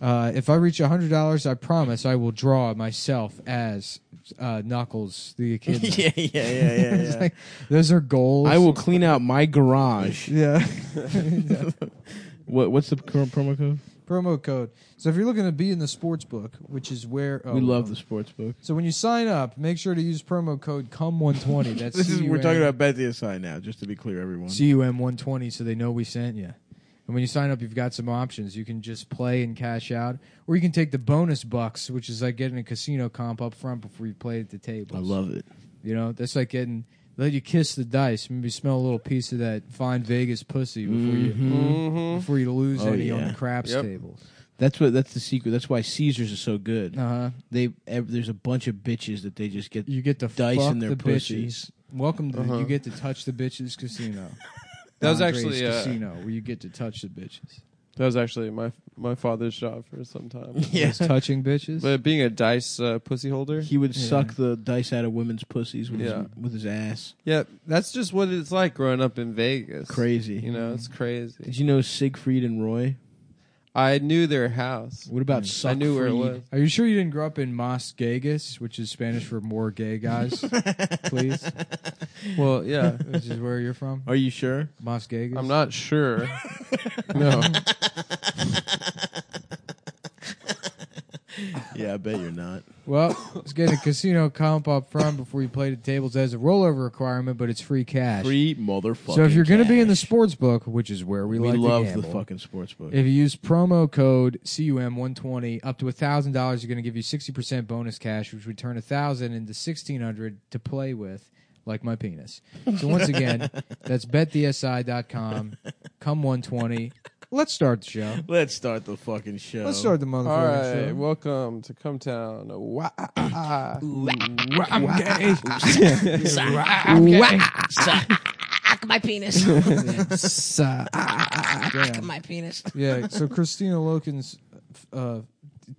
[SPEAKER 1] uh, if I reach a hundred dollars, I promise I will draw myself as uh, Knuckles the Echidna.
[SPEAKER 2] yeah, yeah, yeah, yeah.
[SPEAKER 1] It's
[SPEAKER 2] yeah.
[SPEAKER 1] like, those are goals.
[SPEAKER 2] I will clean out my garage.
[SPEAKER 1] Yeah.
[SPEAKER 2] What what's the current promo code?
[SPEAKER 1] Promo code. So if you're looking to be in the sports book, which is where oh,
[SPEAKER 2] we love the sports book.
[SPEAKER 1] So when you sign up, make sure to use promo code CUM120. That's
[SPEAKER 2] This is we're
[SPEAKER 1] CUM.
[SPEAKER 2] talking about BetDSI now, just to be clear, everyone.
[SPEAKER 1] CUM 120 so they know we sent you. And when you sign up, you've got some options. You can just play and cash out, or you can take the bonus bucks, which is like getting a casino comp up front before you play at the table.
[SPEAKER 2] I love it.
[SPEAKER 1] You know, that's like getting let you kiss the dice, maybe smell a little piece of that fine Vegas pussy before you before you lose
[SPEAKER 2] Mm-hmm. Oh,
[SPEAKER 1] any on
[SPEAKER 2] yeah.
[SPEAKER 1] the craps
[SPEAKER 4] Mm-hmm. Yep.
[SPEAKER 1] table.
[SPEAKER 2] That's what. That's the secret. That's why Caesars is so good.
[SPEAKER 1] Uh huh.
[SPEAKER 2] They ev- there's a bunch of bitches that they just get.
[SPEAKER 1] You get to
[SPEAKER 2] Dice
[SPEAKER 1] fuck
[SPEAKER 2] in their
[SPEAKER 1] the
[SPEAKER 2] pussies.
[SPEAKER 1] bitches. Welcome to you get to touch the bitches casino.
[SPEAKER 4] Uh-huh. That was
[SPEAKER 1] Andre's
[SPEAKER 4] actually, uh,
[SPEAKER 1] casino where you get to touch the bitches.
[SPEAKER 4] That was actually my my father's job for some time.
[SPEAKER 2] Yeah.
[SPEAKER 1] touching bitches.
[SPEAKER 4] But being a dice uh, pussy holder,
[SPEAKER 2] He would suck the dice out of women's pussies with
[SPEAKER 4] Yeah.
[SPEAKER 2] his with his ass.
[SPEAKER 4] yeah, that's just what it's like growing up in Vegas.
[SPEAKER 2] Crazy.
[SPEAKER 4] you know, it's crazy.
[SPEAKER 2] Did you know Siegfried and Roy?
[SPEAKER 4] I knew their house.
[SPEAKER 2] What about
[SPEAKER 4] I
[SPEAKER 2] Suckfried?
[SPEAKER 4] knew where it was.
[SPEAKER 1] Are you sure you didn't grow up in Mas Gagas, which is Spanish for more gay guys? Please,
[SPEAKER 4] Well, yeah,
[SPEAKER 1] which is where you're from,
[SPEAKER 2] Are you sure?
[SPEAKER 1] Mas Gagas.
[SPEAKER 4] I'm not sure. no,
[SPEAKER 2] Yeah, I bet you're not.
[SPEAKER 1] Well, let's get a casino comp up front before you play the tables. As a rollover requirement, but it's free cash.
[SPEAKER 2] Free motherfucker.
[SPEAKER 1] so if you're going to be in the sports book, which is where we,
[SPEAKER 2] we
[SPEAKER 1] like
[SPEAKER 2] love
[SPEAKER 1] to
[SPEAKER 2] the
[SPEAKER 1] gamble,
[SPEAKER 2] fucking sports book.
[SPEAKER 1] If you use promo code CUM120 up to $1,000, they're going to give you 60% bonus cash, which would turn 1000 into 1600 to play with, like my penis. So once again, that's betdsi.com, cum120, Let's start the show.
[SPEAKER 2] Let's start the fucking show.
[SPEAKER 1] Let's start the motherfucking
[SPEAKER 3] All right,
[SPEAKER 1] show.
[SPEAKER 3] welcome to Come Town. Wah, ah, ah, ah.
[SPEAKER 5] I'm gay.
[SPEAKER 7] Suck my penis. Suck my penis.
[SPEAKER 1] Yeah. So Christina Loken's uh,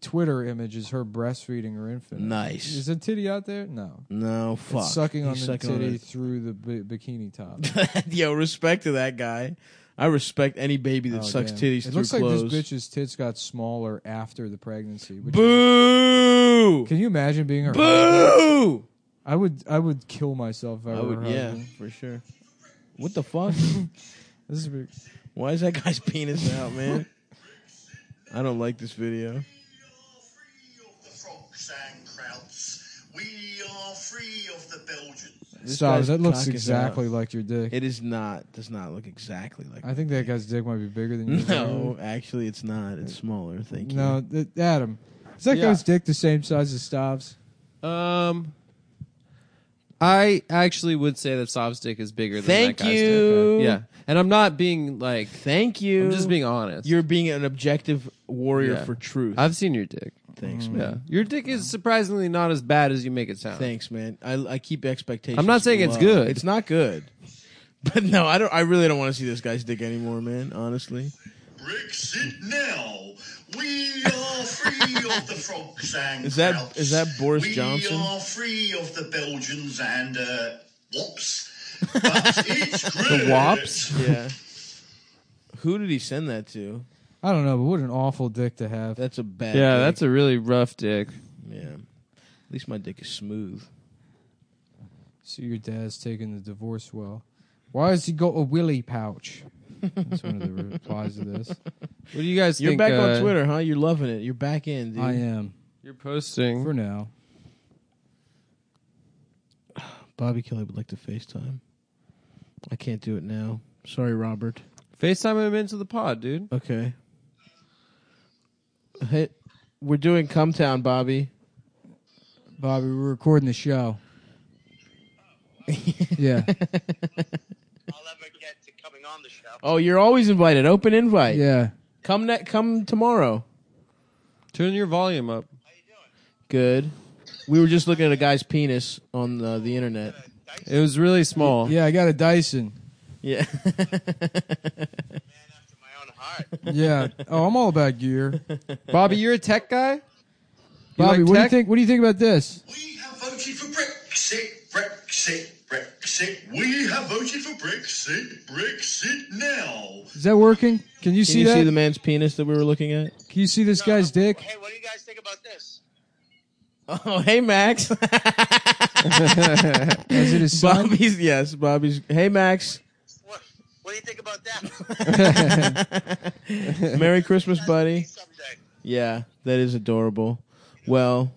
[SPEAKER 1] Twitter image is her breastfeeding her infant.
[SPEAKER 2] Nice.
[SPEAKER 1] Is a titty out there? No.
[SPEAKER 2] no, fuck.
[SPEAKER 1] It's sucking on
[SPEAKER 2] He's
[SPEAKER 1] the
[SPEAKER 2] sucking
[SPEAKER 1] titty
[SPEAKER 2] on
[SPEAKER 1] through the bi- bikini top.
[SPEAKER 2] it. Yo, respect to that guy. I respect any baby that
[SPEAKER 1] Oh,
[SPEAKER 2] sucks
[SPEAKER 1] damn.
[SPEAKER 2] titties
[SPEAKER 1] It
[SPEAKER 2] through
[SPEAKER 1] looks like
[SPEAKER 2] clothes.
[SPEAKER 1] this bitch's tits got smaller after the pregnancy. Which
[SPEAKER 2] Boo!
[SPEAKER 1] can you imagine being her? husband?
[SPEAKER 2] Boo!
[SPEAKER 1] I would. I would kill myself if I,
[SPEAKER 2] I
[SPEAKER 1] were
[SPEAKER 2] would,
[SPEAKER 1] her
[SPEAKER 2] yeah,
[SPEAKER 1] husband.
[SPEAKER 2] for sure. What the fuck?
[SPEAKER 1] This is big.
[SPEAKER 2] Why is that guy's penis out, man? I don't like this video.
[SPEAKER 8] free of the frogs and krauts. We are free of the Belgians.
[SPEAKER 2] This
[SPEAKER 1] Stop.
[SPEAKER 2] guy's
[SPEAKER 1] That looks
[SPEAKER 2] cock is
[SPEAKER 1] exactly
[SPEAKER 2] out.
[SPEAKER 1] like your dick.
[SPEAKER 2] It is not. Does not look exactly like.
[SPEAKER 1] I think that guy's dick might be bigger than yours.
[SPEAKER 2] No, actually, it's not. It's smaller. Thank you.
[SPEAKER 1] No, th- Adam. Is that
[SPEAKER 4] Yeah.
[SPEAKER 1] guy's dick the same size as Stav's?
[SPEAKER 4] Um,
[SPEAKER 3] I
[SPEAKER 4] actually would say that Sov's dick is bigger than
[SPEAKER 2] Thank
[SPEAKER 4] that guy's
[SPEAKER 2] you.
[SPEAKER 4] dick. Yeah, and I'm not being like
[SPEAKER 2] Thank you.
[SPEAKER 4] I'm just being honest.
[SPEAKER 2] You're being an objective warrior
[SPEAKER 4] Yeah.
[SPEAKER 2] for truth.
[SPEAKER 4] I've seen your dick.
[SPEAKER 1] Mm.
[SPEAKER 2] Thanks, man.
[SPEAKER 4] Yeah, your dick is surprisingly not as bad as you make it sound.
[SPEAKER 2] Thanks, man. I, I keep expectations.
[SPEAKER 4] I'm not saying it's
[SPEAKER 2] low.
[SPEAKER 4] good.
[SPEAKER 2] It's not good. But no, I don't. I really don't want to see this guy's dick anymore, man. Honestly,
[SPEAKER 8] Brexit now. We are free of the frogs and
[SPEAKER 2] Is that-
[SPEAKER 8] krauts.
[SPEAKER 2] is that Boris Johnson?
[SPEAKER 8] We are free of the Belgians and uh, wops. But it's the
[SPEAKER 4] wops?
[SPEAKER 2] yeah. Who did he send that to?
[SPEAKER 1] I don't know, but what an awful dick to have.
[SPEAKER 2] That's a bad.
[SPEAKER 4] Yeah,
[SPEAKER 2] dick.
[SPEAKER 4] that's a really rough dick.
[SPEAKER 2] yeah. At least my dick is smooth.
[SPEAKER 1] So your dad's taking the divorce well. Why has he got a willy pouch? That's one of the replies to this.
[SPEAKER 4] What do you guys
[SPEAKER 2] You're
[SPEAKER 4] think?
[SPEAKER 2] back
[SPEAKER 4] uh,
[SPEAKER 2] on Twitter, huh? You're loving it. You're back in, dude.
[SPEAKER 1] I am
[SPEAKER 4] You're posting.
[SPEAKER 1] for now.
[SPEAKER 2] Bobby Kelly would like to FaceTime. I can't do it now. Sorry, Robert.
[SPEAKER 4] FaceTime him into the pod, dude.
[SPEAKER 2] Okay. Hey, we're doing Come Town, Bobby.
[SPEAKER 1] Bobby, we're recording the show. yeah,
[SPEAKER 8] I'll ever get to coming on the show.
[SPEAKER 2] Oh, you're always invited. Open invite.
[SPEAKER 1] yeah.
[SPEAKER 2] Come ne- come tomorrow.
[SPEAKER 4] Turn your volume up.
[SPEAKER 2] Good. We were just looking at a guy's penis on the, the internet.
[SPEAKER 4] It was really small.
[SPEAKER 1] Yeah, I got a Dyson.
[SPEAKER 2] Yeah.
[SPEAKER 8] Man after my own heart.
[SPEAKER 1] Yeah. Oh, I'm all about gear.
[SPEAKER 4] Bobby, you're a tech guy.
[SPEAKER 1] Bobby,
[SPEAKER 4] like
[SPEAKER 1] what
[SPEAKER 4] tech?
[SPEAKER 1] do you think? What do you think about this?
[SPEAKER 8] We have voted for Brexit, Brexit, Brexit. We have voted for Brexit, Brexit now.
[SPEAKER 1] Is that working? Can you
[SPEAKER 2] Can
[SPEAKER 1] see
[SPEAKER 2] you
[SPEAKER 1] that?
[SPEAKER 2] see the man's penis that we were looking at?
[SPEAKER 1] Can you see this guy's dick?
[SPEAKER 8] Hey, what do you guys think about this?
[SPEAKER 2] Oh, hey Max.
[SPEAKER 1] Is it his son?
[SPEAKER 2] Bobby's yes, Bobby's. Hey Max.
[SPEAKER 8] What, what do you think about that?
[SPEAKER 2] Merry Christmas, buddy.
[SPEAKER 8] Someday.
[SPEAKER 2] Yeah, that is adorable. Well.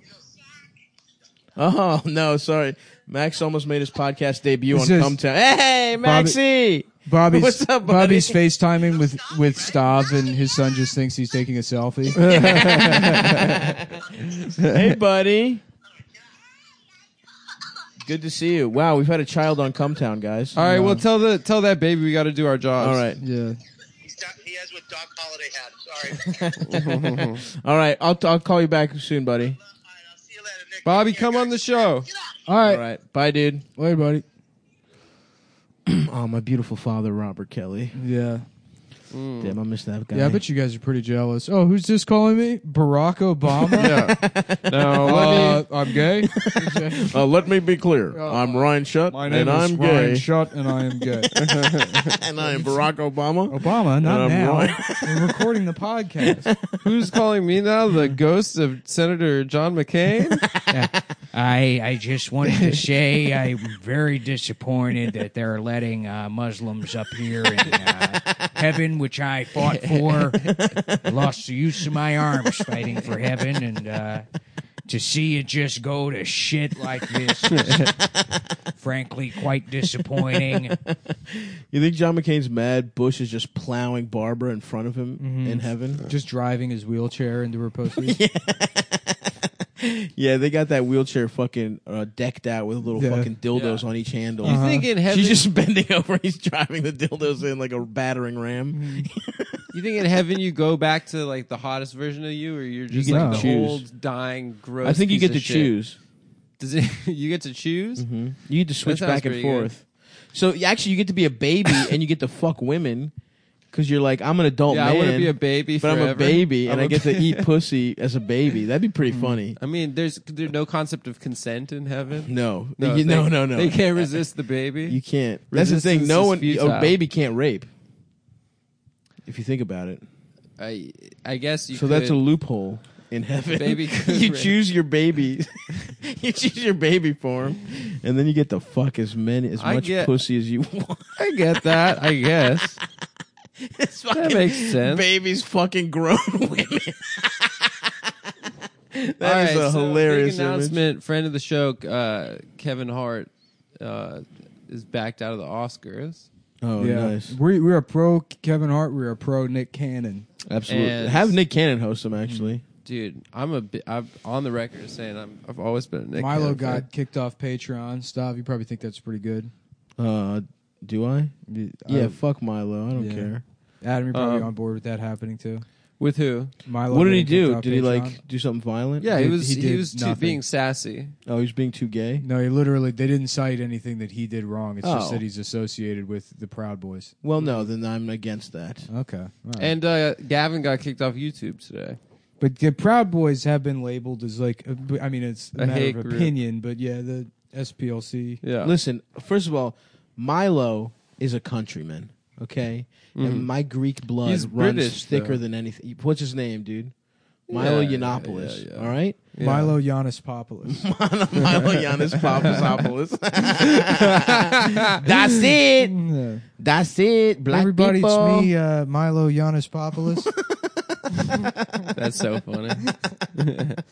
[SPEAKER 2] Oh no, sorry. Max almost made his podcast debut
[SPEAKER 1] It
[SPEAKER 2] on
[SPEAKER 1] says-
[SPEAKER 2] Come Town. Hey, Maxie.
[SPEAKER 1] Bobby's
[SPEAKER 2] What's up, buddy?
[SPEAKER 1] Bobby's FaceTiming with with Stav, and his son just thinks he's taking a selfie.
[SPEAKER 2] hey, buddy. Good to see you. Wow, we've had a child on Cumtown, guys.
[SPEAKER 4] All right, well tell the tell that baby we got to do our jobs.
[SPEAKER 2] All right.
[SPEAKER 1] yeah.
[SPEAKER 8] He's got, he has what Doc Holiday had. Sorry.
[SPEAKER 2] All right. I'll, t- I'll call you back soon, buddy.
[SPEAKER 8] All right, I'll see you later, Nick.
[SPEAKER 4] Bobby, come on the show.
[SPEAKER 1] All right.
[SPEAKER 2] All right. Bye, dude.
[SPEAKER 1] Later, buddy.
[SPEAKER 2] Oh, my beautiful father, Robert Kelly.
[SPEAKER 1] Yeah.
[SPEAKER 2] Damn, I miss that guy.
[SPEAKER 1] Hmm. Yeah, I bet you guys are pretty jealous. Oh, who's this calling me? Barack Obama?
[SPEAKER 4] No,
[SPEAKER 1] Uh, I'm gay.
[SPEAKER 2] Uh, let me be clear.
[SPEAKER 1] Uh,
[SPEAKER 2] I'm Ryan Shutt,
[SPEAKER 1] My name
[SPEAKER 2] and
[SPEAKER 1] is
[SPEAKER 2] I'm
[SPEAKER 1] Ryan
[SPEAKER 2] gay,
[SPEAKER 1] Shutt, and I am gay.
[SPEAKER 2] and I am Barack Obama.
[SPEAKER 1] Obama, not
[SPEAKER 2] I'm
[SPEAKER 1] now.
[SPEAKER 2] Ryan.
[SPEAKER 1] We're recording the podcast.
[SPEAKER 4] who's calling me now? The ghost of Senator John McCain.
[SPEAKER 5] I, I just wanted to say I'm very disappointed that they're letting uh, Muslims up here in uh, heaven, which I fought for. I lost the use of my arms fighting for heaven, and uh, to see it just go to shit like this is frankly quite disappointing.
[SPEAKER 2] You think John McCain's mad? Bush is just plowing Barbara in front of him
[SPEAKER 1] Mm-hmm.
[SPEAKER 2] in heaven.
[SPEAKER 1] Just driving his wheelchair into her pussy.
[SPEAKER 2] Yeah, they got that wheelchair fucking uh, decked out with little
[SPEAKER 1] Yeah.
[SPEAKER 2] fucking dildos on each handle.
[SPEAKER 4] You think in heaven?
[SPEAKER 2] Hmm. She's just bending over. He's driving the dildos in like a battering ram.
[SPEAKER 4] You think in heaven you go back to like the hottest version of you, or you're just
[SPEAKER 1] get
[SPEAKER 4] like
[SPEAKER 1] to
[SPEAKER 4] the
[SPEAKER 2] choose.
[SPEAKER 4] old, dying, gross?
[SPEAKER 2] I think you
[SPEAKER 4] piece
[SPEAKER 2] get to
[SPEAKER 4] of shit?
[SPEAKER 2] choose. Mm-hmm.
[SPEAKER 4] Does it? You get to choose.
[SPEAKER 2] You get to switch
[SPEAKER 4] sounds
[SPEAKER 2] back and
[SPEAKER 4] pretty good.
[SPEAKER 2] forth. So y- actually, you get to be a baby and you get to fuck women because you're like, I'm an adult
[SPEAKER 4] Yeah,
[SPEAKER 2] man.
[SPEAKER 4] I want to be a baby,
[SPEAKER 2] but I'm a
[SPEAKER 4] forever.
[SPEAKER 2] baby and I
[SPEAKER 4] I'm a Hmm.
[SPEAKER 2] get to
[SPEAKER 4] ba-
[SPEAKER 2] eat pussy as a baby. That'd be pretty funny.
[SPEAKER 4] I mean, there's there's no concept of consent in heaven.
[SPEAKER 2] No, no, you, no,
[SPEAKER 4] they-
[SPEAKER 2] no, no.
[SPEAKER 4] They can't resist the baby.
[SPEAKER 2] You can't. That's the
[SPEAKER 4] Resistance
[SPEAKER 2] thing. No
[SPEAKER 4] is
[SPEAKER 2] one. A
[SPEAKER 4] futile.
[SPEAKER 2] baby can't rape. If you think about it,
[SPEAKER 4] I I guess you.
[SPEAKER 2] so
[SPEAKER 4] could.
[SPEAKER 2] that's a loophole in heaven.
[SPEAKER 4] Baby could
[SPEAKER 2] you
[SPEAKER 4] rape.
[SPEAKER 2] choose your baby. you choose your baby form, and then you get to fuck as many as
[SPEAKER 4] I
[SPEAKER 2] much
[SPEAKER 4] get-
[SPEAKER 2] pussy as you want.
[SPEAKER 4] I get that. I guess
[SPEAKER 2] It's
[SPEAKER 4] that
[SPEAKER 2] fucking-
[SPEAKER 4] makes sense.
[SPEAKER 2] Babies fucking grown women.
[SPEAKER 4] All
[SPEAKER 2] That is
[SPEAKER 4] right,
[SPEAKER 2] a
[SPEAKER 4] so
[SPEAKER 2] hilarious
[SPEAKER 4] big announcement. Friend of the show, uh, Kevin Hart, uh, is backed out of the Oscars.
[SPEAKER 2] image. Oh,
[SPEAKER 1] yeah,
[SPEAKER 2] nice.
[SPEAKER 1] we we are pro Kevin Hart. We are pro Nick Cannon.
[SPEAKER 2] Absolutely.
[SPEAKER 4] And-
[SPEAKER 2] Have Nick Cannon host him, actually.
[SPEAKER 4] Dude, I'm a bi- I'm on the record as saying I'm, I've always been a Nick
[SPEAKER 1] Milo
[SPEAKER 4] Cannon
[SPEAKER 1] got
[SPEAKER 4] fan.
[SPEAKER 1] kicked off Patreon. Stop. You probably think that's pretty good.
[SPEAKER 2] Uh, do I?
[SPEAKER 1] You-
[SPEAKER 2] Yeah,
[SPEAKER 1] I-
[SPEAKER 2] fuck Milo. I don't
[SPEAKER 1] Yeah.
[SPEAKER 2] care.
[SPEAKER 1] Adam, you're probably
[SPEAKER 4] Um,
[SPEAKER 1] on board with that happening too.
[SPEAKER 4] with who?
[SPEAKER 1] Milo,
[SPEAKER 2] What did he
[SPEAKER 1] getting kicked
[SPEAKER 2] do?
[SPEAKER 1] off
[SPEAKER 2] Did he
[SPEAKER 1] Patreon.
[SPEAKER 2] like do something violent?
[SPEAKER 4] Yeah, he
[SPEAKER 1] He-
[SPEAKER 4] was
[SPEAKER 1] he
[SPEAKER 4] he,
[SPEAKER 1] did
[SPEAKER 4] was too,
[SPEAKER 1] nothing.
[SPEAKER 4] being sassy.
[SPEAKER 2] Oh, he's being too gay.
[SPEAKER 1] No, he literally they didn't cite anything that he did wrong. It's
[SPEAKER 2] Oh.
[SPEAKER 1] just that he's associated with the Proud Boys.
[SPEAKER 2] Well, no, then I'm against that.
[SPEAKER 1] Okay, all right.
[SPEAKER 4] And uh, Gavin got kicked off YouTube today.
[SPEAKER 1] but the Proud Boys have been labeled as like a- I mean it's a,
[SPEAKER 4] A
[SPEAKER 1] matter
[SPEAKER 4] hate
[SPEAKER 1] of
[SPEAKER 4] group.
[SPEAKER 1] opinion, but yeah, the SPLC.
[SPEAKER 4] Yeah,
[SPEAKER 2] Listen, first of all, Milo is a countryman. Okay, and my Greek blood
[SPEAKER 4] Mm-hmm. He's
[SPEAKER 2] runs
[SPEAKER 4] British,
[SPEAKER 2] thicker
[SPEAKER 4] though.
[SPEAKER 2] than anything. What's his name, dude? Milo
[SPEAKER 4] Yeah, yeah,
[SPEAKER 2] Yiannopoulos.
[SPEAKER 4] yeah, yeah.
[SPEAKER 2] All right.
[SPEAKER 1] Milo Giannis Popoulos.
[SPEAKER 2] Milo Giannis Papadopoulos. That's it.
[SPEAKER 1] Yeah.
[SPEAKER 2] That's it. Black
[SPEAKER 1] Mm, uh, Everybody,
[SPEAKER 2] people.
[SPEAKER 1] it's me, uh, Milo Giannis Popoulos.
[SPEAKER 4] that's so funny.
[SPEAKER 1] Milo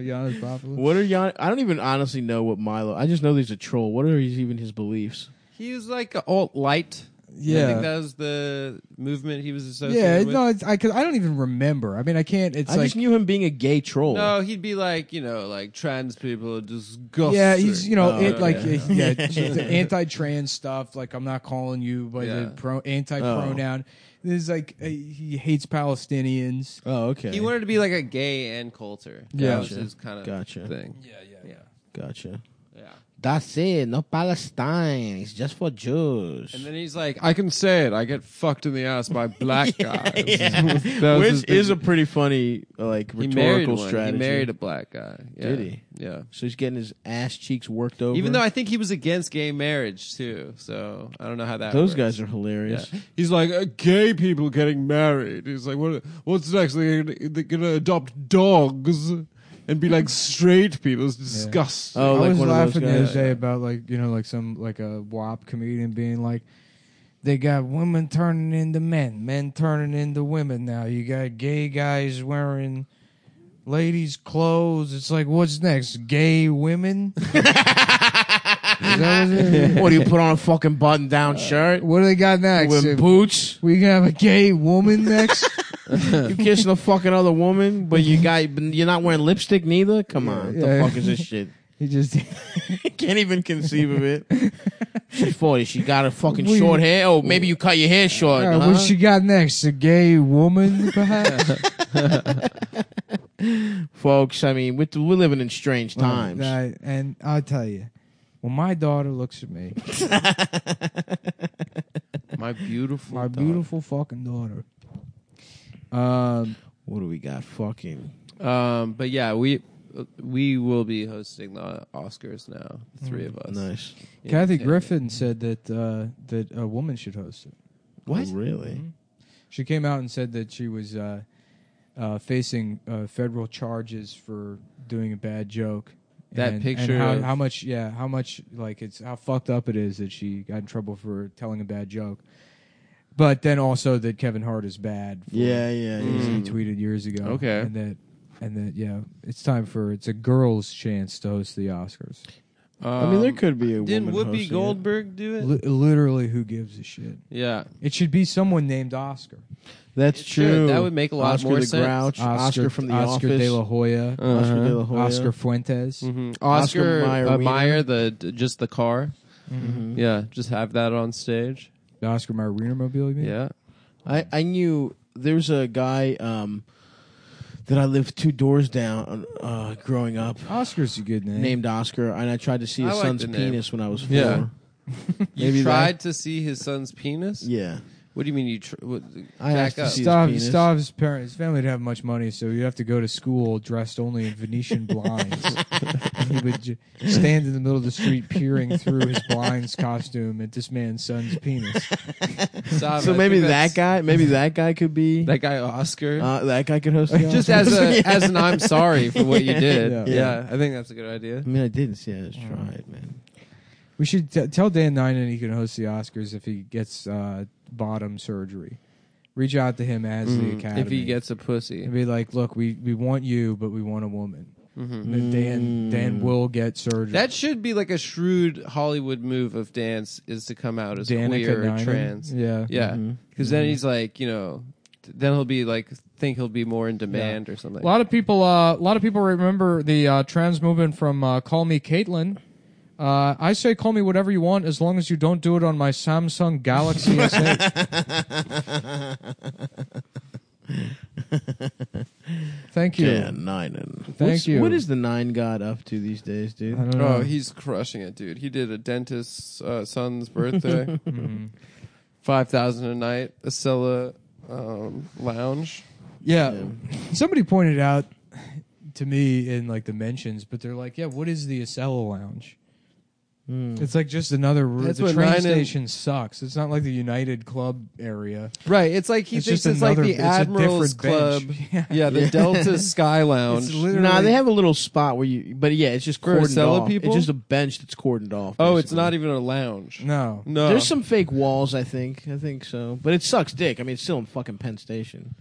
[SPEAKER 1] Giannis Popoulos.
[SPEAKER 2] What are Gian? I don't even honestly know what Milo. I just know that he's a troll. What are his, even his beliefs?
[SPEAKER 4] he was like an alt light. I
[SPEAKER 1] Yeah.
[SPEAKER 4] think that was the movement he was associated
[SPEAKER 1] yeah,
[SPEAKER 4] with.
[SPEAKER 1] no, it's, I 'cause I don't even remember. I mean, I can't. It's
[SPEAKER 2] I
[SPEAKER 1] like
[SPEAKER 2] just knew him being a gay troll.
[SPEAKER 4] No, he'd be like, you know, like trans people are disgusting.
[SPEAKER 1] Yeah, he's you know
[SPEAKER 2] Oh,
[SPEAKER 1] it, like
[SPEAKER 4] yeah.
[SPEAKER 1] yeah, it's the anti-trans stuff. Like I'm not calling you by
[SPEAKER 4] Yeah. Oh.
[SPEAKER 1] the pro- anti-pronoun. There's like uh, he hates Palestinians.
[SPEAKER 2] Oh, okay.
[SPEAKER 4] He wanted to be like a gay and Coulter.
[SPEAKER 1] Yeah.
[SPEAKER 4] that was
[SPEAKER 2] Gotcha.
[SPEAKER 4] his kind of
[SPEAKER 2] Gotcha.
[SPEAKER 4] thing.
[SPEAKER 2] Gotcha.
[SPEAKER 4] Yeah.
[SPEAKER 2] That's it. No Palestine. It's just for Jews.
[SPEAKER 4] And then he's like, I can say it. I get fucked in the ass by black guys. That was his
[SPEAKER 2] Which
[SPEAKER 4] big-
[SPEAKER 2] is a pretty funny, uh, like
[SPEAKER 4] he married
[SPEAKER 2] rhetorical
[SPEAKER 4] one.
[SPEAKER 2] strategy.
[SPEAKER 4] He married a black guy. Yeah.
[SPEAKER 2] Did he?
[SPEAKER 4] Yeah.
[SPEAKER 2] so he's getting his ass cheeks worked over.
[SPEAKER 4] Even though I think he was against gay marriage too, so I don't know how that.
[SPEAKER 2] those
[SPEAKER 4] works.
[SPEAKER 2] guys are
[SPEAKER 4] Yeah.
[SPEAKER 2] hilarious.
[SPEAKER 4] He's like uh, gay people getting married. He's like, what? What's next? They're gonna, they're gonna adopt dogs and be like straight people. It's disgusting.
[SPEAKER 2] Oh,
[SPEAKER 1] I
[SPEAKER 2] like
[SPEAKER 1] was
[SPEAKER 2] one of
[SPEAKER 1] laughing
[SPEAKER 2] those
[SPEAKER 1] the other
[SPEAKER 2] guys.
[SPEAKER 1] day about like you know like some like a WAP comedian being like, they got women turning into men, men turning into women. Now you got gay guys wearing ladies' clothes. It's like what's next? Gay women? Is that what, it is?
[SPEAKER 2] what do you put on a fucking
[SPEAKER 4] Uh,
[SPEAKER 2] button-down shirt
[SPEAKER 1] What do they got next?
[SPEAKER 2] with boots?
[SPEAKER 1] We gonna have a gay woman next?
[SPEAKER 2] You kissing a fucking other woman, but you got you're not wearing lipstick neither. Come on,
[SPEAKER 1] Yeah.
[SPEAKER 2] the fuck is this shit?
[SPEAKER 1] he just
[SPEAKER 2] Can't even conceive of it. She's forty. She got a fucking
[SPEAKER 1] We-
[SPEAKER 2] short hair. Oh, maybe you cut your hair short.
[SPEAKER 1] Uh,
[SPEAKER 2] huh?
[SPEAKER 1] what she got next? A gay woman, perhaps?
[SPEAKER 2] Folks, I mean, we're, we're living in strange times.
[SPEAKER 1] Right, and I'll tell you, when my daughter looks at me,
[SPEAKER 4] my beautiful,
[SPEAKER 1] my
[SPEAKER 4] dog.
[SPEAKER 1] beautiful fucking daughter. Um,
[SPEAKER 2] What do we got? Fucking
[SPEAKER 4] Um, but yeah, we we will be hosting the Oscars now. The three of us.
[SPEAKER 2] nice.
[SPEAKER 4] Yeah,
[SPEAKER 1] Kathy
[SPEAKER 4] yeah.
[SPEAKER 1] Griffin said that uh, that a woman should host it.
[SPEAKER 2] What? really?
[SPEAKER 1] She came out and said that she was uh, uh, facing uh, federal charges for doing a bad joke.
[SPEAKER 4] That
[SPEAKER 1] and,
[SPEAKER 4] picture
[SPEAKER 1] and how,
[SPEAKER 4] of-
[SPEAKER 1] how much? Yeah, how much? Like it's how fucked up it is that she got in trouble for telling a bad joke. But then also that Kevin Hart is bad. For
[SPEAKER 2] Yeah, yeah. yeah.
[SPEAKER 1] he tweeted years ago.
[SPEAKER 4] Mm. Okay.
[SPEAKER 1] and that and that yeah, it's time for it's a girl's chance to host the Oscars.
[SPEAKER 2] I mean, there could be a
[SPEAKER 4] Um, Didn't
[SPEAKER 2] woman hosting
[SPEAKER 4] Whoopi
[SPEAKER 2] it.
[SPEAKER 4] Goldberg do it?
[SPEAKER 1] Li- literally, who gives a shit?
[SPEAKER 4] Yeah,
[SPEAKER 1] It should be someone named Oscar.
[SPEAKER 2] That's
[SPEAKER 4] should.
[SPEAKER 2] true.
[SPEAKER 4] That would make a lot
[SPEAKER 2] Oscar
[SPEAKER 4] more
[SPEAKER 2] the
[SPEAKER 4] sense.
[SPEAKER 2] Grouch, Oscar, from the
[SPEAKER 1] Oscar
[SPEAKER 2] Office,
[SPEAKER 1] De La Hoya,
[SPEAKER 2] Oscar De La Hoya.
[SPEAKER 1] Oscar Fuentes.
[SPEAKER 4] Mm, Oscar, Mm-hmm.
[SPEAKER 2] Oscar
[SPEAKER 4] Meyer,
[SPEAKER 2] Mayer
[SPEAKER 4] uh,
[SPEAKER 2] Wiener.
[SPEAKER 4] Meyer the d- just the car. Yeah, just have that on stage.
[SPEAKER 1] The Oscar Mayer Wienermobile, you mean?
[SPEAKER 4] Yeah,
[SPEAKER 2] I, I knew there's a guy um, that I lived two doors down uh, growing up
[SPEAKER 1] Oscar's a good name.
[SPEAKER 2] named Oscar, and I tried to see his
[SPEAKER 4] I like
[SPEAKER 2] son's
[SPEAKER 4] the name.
[SPEAKER 2] penis when I was four.
[SPEAKER 4] Yeah. You
[SPEAKER 2] Maybe that-
[SPEAKER 4] tried to see his son's penis?
[SPEAKER 2] Yeah.
[SPEAKER 4] What do you mean you tr- what,
[SPEAKER 2] I
[SPEAKER 4] back
[SPEAKER 2] asked to
[SPEAKER 4] up?
[SPEAKER 2] see-
[SPEAKER 1] Stav,
[SPEAKER 2] penis.
[SPEAKER 1] Stav's parents, his family didn't have much money, so you have to go to school dressed only in Venetian blinds. he would j- stand in the middle of the street peering through his blinds costume at this man's son's penis.
[SPEAKER 4] Stop, I
[SPEAKER 2] So
[SPEAKER 4] think
[SPEAKER 2] maybe that
[SPEAKER 4] that's-
[SPEAKER 2] guy, maybe that guy could be
[SPEAKER 4] that guy Oscar.
[SPEAKER 2] uh, that guy could host. The
[SPEAKER 4] just
[SPEAKER 2] Oscars.
[SPEAKER 4] as a, as an I'm sorry for what you did.
[SPEAKER 1] Yeah.
[SPEAKER 4] Yeah. I think that's a good idea.
[SPEAKER 2] I mean, I didn't see. I just tried, man.
[SPEAKER 1] We should t- tell Dan Ninen he can host the Oscars if he gets uh, bottom surgery. Reach out to him
[SPEAKER 4] Mm.
[SPEAKER 1] as the academy.
[SPEAKER 4] Mm-hmm. If he gets a pussy,
[SPEAKER 1] and be like, look, we, we want you, but we want a woman. And then Dan Dan will get surgery.
[SPEAKER 4] Mm-hmm. Mm. that should be like a shrewd Hollywood move of dance is to come out as
[SPEAKER 1] Danica
[SPEAKER 4] queer or
[SPEAKER 1] Ninen?
[SPEAKER 4] trans.
[SPEAKER 1] Yeah. Mm-hmm.
[SPEAKER 4] Yeah, because then he's like, you know, th- then he'll be like, think he'll be more in demand or something.
[SPEAKER 1] A lot of people, uh, a lot of people remember the uh, trans movement from uh, "Call Me Caitlyn." Uh, I say, "Call me whatever you want, as long as you don't do it on my Samsung Galaxy S8." Thank you.
[SPEAKER 2] Yeah, nine and thank
[SPEAKER 1] you.
[SPEAKER 2] What is the nine god up to these days, dude?
[SPEAKER 1] I don't know.
[SPEAKER 4] Oh, he's crushing it, dude. He did a dentist's uh, son's birthday,
[SPEAKER 1] Mm-hmm.
[SPEAKER 4] five thousand a night, a cellar um, lounge.
[SPEAKER 1] yeah. Somebody pointed out to me in like the mentions, but they're like, "Yeah, what is the Acela Lounge?" It's like just another. r-
[SPEAKER 4] Hmm. That's
[SPEAKER 1] the
[SPEAKER 4] what
[SPEAKER 1] train
[SPEAKER 4] Ninen-
[SPEAKER 1] station sucks. It's not like the United Club area.
[SPEAKER 4] Right. It's like he
[SPEAKER 1] It's
[SPEAKER 4] thinks
[SPEAKER 1] just
[SPEAKER 4] it's like
[SPEAKER 1] another-
[SPEAKER 4] the
[SPEAKER 1] it's a
[SPEAKER 4] Admiral's
[SPEAKER 1] different
[SPEAKER 4] Club.
[SPEAKER 1] bench.
[SPEAKER 4] Yeah. the Delta Sky Lounge.
[SPEAKER 1] It's literally-
[SPEAKER 2] Nah, they have a little spot where you, but yeah, it's just cordoned
[SPEAKER 4] Acela
[SPEAKER 2] off.
[SPEAKER 4] people?
[SPEAKER 2] It's just a bench that's cordoned off.
[SPEAKER 4] oh, it's
[SPEAKER 2] basically.
[SPEAKER 4] uh, not even a lounge.
[SPEAKER 1] No,
[SPEAKER 4] No.
[SPEAKER 2] There's some fake walls, I think. I think so, but it sucks dick. I mean, it's still in fucking Penn Station.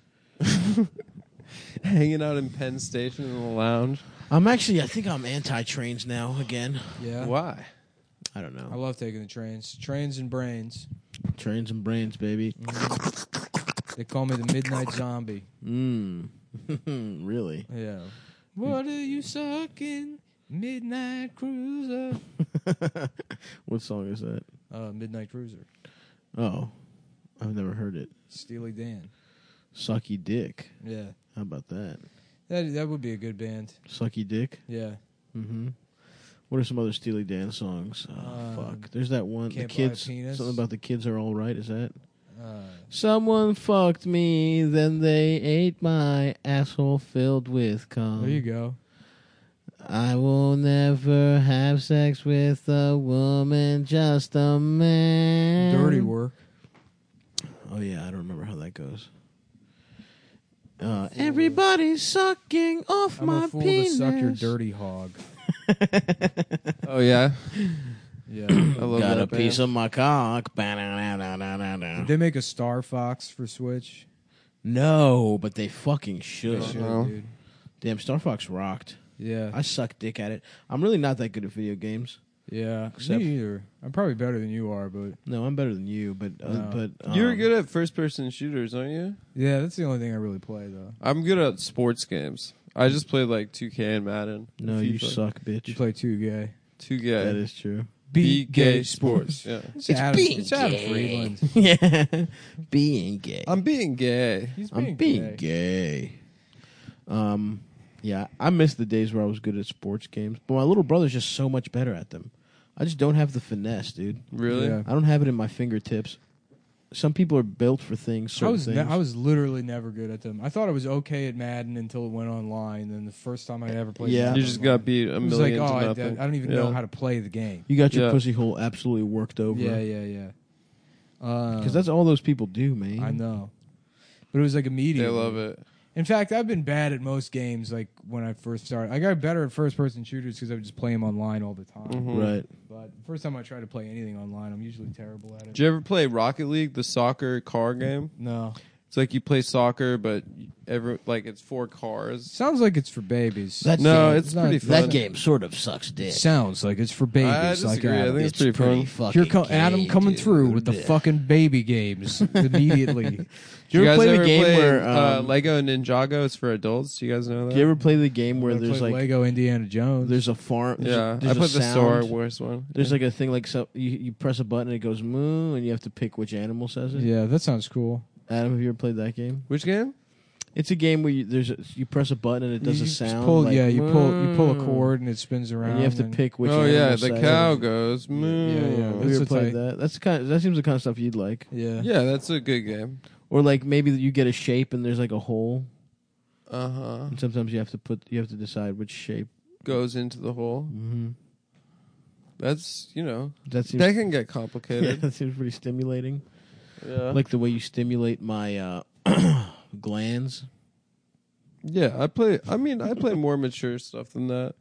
[SPEAKER 4] hanging out in Penn Station in the lounge.
[SPEAKER 2] I'm actually, I think I'm anti trains now again.
[SPEAKER 1] Yeah.
[SPEAKER 4] Why?
[SPEAKER 2] I don't
[SPEAKER 1] I
[SPEAKER 2] know.
[SPEAKER 1] love taking the trains. Trains and brains.
[SPEAKER 2] Trains and brains, baby.
[SPEAKER 1] Mm-hmm. They call me the midnight zombie.
[SPEAKER 2] Mmm. really?
[SPEAKER 1] Yeah. What are you sucking? Midnight cruiser.
[SPEAKER 2] What song is that?
[SPEAKER 1] Uh, midnight cruiser.
[SPEAKER 2] Oh, I've never heard it.
[SPEAKER 1] Steely Dan.
[SPEAKER 2] Sucky Dick.
[SPEAKER 1] Yeah.
[SPEAKER 2] How about that?
[SPEAKER 1] That that would be a good band.
[SPEAKER 2] Sucky Dick.
[SPEAKER 1] Yeah.
[SPEAKER 2] Mm-hmm. What are some other Steely Dan songs? Oh,
[SPEAKER 1] Um,
[SPEAKER 2] fuck. There's that one. The
[SPEAKER 1] Can't Buy a
[SPEAKER 2] kids.
[SPEAKER 1] Penis.
[SPEAKER 2] Something about the kids are all right. Is that?
[SPEAKER 1] Uh,
[SPEAKER 2] Someone fucked me, then they ate my asshole filled with cum.
[SPEAKER 1] there you go.
[SPEAKER 2] I will never have sex with a woman, just a man.
[SPEAKER 1] Dirty work.
[SPEAKER 2] Oh yeah, I don't remember how that goes. Uh, everybody's sucking off
[SPEAKER 1] I'm
[SPEAKER 2] my
[SPEAKER 1] a fool to
[SPEAKER 2] penis.
[SPEAKER 1] suck your dirty hog.
[SPEAKER 4] Oh yeah,
[SPEAKER 1] Yeah.
[SPEAKER 4] I love
[SPEAKER 2] Got
[SPEAKER 4] that
[SPEAKER 2] a
[SPEAKER 4] band.
[SPEAKER 2] piece of my cock. Ba-na-na-na-na-na.
[SPEAKER 1] Did they make a Star Fox for Switch?
[SPEAKER 2] No, but they fucking should.
[SPEAKER 1] Shit,
[SPEAKER 4] No.
[SPEAKER 1] dude.
[SPEAKER 2] Damn, Star Fox rocked.
[SPEAKER 1] Yeah.
[SPEAKER 2] I suck dick at it. I'm really not that good at video games.
[SPEAKER 1] yeah.
[SPEAKER 2] Except-
[SPEAKER 1] Me either. I'm probably better than you are, but
[SPEAKER 2] No, I'm better than you, but uh,
[SPEAKER 1] No.
[SPEAKER 2] but um,
[SPEAKER 4] You're good at first-person shooters, aren't you?
[SPEAKER 1] yeah, that's the only thing I really play though.
[SPEAKER 4] I'm good at sports games. I just played like 2K and Madden.
[SPEAKER 2] No, you
[SPEAKER 4] FIFA.
[SPEAKER 2] suck, bitch.
[SPEAKER 1] You play two gay.
[SPEAKER 4] 2K.
[SPEAKER 2] That is true.
[SPEAKER 4] Be gay sports. yeah.
[SPEAKER 1] It's, Adam,
[SPEAKER 2] being
[SPEAKER 1] it's Adam
[SPEAKER 2] gay.
[SPEAKER 1] Friedland.
[SPEAKER 2] yeah, being gay.
[SPEAKER 4] I'm being gay.
[SPEAKER 1] He's being
[SPEAKER 2] I'm
[SPEAKER 1] gay.
[SPEAKER 2] being gay. Um, yeah, I miss the days where I was good at sports games, but my little brother's just so much better at them. I just don't have the finesse, dude.
[SPEAKER 4] Really?
[SPEAKER 1] Yeah.
[SPEAKER 2] I don't have it in my fingertips. Some people are built for
[SPEAKER 1] I
[SPEAKER 2] things. Certain
[SPEAKER 1] was ne-
[SPEAKER 2] things.
[SPEAKER 1] I was literally never good at them. I thought I was okay at Madden until it went online. Then the first time I ever played,
[SPEAKER 2] Yeah.
[SPEAKER 1] Madden
[SPEAKER 4] You just
[SPEAKER 1] online,
[SPEAKER 4] got beat a
[SPEAKER 1] it was
[SPEAKER 4] million
[SPEAKER 1] like, oh,
[SPEAKER 4] to
[SPEAKER 1] I,
[SPEAKER 4] nothing.
[SPEAKER 1] I don't even
[SPEAKER 4] Yeah.
[SPEAKER 1] know how to play the game.
[SPEAKER 2] you got your
[SPEAKER 4] Yeah.
[SPEAKER 2] pussy hole absolutely worked over.
[SPEAKER 1] Yeah, yeah, yeah. Uh,
[SPEAKER 2] Because that's all those people do, man.
[SPEAKER 1] I know, but it was like a
[SPEAKER 4] They
[SPEAKER 1] medium.
[SPEAKER 4] love it.
[SPEAKER 1] In fact, I've been bad at most games. Like when I first started, I got better at first-person shooters because I would just play them online all the time.
[SPEAKER 2] Right.
[SPEAKER 1] But the first time I try to play anything online, I'm usually terrible at it.
[SPEAKER 4] Did you ever play Rocket League, the soccer car game?
[SPEAKER 1] no,
[SPEAKER 4] It's like you play soccer, but every like it's four cars.
[SPEAKER 1] sounds like it's for babies.
[SPEAKER 2] That
[SPEAKER 4] No,
[SPEAKER 2] game-
[SPEAKER 4] it's
[SPEAKER 1] not-
[SPEAKER 4] pretty fun.
[SPEAKER 2] that game sort of sucks dick.
[SPEAKER 1] sounds like it's for babies.
[SPEAKER 4] I disagree.
[SPEAKER 1] Like
[SPEAKER 4] I
[SPEAKER 1] Adam.
[SPEAKER 4] think it's pretty fun.
[SPEAKER 2] fucking
[SPEAKER 1] Here come Adam
[SPEAKER 2] gay,
[SPEAKER 1] coming
[SPEAKER 2] dude.
[SPEAKER 1] through with the
[SPEAKER 2] Blech.
[SPEAKER 1] fucking baby games immediately.
[SPEAKER 2] Do you,
[SPEAKER 4] guys
[SPEAKER 2] ever play
[SPEAKER 4] ever
[SPEAKER 2] the game
[SPEAKER 4] play,
[SPEAKER 2] where?
[SPEAKER 4] uh,
[SPEAKER 2] um,
[SPEAKER 4] Lego Ninjago is for adults? Do you guys know that?
[SPEAKER 2] do you ever play the game where
[SPEAKER 1] Where
[SPEAKER 2] there's like
[SPEAKER 1] Lego Indiana Jones.
[SPEAKER 2] there's a farm? There's,
[SPEAKER 4] yeah,
[SPEAKER 2] there's
[SPEAKER 4] I put
[SPEAKER 2] a
[SPEAKER 4] the
[SPEAKER 2] sound,
[SPEAKER 4] Star Wars one.
[SPEAKER 2] There's like a thing like so you, you press a button and it goes moo and you have to pick which animal says it.
[SPEAKER 1] yeah, that sounds cool.
[SPEAKER 2] Adam, have you ever played that game?
[SPEAKER 4] Which game?
[SPEAKER 2] It's a game where you, there's a, you press a button and it does
[SPEAKER 1] you
[SPEAKER 2] a
[SPEAKER 1] just
[SPEAKER 2] sound.
[SPEAKER 1] pull-
[SPEAKER 2] like,
[SPEAKER 1] yeah, you pull you pull a
[SPEAKER 2] "Moo,"
[SPEAKER 1] cord and it spins around.
[SPEAKER 2] and you have to
[SPEAKER 1] and-
[SPEAKER 2] pick which.
[SPEAKER 4] oh yeah,
[SPEAKER 2] animal
[SPEAKER 4] the
[SPEAKER 2] side.
[SPEAKER 4] cow goes moo.
[SPEAKER 1] yeah, yeah.
[SPEAKER 2] Have you
[SPEAKER 1] That's
[SPEAKER 2] ever
[SPEAKER 1] a
[SPEAKER 2] played
[SPEAKER 1] tight-
[SPEAKER 2] that? That's the kind. that seems the kind of stuff you'd like.
[SPEAKER 1] Yeah.
[SPEAKER 4] Yeah, that's a good game.
[SPEAKER 2] Or like maybe you get a shape and there's like a hole,
[SPEAKER 4] Uh huh.
[SPEAKER 2] and sometimes you have to put you have to decide which shape.
[SPEAKER 4] Goes into the hole.
[SPEAKER 2] Mm-hmm.
[SPEAKER 4] That's you know
[SPEAKER 2] That seems
[SPEAKER 4] that can get
[SPEAKER 2] yeah,
[SPEAKER 4] complicated.
[SPEAKER 2] that seems pretty stimulating.
[SPEAKER 4] Yeah.
[SPEAKER 2] Like the way you stimulate my uh, glands.
[SPEAKER 4] Yeah, I play. I mean, I play more mature stuff than that.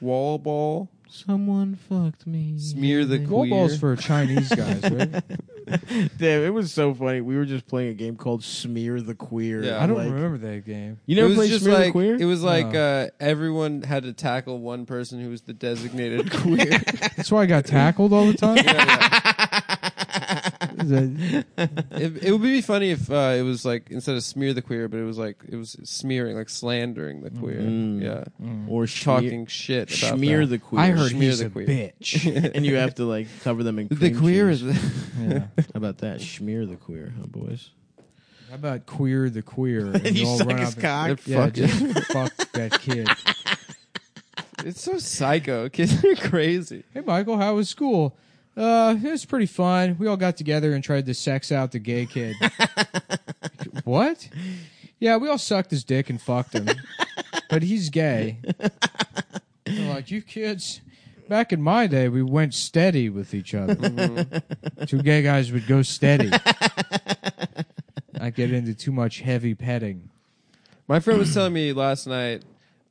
[SPEAKER 4] Wall ball,
[SPEAKER 2] Someone fucked me.
[SPEAKER 4] smear the
[SPEAKER 1] Goal
[SPEAKER 4] queer.
[SPEAKER 1] balls for Chinese guys, right?
[SPEAKER 2] Damn, it was so funny. We were just playing a game called Smear the Queer.
[SPEAKER 4] Yeah.
[SPEAKER 1] I don't
[SPEAKER 2] Like-
[SPEAKER 1] remember that game.
[SPEAKER 2] You
[SPEAKER 4] It
[SPEAKER 2] never
[SPEAKER 4] was
[SPEAKER 2] played
[SPEAKER 4] just
[SPEAKER 2] Smear the
[SPEAKER 4] like
[SPEAKER 2] Queer?
[SPEAKER 4] it was like
[SPEAKER 1] No.
[SPEAKER 4] uh, everyone had to tackle one person who was the designated queer.
[SPEAKER 1] That's why I got tackled all the time. Is that-
[SPEAKER 4] It, it would be funny if uh, it was like instead of smear the queer, but it was like it was smearing, like slandering the queer.
[SPEAKER 2] Mm.
[SPEAKER 4] Yeah,
[SPEAKER 2] or smear,
[SPEAKER 4] talking shit. About
[SPEAKER 2] smear
[SPEAKER 4] them.
[SPEAKER 2] the Queer.
[SPEAKER 5] I heard
[SPEAKER 4] Smear
[SPEAKER 5] he's
[SPEAKER 4] the
[SPEAKER 5] a
[SPEAKER 4] queer.
[SPEAKER 5] bitch.
[SPEAKER 2] and you have to like cover them in
[SPEAKER 4] the
[SPEAKER 2] cream
[SPEAKER 4] queer
[SPEAKER 2] cheese.
[SPEAKER 4] is
[SPEAKER 1] yeah.
[SPEAKER 2] How about that? Smear the Queer, huh, boys?
[SPEAKER 1] How about queer the queer? And, you, all run up and-
[SPEAKER 2] cock.
[SPEAKER 1] Yeah,
[SPEAKER 4] fuck it.
[SPEAKER 1] just fuck that kid.
[SPEAKER 4] It's so psycho. Kids are crazy.
[SPEAKER 1] Hey, Michael, how was school? Uh, it was pretty fun. We all got together and tried to sex out the gay kid. what? Yeah, we all sucked his dick and fucked him, but he's gay. They're like, you kids. Back in my day, we went steady with each other. Two gay guys would go steady. I get into too much heavy petting.
[SPEAKER 4] My friend was telling me last night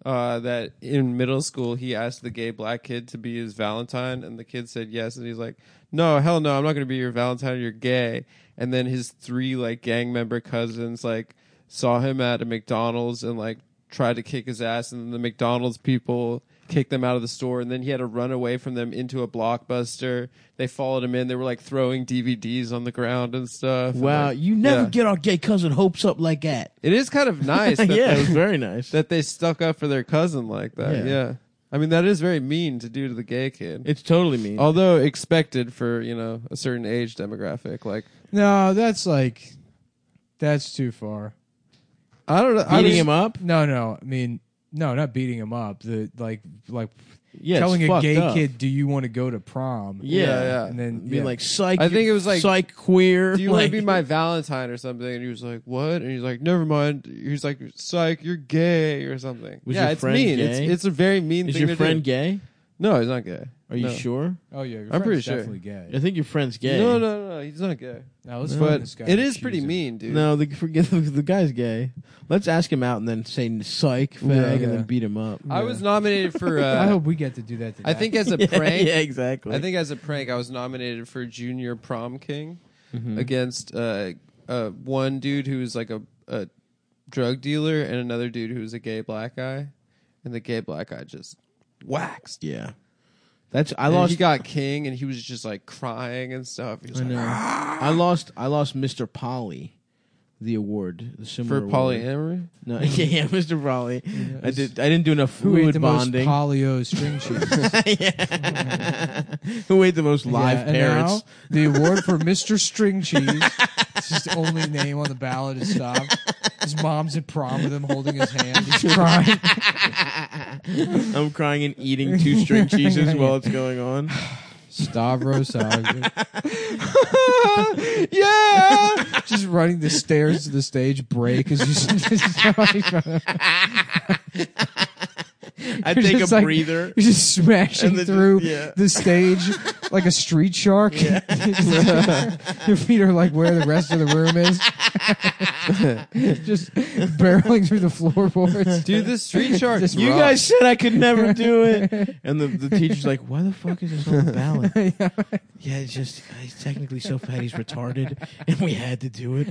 [SPEAKER 4] uh, that in middle school he asked the gay black kid to be his Valentine, and the kid said yes, and he's like, "No, hell no, I'm not going to be your Valentine. You're gay." And then his three like gang member cousins like saw him at a McDonald's and like tried to kick his ass, and then the McDonald's people kicked them out of the store, and then he had to run away from them into a blockbuster. They followed him in. They were like throwing DVDs on the ground and stuff. and,
[SPEAKER 2] Wow,
[SPEAKER 4] like,
[SPEAKER 2] you never
[SPEAKER 4] yeah.
[SPEAKER 2] get our gay cousin hopes up like that.
[SPEAKER 4] It is kind of nice. That
[SPEAKER 2] yeah, it was
[SPEAKER 4] those-
[SPEAKER 2] very nice.
[SPEAKER 4] that they stuck up for their cousin like
[SPEAKER 2] Yeah.
[SPEAKER 4] that. Yeah. I mean, that is very mean to do to the gay kid.
[SPEAKER 2] it's totally mean.
[SPEAKER 4] Although expected for, you know, a certain age demographic. Like,
[SPEAKER 1] No, that's like, that's too far.
[SPEAKER 4] I don't know. I
[SPEAKER 2] Beating
[SPEAKER 4] was-
[SPEAKER 2] him up?
[SPEAKER 1] No, no. I mean, no, not beating him up. The like, like
[SPEAKER 2] Yeah,
[SPEAKER 1] telling
[SPEAKER 2] it's
[SPEAKER 1] a
[SPEAKER 2] fucked
[SPEAKER 1] gay
[SPEAKER 2] up.
[SPEAKER 1] kid, "Do you want to go to prom?"
[SPEAKER 2] Yeah,
[SPEAKER 4] Yeah, yeah.
[SPEAKER 1] and then
[SPEAKER 2] Being
[SPEAKER 1] yeah.
[SPEAKER 2] like psych.
[SPEAKER 4] I think it was like,
[SPEAKER 2] psych queer.
[SPEAKER 4] Do you want
[SPEAKER 2] like-
[SPEAKER 4] to be my Valentine or something? And he was like, what? And he's like, never mind. He's like, psych, you're gay or something.
[SPEAKER 2] Was
[SPEAKER 4] yeah,
[SPEAKER 2] your
[SPEAKER 4] it's
[SPEAKER 2] friend
[SPEAKER 4] mean.
[SPEAKER 2] gay?
[SPEAKER 4] It's, it's a very mean
[SPEAKER 2] Is
[SPEAKER 4] thing
[SPEAKER 2] your
[SPEAKER 4] to
[SPEAKER 2] friend
[SPEAKER 4] do.
[SPEAKER 2] gay?
[SPEAKER 4] No, he's not gay.
[SPEAKER 2] Are you
[SPEAKER 4] No.
[SPEAKER 2] sure?
[SPEAKER 1] "Oh yeah, your
[SPEAKER 4] I'm pretty
[SPEAKER 1] friend's
[SPEAKER 4] sure.
[SPEAKER 1] definitely
[SPEAKER 2] I
[SPEAKER 1] gay."
[SPEAKER 2] think your friend's gay.
[SPEAKER 4] No, no, no, he's not gay.
[SPEAKER 1] Now let's find
[SPEAKER 4] But
[SPEAKER 1] this guy
[SPEAKER 4] it
[SPEAKER 1] and
[SPEAKER 4] is
[SPEAKER 1] accuse
[SPEAKER 4] pretty
[SPEAKER 1] him.
[SPEAKER 4] mean, dude.
[SPEAKER 2] No, the forget the, the guy's gay. Let's ask him out and then say psych fag and
[SPEAKER 1] yeah.
[SPEAKER 2] then beat him up.
[SPEAKER 4] I was nominated for. Uh,
[SPEAKER 1] I hope we get to do that. Today.
[SPEAKER 4] I think as a
[SPEAKER 2] yeah,
[SPEAKER 4] prank.
[SPEAKER 2] yeah, exactly.
[SPEAKER 4] I think as a prank, I was nominated for Junior Prom King
[SPEAKER 2] Mm-hmm.
[SPEAKER 4] against uh, uh, one dude who was like a, a drug dealer and another dude who was a gay black guy, and the gay black guy just waxed.
[SPEAKER 2] yeah. That's I
[SPEAKER 4] I
[SPEAKER 2] lost.
[SPEAKER 4] he got king, and he was just like crying and stuff. He was
[SPEAKER 2] I
[SPEAKER 4] like,
[SPEAKER 2] know. I lost. I lost Mr. Polly, the award, the similar
[SPEAKER 4] for
[SPEAKER 2] award.
[SPEAKER 4] polyamory.
[SPEAKER 2] No, yeah, yeah, Mr. Polly. I
[SPEAKER 1] it's-
[SPEAKER 2] did. I didn't do enough
[SPEAKER 1] who ate the
[SPEAKER 2] food bonding.
[SPEAKER 1] most polio string cheese?
[SPEAKER 2] Who ate the most live
[SPEAKER 1] Yeah, and
[SPEAKER 2] parrots?
[SPEAKER 1] now, the award for Mr. String Cheese. It's his only name on the ballot is stopped. His mom's at prom with him holding his hand. He's crying.
[SPEAKER 2] I'm crying and eating two string cheeses while it's going on.
[SPEAKER 1] Stavros. Agnew.
[SPEAKER 4] yeah,
[SPEAKER 1] just running the stairs to the stage break is just,
[SPEAKER 2] I
[SPEAKER 1] You're
[SPEAKER 2] take a
[SPEAKER 1] just like-
[SPEAKER 2] breather.
[SPEAKER 1] you're just smashing
[SPEAKER 2] And then
[SPEAKER 1] through
[SPEAKER 2] just- yeah.
[SPEAKER 1] the stage like a street shark. Your feet are like where the rest of the room is. just barreling through the floorboards.
[SPEAKER 4] dude, the street shark.
[SPEAKER 1] Just
[SPEAKER 2] You
[SPEAKER 4] rocked.
[SPEAKER 2] guys said I could never do it. And the, the teacher's like, why the fuck is this on the ballot? yeah, it's just, it's technically so fat he's retarded, and we had to do it.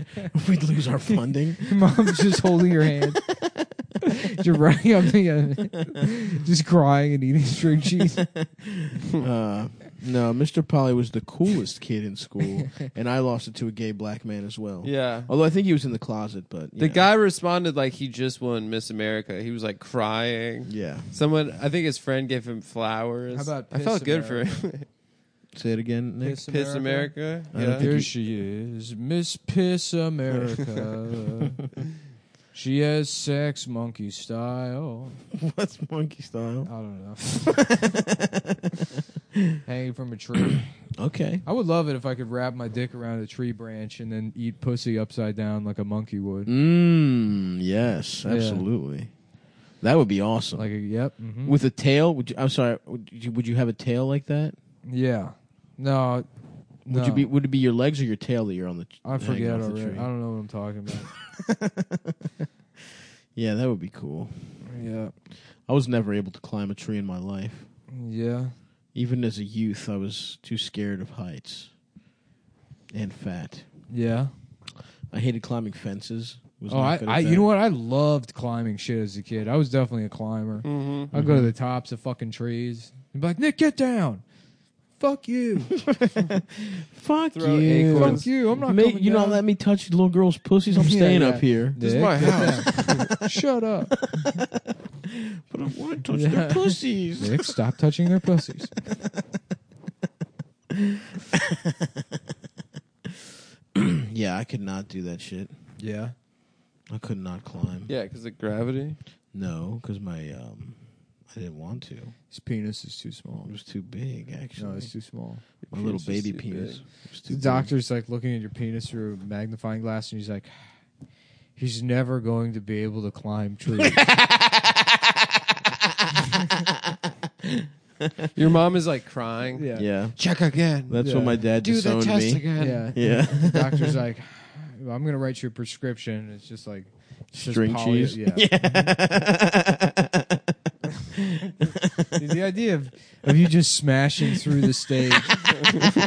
[SPEAKER 2] We'd lose our funding.
[SPEAKER 1] Your mom's just holding your hand. You're running up the uh, just crying and eating string cheese.
[SPEAKER 2] Uh, no, Mr. Polly was the coolest kid in school, and I lost it to a gay black man as well.
[SPEAKER 4] Yeah.
[SPEAKER 2] Although I think he was in the closet, but. you
[SPEAKER 4] The
[SPEAKER 2] know.
[SPEAKER 4] guy responded like he just won Miss America. He was like crying.
[SPEAKER 2] Yeah.
[SPEAKER 4] Someone, I think his friend gave him flowers.
[SPEAKER 1] How about
[SPEAKER 4] I felt
[SPEAKER 1] Piss
[SPEAKER 4] good for him.
[SPEAKER 2] Say it again, Nick.
[SPEAKER 1] Piss
[SPEAKER 4] Piss America.
[SPEAKER 2] I don't
[SPEAKER 4] Yeah.
[SPEAKER 2] think-
[SPEAKER 1] There she is, Miss Piss America. she has sex monkey style.
[SPEAKER 2] What's monkey style?
[SPEAKER 1] I don't know. Hanging from a tree.
[SPEAKER 2] Okay.
[SPEAKER 1] I would love it if I could wrap my dick around a tree branch and then eat pussy upside down like a monkey
[SPEAKER 2] Mm.
[SPEAKER 1] would.
[SPEAKER 2] Mmm. Yes.
[SPEAKER 1] Yeah.
[SPEAKER 2] Absolutely. That would be awesome.
[SPEAKER 1] Like a yep. mhm.
[SPEAKER 2] with a tail? Would you, I'm sorry. Would you, would you have a tail like that?
[SPEAKER 1] Yeah. No.
[SPEAKER 2] Would you be? Would it be your legs or your tail that you're on the?
[SPEAKER 1] I
[SPEAKER 2] hanging
[SPEAKER 1] forget
[SPEAKER 2] off the
[SPEAKER 1] already. I
[SPEAKER 2] tree?
[SPEAKER 1] don't know what I'm talking about.
[SPEAKER 2] Yeah, that would be cool.
[SPEAKER 1] yeah.
[SPEAKER 2] I was never able to climb a tree in my life.
[SPEAKER 1] Yeah.
[SPEAKER 2] Even as a youth, I was too scared of heights and fat.
[SPEAKER 1] Yeah.
[SPEAKER 2] I hated climbing fences. Was
[SPEAKER 1] Oh,
[SPEAKER 2] not
[SPEAKER 1] I,
[SPEAKER 2] good at
[SPEAKER 1] I
[SPEAKER 2] that.
[SPEAKER 1] you know what? I loved climbing shit as a kid. I was definitely a climber. I'd go to the tops of fucking trees and be like, Nick, get down. Fuck you.
[SPEAKER 2] Fuck
[SPEAKER 4] Throw
[SPEAKER 2] you.
[SPEAKER 4] acorns.
[SPEAKER 1] Fuck you. I'm not
[SPEAKER 2] Ma-
[SPEAKER 1] coming
[SPEAKER 2] you
[SPEAKER 1] down.
[SPEAKER 2] don't let me touch little girls' pussies. I'm
[SPEAKER 1] Yeah,
[SPEAKER 2] staying
[SPEAKER 1] yeah.
[SPEAKER 2] up here.
[SPEAKER 1] This
[SPEAKER 4] is my
[SPEAKER 1] house. Shut up.
[SPEAKER 2] But I want to touch
[SPEAKER 1] Yeah.
[SPEAKER 2] their pussies.
[SPEAKER 1] Nick, stop touching their pussies.
[SPEAKER 2] yeah, I could not do that shit.
[SPEAKER 1] Yeah.
[SPEAKER 2] I could not climb.
[SPEAKER 4] Yeah, because of gravity.
[SPEAKER 2] No, because my um, I didn't want to. It
[SPEAKER 1] His penis is too small.
[SPEAKER 2] was too big. Actually,
[SPEAKER 1] No, it's too small.
[SPEAKER 2] my little
[SPEAKER 4] It's just
[SPEAKER 2] baby
[SPEAKER 4] too
[SPEAKER 2] penis. was too
[SPEAKER 1] The doctor's like looking at your penis through a magnifying glass, and he's like, he's never going to be able to climb trees.
[SPEAKER 4] big. Your mom is like crying.
[SPEAKER 2] big. Yeah,
[SPEAKER 4] Check again.
[SPEAKER 2] that's
[SPEAKER 1] Yeah.
[SPEAKER 2] when my dad
[SPEAKER 4] Do the
[SPEAKER 2] disowned
[SPEAKER 4] test
[SPEAKER 2] me.
[SPEAKER 4] again.
[SPEAKER 1] yeah.
[SPEAKER 2] Yeah,
[SPEAKER 1] The doctor's like, I'm going to write you a prescription. It's just like it's just
[SPEAKER 2] String
[SPEAKER 1] poly-
[SPEAKER 2] cheese?
[SPEAKER 1] Yeah. the idea of, of you just smashing through the stage.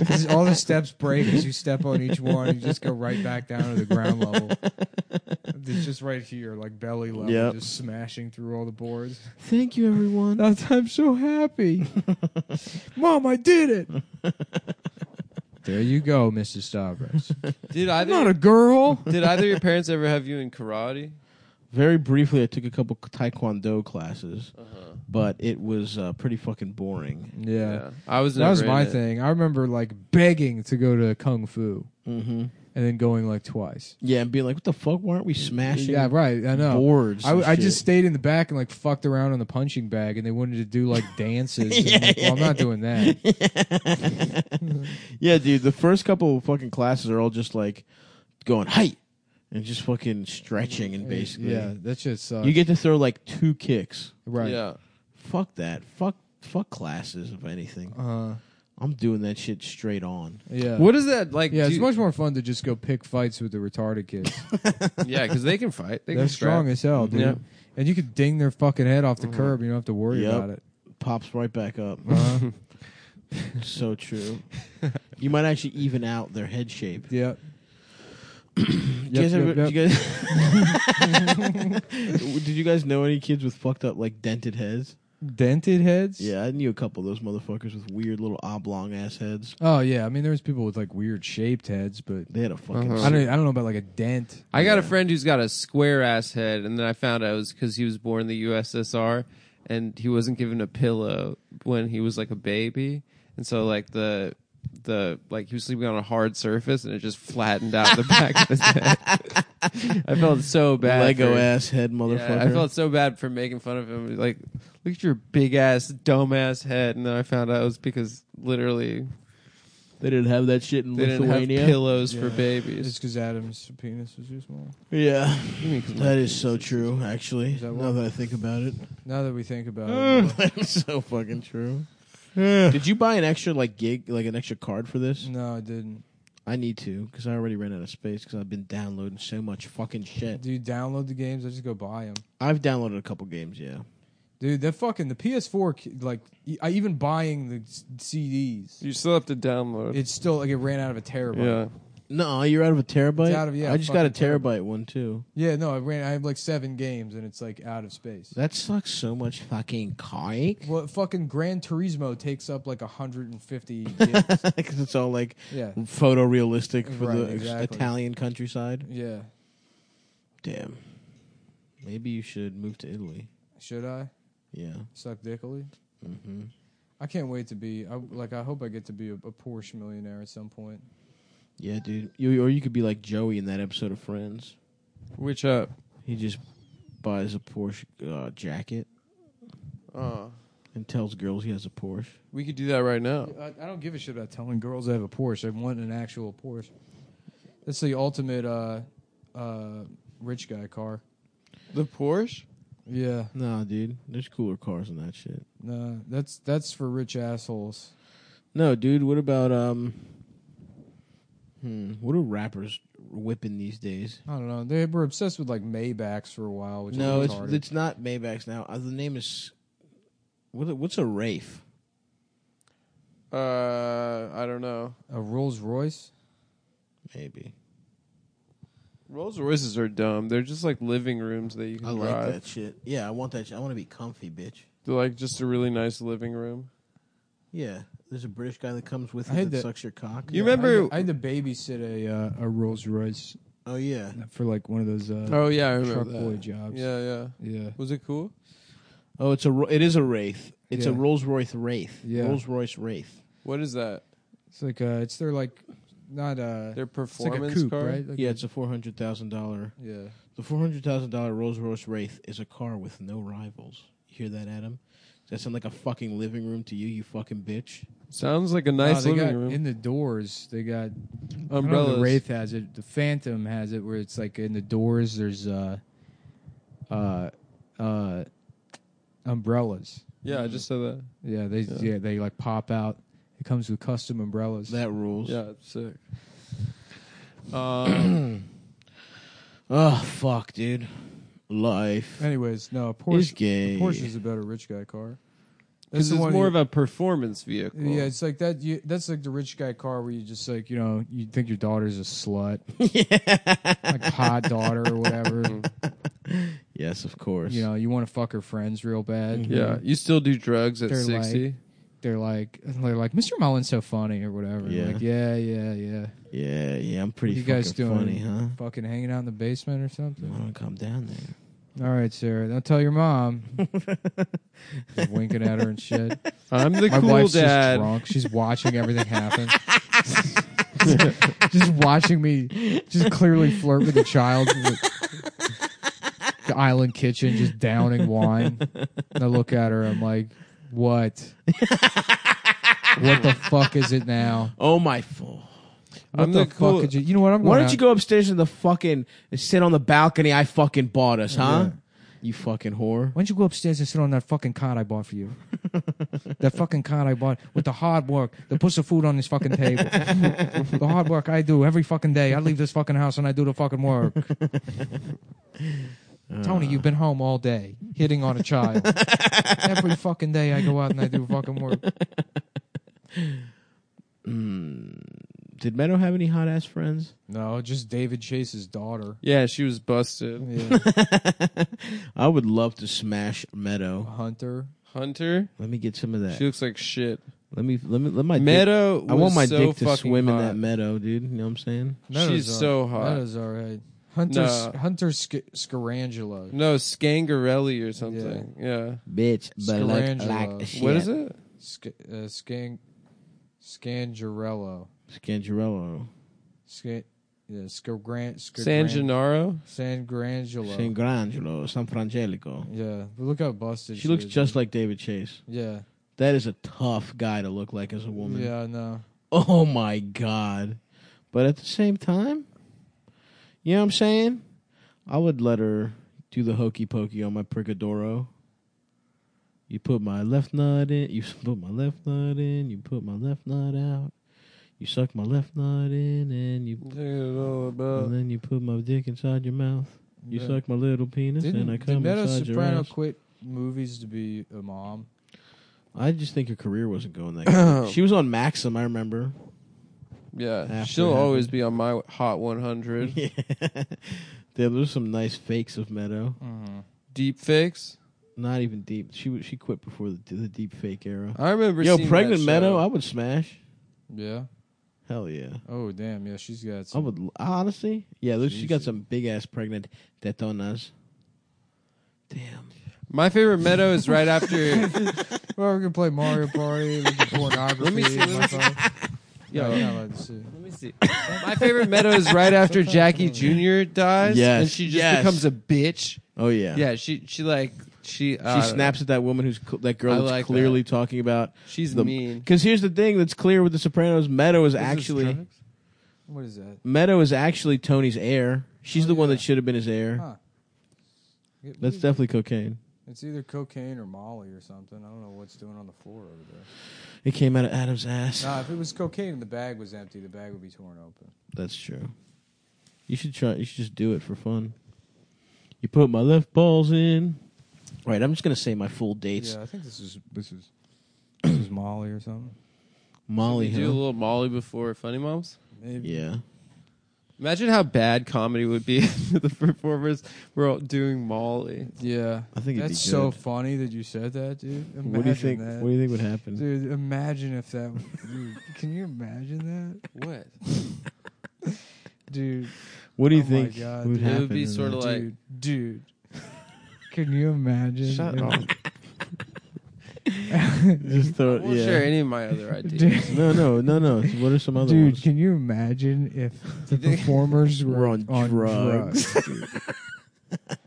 [SPEAKER 1] 'Cause all the steps break as you step on each one. You just go right back down to the ground level. It's just right here, like belly level,
[SPEAKER 2] Yep.
[SPEAKER 1] just smashing through all the boards.
[SPEAKER 2] Thank you, everyone.
[SPEAKER 1] I'm so happy. Mom, I did it. There you go, Mrs. Stavros.
[SPEAKER 4] Did either
[SPEAKER 1] Not a girl.
[SPEAKER 4] did either your parents ever have you in karate?
[SPEAKER 2] Very briefly, I took a couple taekwondo classes,
[SPEAKER 1] Uh-huh.
[SPEAKER 2] but it was uh, pretty fucking boring.
[SPEAKER 1] Yeah.
[SPEAKER 4] I was.
[SPEAKER 1] That was
[SPEAKER 4] never in
[SPEAKER 1] my
[SPEAKER 4] it.
[SPEAKER 1] thing. I remember like begging to go to kung fu
[SPEAKER 2] Mm-hmm.
[SPEAKER 1] and then going like twice.
[SPEAKER 2] Yeah, and being like, "What the fuck? Why aren't we smashing?"
[SPEAKER 1] Yeah, right. I know.
[SPEAKER 2] boards.
[SPEAKER 1] I,
[SPEAKER 2] and
[SPEAKER 1] I
[SPEAKER 2] shit.
[SPEAKER 1] just stayed in the back and like fucked around on the punching bag, and they wanted to do like dances. and I'm like, well, I'm not doing that.
[SPEAKER 2] yeah, dude. The first couple of fucking classes are all just like going height and just fucking stretching and basically.
[SPEAKER 1] yeah, that shit sucks.
[SPEAKER 2] You get to throw like two kicks.
[SPEAKER 1] right.
[SPEAKER 4] Yeah.
[SPEAKER 2] Fuck that. Fuck fuck classes if anything.
[SPEAKER 1] Uh,
[SPEAKER 2] I'm doing that shit straight on.
[SPEAKER 1] yeah.
[SPEAKER 4] What is that like?
[SPEAKER 1] Yeah,
[SPEAKER 4] do
[SPEAKER 1] it's
[SPEAKER 4] you-
[SPEAKER 1] much more fun to just go pick fights with the retarded kids.
[SPEAKER 4] Yeah, because they can fight. They
[SPEAKER 1] They're
[SPEAKER 4] can strap.
[SPEAKER 1] strong as hell, dude.
[SPEAKER 4] Yeah.
[SPEAKER 1] And you could ding their fucking head off the curb. and You don't have to worry
[SPEAKER 2] Mm-hmm. Yep.
[SPEAKER 1] about it.
[SPEAKER 2] Pops right back up.
[SPEAKER 1] Uh,
[SPEAKER 2] so true. You might actually even out their head shape.
[SPEAKER 1] yep.
[SPEAKER 2] Did you
[SPEAKER 1] Yep,
[SPEAKER 2] guys ever,
[SPEAKER 1] yep, yep.
[SPEAKER 2] did you guys Did you guys know any kids with fucked up like dented heads?
[SPEAKER 1] Dented heads.
[SPEAKER 2] Yeah, I knew a couple of those motherfuckers with weird little oblong ass heads.
[SPEAKER 1] Oh yeah. I mean, there was people with like weird shaped heads, but
[SPEAKER 2] They had a fucking
[SPEAKER 1] I don't. I don't know about like a dent.
[SPEAKER 4] I got a friend who's got a square ass head, and then I found out it was because he was born in the USSR, and he wasn't given a pillow when he was like a baby, and so like the the like he was sleeping on a hard surface, and it just flattened out the back of his head. I felt so bad.
[SPEAKER 2] Lego
[SPEAKER 4] for-
[SPEAKER 2] ass head motherfucker.
[SPEAKER 4] Yeah, I felt so bad for making fun of him. Like, look at your big ass, dumb ass head, and then I found out it was because literally
[SPEAKER 2] they didn't have that shit in
[SPEAKER 4] they didn't have
[SPEAKER 2] Lithuania.
[SPEAKER 4] pillows for
[SPEAKER 1] Yeah.
[SPEAKER 4] babies.
[SPEAKER 1] because Adam's penis was too small.
[SPEAKER 2] yeah,
[SPEAKER 4] mean 'cause
[SPEAKER 2] that is so true. Actually,
[SPEAKER 1] that
[SPEAKER 2] now
[SPEAKER 1] one?
[SPEAKER 2] that I think about it,
[SPEAKER 1] Now that we think about it,
[SPEAKER 2] that's so fucking true. Did you buy an extra like gig, like an extra card for this?
[SPEAKER 1] no, I didn't.
[SPEAKER 2] I need to because I already ran out of space because I've been downloading so much fucking shit.
[SPEAKER 1] Do you download the games? I just go buy them.
[SPEAKER 2] I've downloaded a couple games. Yeah,
[SPEAKER 1] Dude, that fucking the PS4, ki- like e- I even buying the s- CDs,
[SPEAKER 4] You still have to download.
[SPEAKER 1] it's still like it ran out of a terabyte.
[SPEAKER 4] yeah.
[SPEAKER 2] no, you're out of a terabyte.
[SPEAKER 1] It's out of- yeah,
[SPEAKER 2] I just got a
[SPEAKER 1] fucking terabyte.
[SPEAKER 2] terabyte one too.
[SPEAKER 1] Yeah, no, I ran. I have like seven games, and it's like out of space.
[SPEAKER 2] That sucks so much fucking cake
[SPEAKER 1] Well, fucking Gran Turismo takes up like 150 gigs.
[SPEAKER 2] because it's all like
[SPEAKER 1] Yeah.
[SPEAKER 2] photorealistic for
[SPEAKER 1] Right,
[SPEAKER 2] the ex-
[SPEAKER 1] exactly.
[SPEAKER 2] Italian countryside.
[SPEAKER 1] Yeah.
[SPEAKER 2] Damn. Maybe you should move to Italy.
[SPEAKER 1] Should I
[SPEAKER 2] Yeah.
[SPEAKER 1] suck dickily?
[SPEAKER 2] Mm-hmm.
[SPEAKER 1] I can't wait to be. I, like, I hope I get to be a, a Porsche millionaire at some point.
[SPEAKER 2] Yeah, dude. You or you could be like Joey in that episode of Friends.
[SPEAKER 4] Which uh, up?
[SPEAKER 2] He just buys a Porsche uh, jacket
[SPEAKER 4] Oh,
[SPEAKER 2] and tells girls he has a Porsche.
[SPEAKER 4] we could do that right now.
[SPEAKER 1] I, I don't give a shit about telling girls I have a Porsche. I want an actual Porsche. That's the ultimate uh, uh, rich guy car.
[SPEAKER 4] The Porsche?
[SPEAKER 1] Yeah,
[SPEAKER 2] Nah, dude. There's cooler cars than that shit.
[SPEAKER 1] nah, that's that's for rich assholes.
[SPEAKER 2] No, dude. What about um? Hmm. What are rappers whipping these days?
[SPEAKER 1] I don't know. They were obsessed with like Maybachs for a while. Which
[SPEAKER 2] No,
[SPEAKER 1] was
[SPEAKER 2] it's
[SPEAKER 1] retarded.
[SPEAKER 2] it's not Maybachs now. Uh, the name is what? What's a Rafe?
[SPEAKER 4] Uh, I don't know.
[SPEAKER 1] a Rolls Royce.
[SPEAKER 2] Maybe
[SPEAKER 4] Rolls Royces are dumb. They're just like living rooms that you can
[SPEAKER 2] I
[SPEAKER 4] drive.
[SPEAKER 2] like that shit. Yeah, I want that. Shit. I want to be comfy, bitch.
[SPEAKER 4] They're like just a really nice living room.
[SPEAKER 2] Yeah, there's a British guy that comes with
[SPEAKER 1] I had
[SPEAKER 2] it that,
[SPEAKER 1] that-
[SPEAKER 2] sucks your cock.
[SPEAKER 4] You
[SPEAKER 1] I had
[SPEAKER 4] remember?
[SPEAKER 1] to- I had to babysit a uh, a Rolls Royce
[SPEAKER 2] Oh yeah,
[SPEAKER 1] for like one of those uh,
[SPEAKER 4] oh yeah, I remember
[SPEAKER 1] truck
[SPEAKER 4] that.
[SPEAKER 1] boy jobs.
[SPEAKER 4] Yeah, yeah.
[SPEAKER 1] yeah.
[SPEAKER 4] Was it cool?
[SPEAKER 2] Oh, it's a Ro- it is a wraith. It's a
[SPEAKER 1] Yeah.
[SPEAKER 2] Rolls Royce wraith.
[SPEAKER 1] Yeah.
[SPEAKER 2] Rolls Royce wraith.
[SPEAKER 4] What is that?
[SPEAKER 1] It's like uh, it's their like not uh,
[SPEAKER 4] Their
[SPEAKER 1] it's like a
[SPEAKER 4] performance
[SPEAKER 1] coupe,
[SPEAKER 4] car.
[SPEAKER 1] right? Like
[SPEAKER 2] Yeah, it's a four hundred thousand dollar.
[SPEAKER 1] a- yeah.
[SPEAKER 2] The four hundred thousand dollar Rolls Royce wraith is a car with no rivals. You hear that, Adam? Does that sound like a fucking living room to you? You fucking bitch.
[SPEAKER 4] Sounds like a
[SPEAKER 1] No,
[SPEAKER 4] nice
[SPEAKER 1] Oh, they
[SPEAKER 4] living
[SPEAKER 1] got
[SPEAKER 4] room.
[SPEAKER 1] in the doors. They got I don't know if
[SPEAKER 4] Umbrellas.
[SPEAKER 1] The Wraith has it. The Phantom has it, where it's like in the doors. There's uh, uh, uh, umbrellas.
[SPEAKER 4] Yeah, I just said that.
[SPEAKER 1] Yeah, they yeah. they like pop out. It comes with custom umbrellas.
[SPEAKER 2] That rules.
[SPEAKER 4] Yeah, it's sick. Um,
[SPEAKER 2] Oh fuck, dude. Life
[SPEAKER 1] Anyways, no
[SPEAKER 2] is
[SPEAKER 1] Porsche.
[SPEAKER 2] gay.
[SPEAKER 1] Porsche is a better rich guy car. That's
[SPEAKER 4] because
[SPEAKER 1] the
[SPEAKER 4] it's
[SPEAKER 1] one
[SPEAKER 4] more
[SPEAKER 1] you-
[SPEAKER 4] of a performance vehicle.
[SPEAKER 1] Yeah, it's like that. You, that's like the rich guy car where you just like you know you think your daughter's a slut, like hot daughter or whatever.
[SPEAKER 2] Mm-hmm. yes, of course.
[SPEAKER 1] you know you want to fuck her friends real bad.
[SPEAKER 2] Mm-hmm.
[SPEAKER 4] Yeah, you still do drugs at
[SPEAKER 1] They're like-
[SPEAKER 4] sixty.
[SPEAKER 1] they're like they're like Mr. Mullen's so funny or whatever.
[SPEAKER 2] Yeah.
[SPEAKER 1] Yeah. Like yeah, yeah, yeah.
[SPEAKER 2] Yeah, yeah. I'm pretty
[SPEAKER 1] What you guys
[SPEAKER 2] fucking
[SPEAKER 1] doing?
[SPEAKER 2] funny, huh?
[SPEAKER 1] Fucking hanging out in the basement or
[SPEAKER 2] I
[SPEAKER 1] something.
[SPEAKER 2] want to come down there.
[SPEAKER 1] All right, Sarah. Don't tell your mom. Just winking at her and shit.
[SPEAKER 4] I'm the
[SPEAKER 1] My
[SPEAKER 4] cool
[SPEAKER 1] wife's just
[SPEAKER 4] dad.
[SPEAKER 1] drunk. She's watching everything happen. just watching me just clearly flirt with the child in the, the island kitchen, just downing wine. And I look at her, I'm like, what? what the fuck is it now?
[SPEAKER 2] Oh my fool.
[SPEAKER 1] What
[SPEAKER 4] I'm
[SPEAKER 1] the,
[SPEAKER 4] the cool-
[SPEAKER 1] fuck did you? You know what? I'm
[SPEAKER 2] Why
[SPEAKER 1] going
[SPEAKER 2] don't you
[SPEAKER 1] out-
[SPEAKER 2] go upstairs to the fucking and sit on the balcony I fucking bought us, huh? You fucking whore.
[SPEAKER 1] Why don't you go upstairs and sit on that fucking cot I bought for you? that fucking cot I bought with the hard work that puts the food on this fucking table. the hard work I do every fucking day. I leave this fucking house and I do the fucking work. Tony, you've been home all day hitting on a child. every fucking day I go out and I do fucking work.
[SPEAKER 2] Hmm, Did Meadow have any hot ass friends?
[SPEAKER 1] No, just David Chase's daughter.
[SPEAKER 4] Yeah, she was busted.
[SPEAKER 1] Yeah.
[SPEAKER 2] I would love to smash Meadow.
[SPEAKER 1] Hunter.
[SPEAKER 4] Hunter,
[SPEAKER 2] Let me get some of that.
[SPEAKER 4] she looks like shit.
[SPEAKER 2] Let me let me let my Dick,
[SPEAKER 4] Meadow,
[SPEAKER 2] I want
[SPEAKER 4] was
[SPEAKER 2] my
[SPEAKER 4] so
[SPEAKER 2] dick to
[SPEAKER 4] fucking
[SPEAKER 2] swim in
[SPEAKER 4] hot.
[SPEAKER 2] that meadow, dude. You know what I'm saying?
[SPEAKER 4] She's
[SPEAKER 1] Meadow's
[SPEAKER 4] so
[SPEAKER 1] all-
[SPEAKER 4] hot.
[SPEAKER 1] Meadow's all right. Hunter,
[SPEAKER 4] No.
[SPEAKER 1] Hunter Sc- Scarangelo.
[SPEAKER 4] No, Scangarelli or something. Yeah.
[SPEAKER 2] Bitch, but like,
[SPEAKER 1] Scarangelo.
[SPEAKER 2] like shit.
[SPEAKER 4] What is it?
[SPEAKER 1] Sc- uh, Scang- Scangarello.
[SPEAKER 2] Scangarello.
[SPEAKER 1] Sca- yeah, Scagran-
[SPEAKER 4] San
[SPEAKER 1] Scagran-
[SPEAKER 4] Gennaro?
[SPEAKER 1] Sangrangelo.
[SPEAKER 2] Scangarangelo, San Frangelico.
[SPEAKER 1] yeah, but look how busted she,
[SPEAKER 2] She looks
[SPEAKER 1] is.
[SPEAKER 2] just like David Chase.
[SPEAKER 1] Yeah,
[SPEAKER 2] That is a tough guy to look like as a woman.
[SPEAKER 1] yeah, no.
[SPEAKER 2] Oh my god. But at the same time, you know what I'm saying? I would let her do the hokey pokey on my Pricadoro. You put my left nut in, you put my left nut in, you put my left nut out. You suck my left nut in and you
[SPEAKER 4] Take it all
[SPEAKER 2] and
[SPEAKER 4] about.
[SPEAKER 2] then you put my dick inside your mouth. You
[SPEAKER 1] Uh, Yeah.
[SPEAKER 2] suck my little penis and I
[SPEAKER 1] Didn't did
[SPEAKER 2] come
[SPEAKER 1] Meadow
[SPEAKER 2] inside your
[SPEAKER 1] Soprano
[SPEAKER 2] ass.
[SPEAKER 1] quit movies to be a mom?
[SPEAKER 2] I just think her career wasn't going that good. she was on Maxim, I remember.
[SPEAKER 4] Yeah.
[SPEAKER 2] After
[SPEAKER 4] She'll
[SPEAKER 2] it
[SPEAKER 4] always be on my Hot 100.
[SPEAKER 2] yeah. There was some nice fakes of Meadow.
[SPEAKER 4] Deep fakes.
[SPEAKER 2] Not even deep. She wa- she quit before the, the deep fake era.
[SPEAKER 4] I remember
[SPEAKER 2] Yo,
[SPEAKER 4] seeing
[SPEAKER 2] pregnant
[SPEAKER 4] that
[SPEAKER 2] Meadow, I
[SPEAKER 4] show.
[SPEAKER 2] would smash.
[SPEAKER 1] Yeah.
[SPEAKER 2] Hell yeah.
[SPEAKER 1] Oh damn. Yeah, she's got.
[SPEAKER 2] I
[SPEAKER 1] Some,
[SPEAKER 2] would l- honestly. Yeah, those- she got
[SPEAKER 1] Jesus.
[SPEAKER 2] some big ass pregnant tetonas. Damn.
[SPEAKER 4] My favorite meadow is right after.
[SPEAKER 1] Well, we can play Mario Party. We can pornography.
[SPEAKER 4] Let me see, let me
[SPEAKER 1] Yo, you're not allowed to see.
[SPEAKER 4] Let me see. My favorite meadow is right after Jackie Jr. dies,
[SPEAKER 2] Yes.
[SPEAKER 4] and she just
[SPEAKER 2] Yes.
[SPEAKER 4] becomes a bitch.
[SPEAKER 2] Oh yeah.
[SPEAKER 4] Yeah, she she like she
[SPEAKER 2] She
[SPEAKER 4] uh,
[SPEAKER 2] snaps at that woman who's cl- that girl
[SPEAKER 4] I
[SPEAKER 2] that's
[SPEAKER 4] like
[SPEAKER 2] clearly talking about.
[SPEAKER 4] She's
[SPEAKER 2] the,
[SPEAKER 4] mean.
[SPEAKER 2] Because here's the thing that's clear with The Sopranos: Meadow is, actually
[SPEAKER 1] What is that?
[SPEAKER 2] Meadow is actually Tony's heir. She's
[SPEAKER 1] Oh,
[SPEAKER 2] the one
[SPEAKER 1] yeah.
[SPEAKER 2] that should have been his heir.
[SPEAKER 4] Oh.
[SPEAKER 1] Huh. It-
[SPEAKER 2] That's definitely cocaine.
[SPEAKER 1] It's either cocaine or Molly or something. I don't know what's doing on the floor over there.
[SPEAKER 2] It came out of Adam's ass.
[SPEAKER 1] Nah, if it was cocaine and the bag was empty, the bag would be torn open.
[SPEAKER 2] That's true. You should try. You should just do it for fun. You put my left balls in. All right, I'm just gonna say my full dates.
[SPEAKER 1] yeah, I think this is this is this is Molly or something.
[SPEAKER 2] Molly,
[SPEAKER 4] do a
[SPEAKER 2] huh?
[SPEAKER 4] little Molly before Funny Moms.
[SPEAKER 1] Maybe.
[SPEAKER 2] yeah.
[SPEAKER 4] Imagine how bad comedy would be if the performers were all doing Molly.
[SPEAKER 1] Yeah,
[SPEAKER 2] I think it'd
[SPEAKER 1] that's
[SPEAKER 2] be
[SPEAKER 1] so
[SPEAKER 2] good.
[SPEAKER 1] funny that you said that, dude. Imagine
[SPEAKER 2] What do you think?
[SPEAKER 1] That.
[SPEAKER 2] What do you think would happen?
[SPEAKER 1] Dude, imagine if that. dude, can you imagine that,
[SPEAKER 4] What?
[SPEAKER 1] dude?
[SPEAKER 2] what do you
[SPEAKER 1] Oh my
[SPEAKER 2] think
[SPEAKER 1] God,
[SPEAKER 2] would
[SPEAKER 1] dude.
[SPEAKER 2] happen?
[SPEAKER 4] It would be
[SPEAKER 2] in
[SPEAKER 4] sort
[SPEAKER 2] that?
[SPEAKER 4] of like
[SPEAKER 1] dude, dude. Can you imagine?
[SPEAKER 4] shut
[SPEAKER 1] if-
[SPEAKER 4] up.
[SPEAKER 2] just throw. it-
[SPEAKER 4] I won't
[SPEAKER 2] yeah.
[SPEAKER 4] share any of my other ideas.
[SPEAKER 1] Dude.
[SPEAKER 2] No, no, no, no. What are some other
[SPEAKER 1] Dude,
[SPEAKER 2] ones?
[SPEAKER 1] can you imagine if the performers were,
[SPEAKER 2] We're on drugs.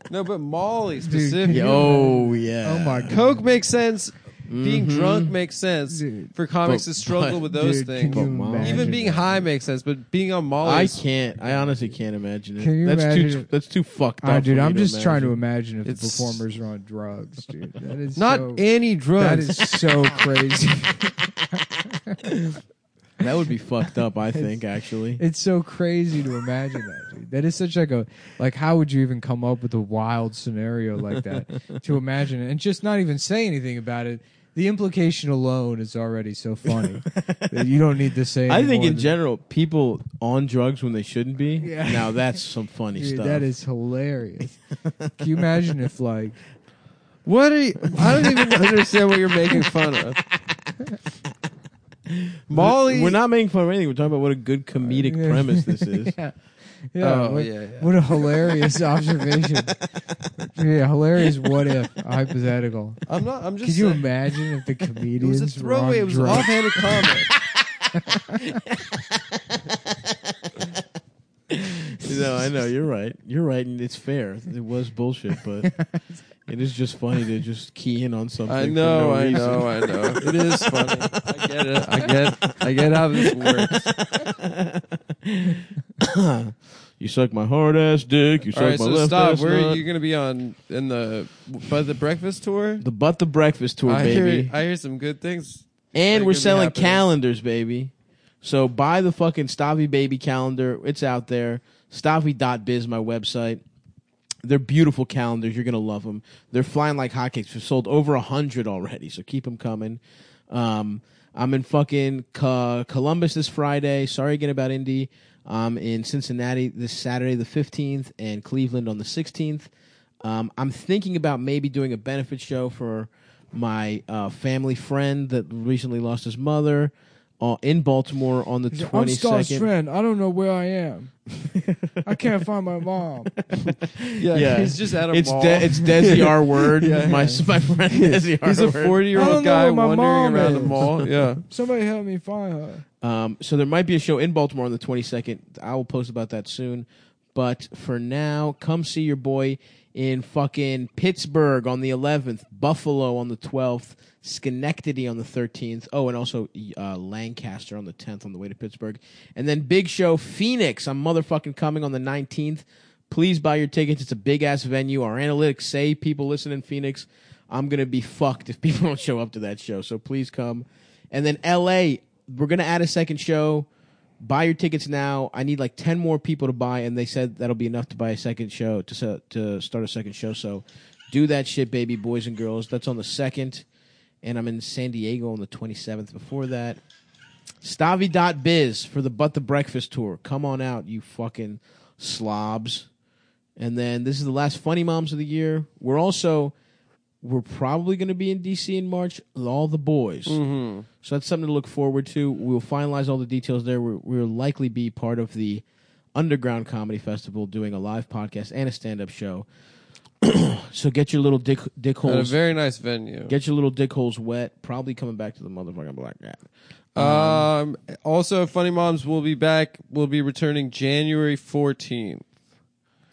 [SPEAKER 4] no, but Molly
[SPEAKER 1] can
[SPEAKER 4] specifically.
[SPEAKER 1] you-
[SPEAKER 2] Oh yeah.
[SPEAKER 1] Oh my god,
[SPEAKER 4] Coke makes sense. Being
[SPEAKER 2] Mhm.
[SPEAKER 4] drunk makes sense
[SPEAKER 1] Dude.
[SPEAKER 4] for comics
[SPEAKER 2] But-
[SPEAKER 4] to struggle with those
[SPEAKER 1] dude,
[SPEAKER 4] things.
[SPEAKER 1] Can
[SPEAKER 2] But
[SPEAKER 1] you
[SPEAKER 2] mom-
[SPEAKER 1] imagine
[SPEAKER 4] Even being
[SPEAKER 1] that?
[SPEAKER 4] high makes sense, but being on Molly,
[SPEAKER 2] I can't. I honestly can't imagine it.
[SPEAKER 1] Can you
[SPEAKER 2] that's
[SPEAKER 1] imagine
[SPEAKER 2] too.
[SPEAKER 1] it?
[SPEAKER 2] That's too fucked up.
[SPEAKER 1] Ah,
[SPEAKER 2] for
[SPEAKER 1] dude,
[SPEAKER 2] me
[SPEAKER 1] I'm
[SPEAKER 2] to
[SPEAKER 1] just trying to
[SPEAKER 2] imagine.
[SPEAKER 1] imagine if the
[SPEAKER 4] It's-
[SPEAKER 1] performers are on drugs, dude. That is
[SPEAKER 4] not
[SPEAKER 1] so,
[SPEAKER 4] any
[SPEAKER 1] that
[SPEAKER 4] drugs.
[SPEAKER 1] is so crazy.
[SPEAKER 2] That would be fucked up. I think actually.
[SPEAKER 1] It's so crazy to imagine that, dude. That is such like a like how would you even come up with a wild scenario like that to imagine it and just not even say anything about it. The implication alone is already so funny that you don't need to say.
[SPEAKER 2] I
[SPEAKER 1] any
[SPEAKER 2] think
[SPEAKER 1] more
[SPEAKER 2] in
[SPEAKER 1] than-
[SPEAKER 2] general, people on drugs when they shouldn't be.
[SPEAKER 1] Yeah.
[SPEAKER 2] Now that's some funny
[SPEAKER 1] Dude,
[SPEAKER 2] stuff.
[SPEAKER 1] that is hilarious. Can you imagine if like
[SPEAKER 4] what are you? I don't even understand what you're making fun of. Molly,
[SPEAKER 2] We're not making fun of anything. We're talking about what a good comedic
[SPEAKER 1] Yeah.
[SPEAKER 2] premise this is.
[SPEAKER 1] yeah. Yeah,
[SPEAKER 4] Oh,
[SPEAKER 1] what,
[SPEAKER 4] yeah, yeah.
[SPEAKER 1] what a hilarious observation. yeah, hilarious what if hypothetical.
[SPEAKER 4] I'm not. I'm just.
[SPEAKER 1] Could you
[SPEAKER 4] saying.
[SPEAKER 1] imagine if the
[SPEAKER 4] It was
[SPEAKER 1] comedians
[SPEAKER 4] a throwaway.
[SPEAKER 1] were on
[SPEAKER 4] It was an
[SPEAKER 1] drugs?
[SPEAKER 4] offhanded comment.
[SPEAKER 2] no, I know you're right. You're right, and it's fair. It was bullshit, but it is just funny to just key in on something.
[SPEAKER 4] I
[SPEAKER 2] for
[SPEAKER 4] know,
[SPEAKER 2] no
[SPEAKER 4] I
[SPEAKER 2] reason.
[SPEAKER 4] know, I know. It is funny. I get it. I get. I get how this works.
[SPEAKER 2] You suck my hard ass dick. You
[SPEAKER 4] All
[SPEAKER 2] suck
[SPEAKER 4] right,
[SPEAKER 2] my
[SPEAKER 4] so
[SPEAKER 2] left
[SPEAKER 4] stop.
[SPEAKER 2] ass
[SPEAKER 4] Where are
[SPEAKER 2] nut.
[SPEAKER 4] you going to be on in the by the breakfast tour?
[SPEAKER 2] The butt the breakfast tour,
[SPEAKER 4] I
[SPEAKER 2] baby.
[SPEAKER 4] hear. I hear some good things.
[SPEAKER 2] and we're
[SPEAKER 4] could be
[SPEAKER 2] selling
[SPEAKER 4] happening.
[SPEAKER 2] calendars, baby. So buy the fucking Stavi baby calendar. It's out there. Stavi.biz, my website. They're beautiful calendars. You're gonna love them. They're flying like hotcakes. We've sold over a hundred already, so keep them coming. Um, I'm in fucking Co- Columbus this Friday. Sorry again about Indy. I'm in Cincinnati this Saturday, the 15th, and Cleveland on the 16th. Um, I'm thinking about maybe doing a benefit show for my uh, family friend that recently lost his mother uh, in Baltimore on the
[SPEAKER 1] I'm
[SPEAKER 2] 22nd.
[SPEAKER 1] starstruck. I don't know where I am. I can't find my mom.
[SPEAKER 4] Yeah,
[SPEAKER 2] Yeah.
[SPEAKER 4] he's just at a
[SPEAKER 2] It's
[SPEAKER 4] mall.
[SPEAKER 2] De- it's Desi R word. My my friend Desi R
[SPEAKER 4] he's a
[SPEAKER 2] word.
[SPEAKER 1] I don't
[SPEAKER 4] 40-year-old
[SPEAKER 1] know
[SPEAKER 4] guy
[SPEAKER 1] where my mom
[SPEAKER 4] wandering around the
[SPEAKER 1] is.
[SPEAKER 4] mall. Yeah.
[SPEAKER 1] Somebody help me find her.
[SPEAKER 2] Um, so there might be a show in Baltimore on the 22nd. I will post about that soon. But for now, come see your boy in fucking Pittsburgh on the 11th, Buffalo on the 12th, Schenectady on the 13th. Oh, and also uh, Lancaster on the 10th on the way to Pittsburgh. And then big show Phoenix. I'm motherfucking coming on the 19th. Please buy your tickets. It's a big ass venue. Our analytics say people listen in Phoenix. I'm gonna be fucked if people don't show up to that show. So please come. And then LA, we're gonna add a second show. Buy your tickets now. I need like ten more people to buy, and they said that'll be enough to buy a second show to se- to start a second show. So do that shit, baby, boys and girls. That's on the second, and I'm in San Diego on the 27th. Before that, Stavi.biz for the But the Breakfast tour. Come on out, you fucking slobs. And then this is the last Funny Moms of the year. We're also we're probably going to be in DC in March. All the boys.
[SPEAKER 4] Mm-hmm.
[SPEAKER 2] So that's something to look forward to. We'll finalize all the details there. We're, we'll likely be part of the Underground Comedy Festival, doing a live podcast and a stand-up show. so get your little dick dick
[SPEAKER 4] At a
[SPEAKER 2] holes.
[SPEAKER 4] very nice venue.
[SPEAKER 2] Get your little dick holes wet. Probably coming back to the motherfucking black cat.
[SPEAKER 4] Um, also, Funny Moms will be back. We'll be returning January 14th.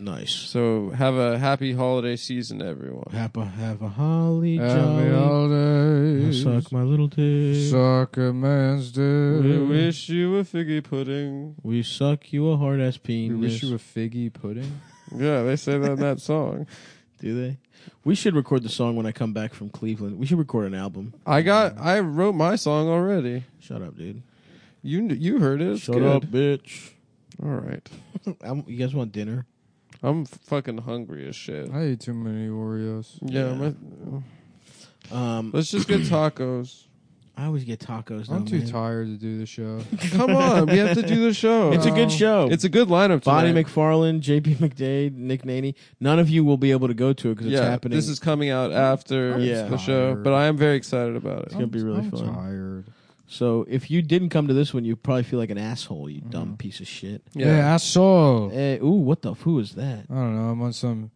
[SPEAKER 2] Nice.
[SPEAKER 4] So have a happy holiday season, everyone.
[SPEAKER 2] Have a have a holly
[SPEAKER 1] Happy
[SPEAKER 2] jolly.
[SPEAKER 1] holidays.
[SPEAKER 2] Suck my little dick.
[SPEAKER 1] Suck a man's
[SPEAKER 4] We
[SPEAKER 1] dick.
[SPEAKER 4] wish you a figgy pudding.
[SPEAKER 2] We suck you a hard ass penis.
[SPEAKER 1] We wish you a figgy pudding.
[SPEAKER 4] Yeah, they say that in that song.
[SPEAKER 2] Do they? We should record the song when I come back from Cleveland. We should record an album.
[SPEAKER 4] I got. I wrote my song already.
[SPEAKER 2] Shut up, dude.
[SPEAKER 4] You kn- you heard it. It's
[SPEAKER 2] Shut
[SPEAKER 4] good.
[SPEAKER 2] up, bitch.
[SPEAKER 4] All right.
[SPEAKER 2] I'm, you guys want dinner?
[SPEAKER 4] I'm fucking hungry as shit.
[SPEAKER 1] I ate too many Oreos.
[SPEAKER 4] Yeah. My,
[SPEAKER 2] Um,
[SPEAKER 4] let's just get tacos.
[SPEAKER 2] I always get tacos. Though,
[SPEAKER 1] I'm too
[SPEAKER 2] Oh, man.
[SPEAKER 1] tired to do the show.
[SPEAKER 4] Come on, we have to do the show. Uh,
[SPEAKER 2] It's a good
[SPEAKER 1] No.
[SPEAKER 2] show.
[SPEAKER 4] It's a good lineup.
[SPEAKER 2] Bonnie
[SPEAKER 4] tonight.
[SPEAKER 2] McFarlane, JP McDade, Nick Naney. None of you will be able to go to it because it's
[SPEAKER 4] yeah,
[SPEAKER 2] happening.
[SPEAKER 4] this is coming out after
[SPEAKER 2] Yeah.
[SPEAKER 4] the show,
[SPEAKER 1] tired.
[SPEAKER 4] but I am very excited about it.
[SPEAKER 2] gonna be really
[SPEAKER 1] I'm
[SPEAKER 2] fun.
[SPEAKER 1] tired.
[SPEAKER 2] so if you didn't come to this one, you probably feel like an asshole. You dumb piece of shit.
[SPEAKER 1] Yeah, I saw.
[SPEAKER 2] Eh, ooh, what the? f- Who is that?
[SPEAKER 1] I don't know. I'm on some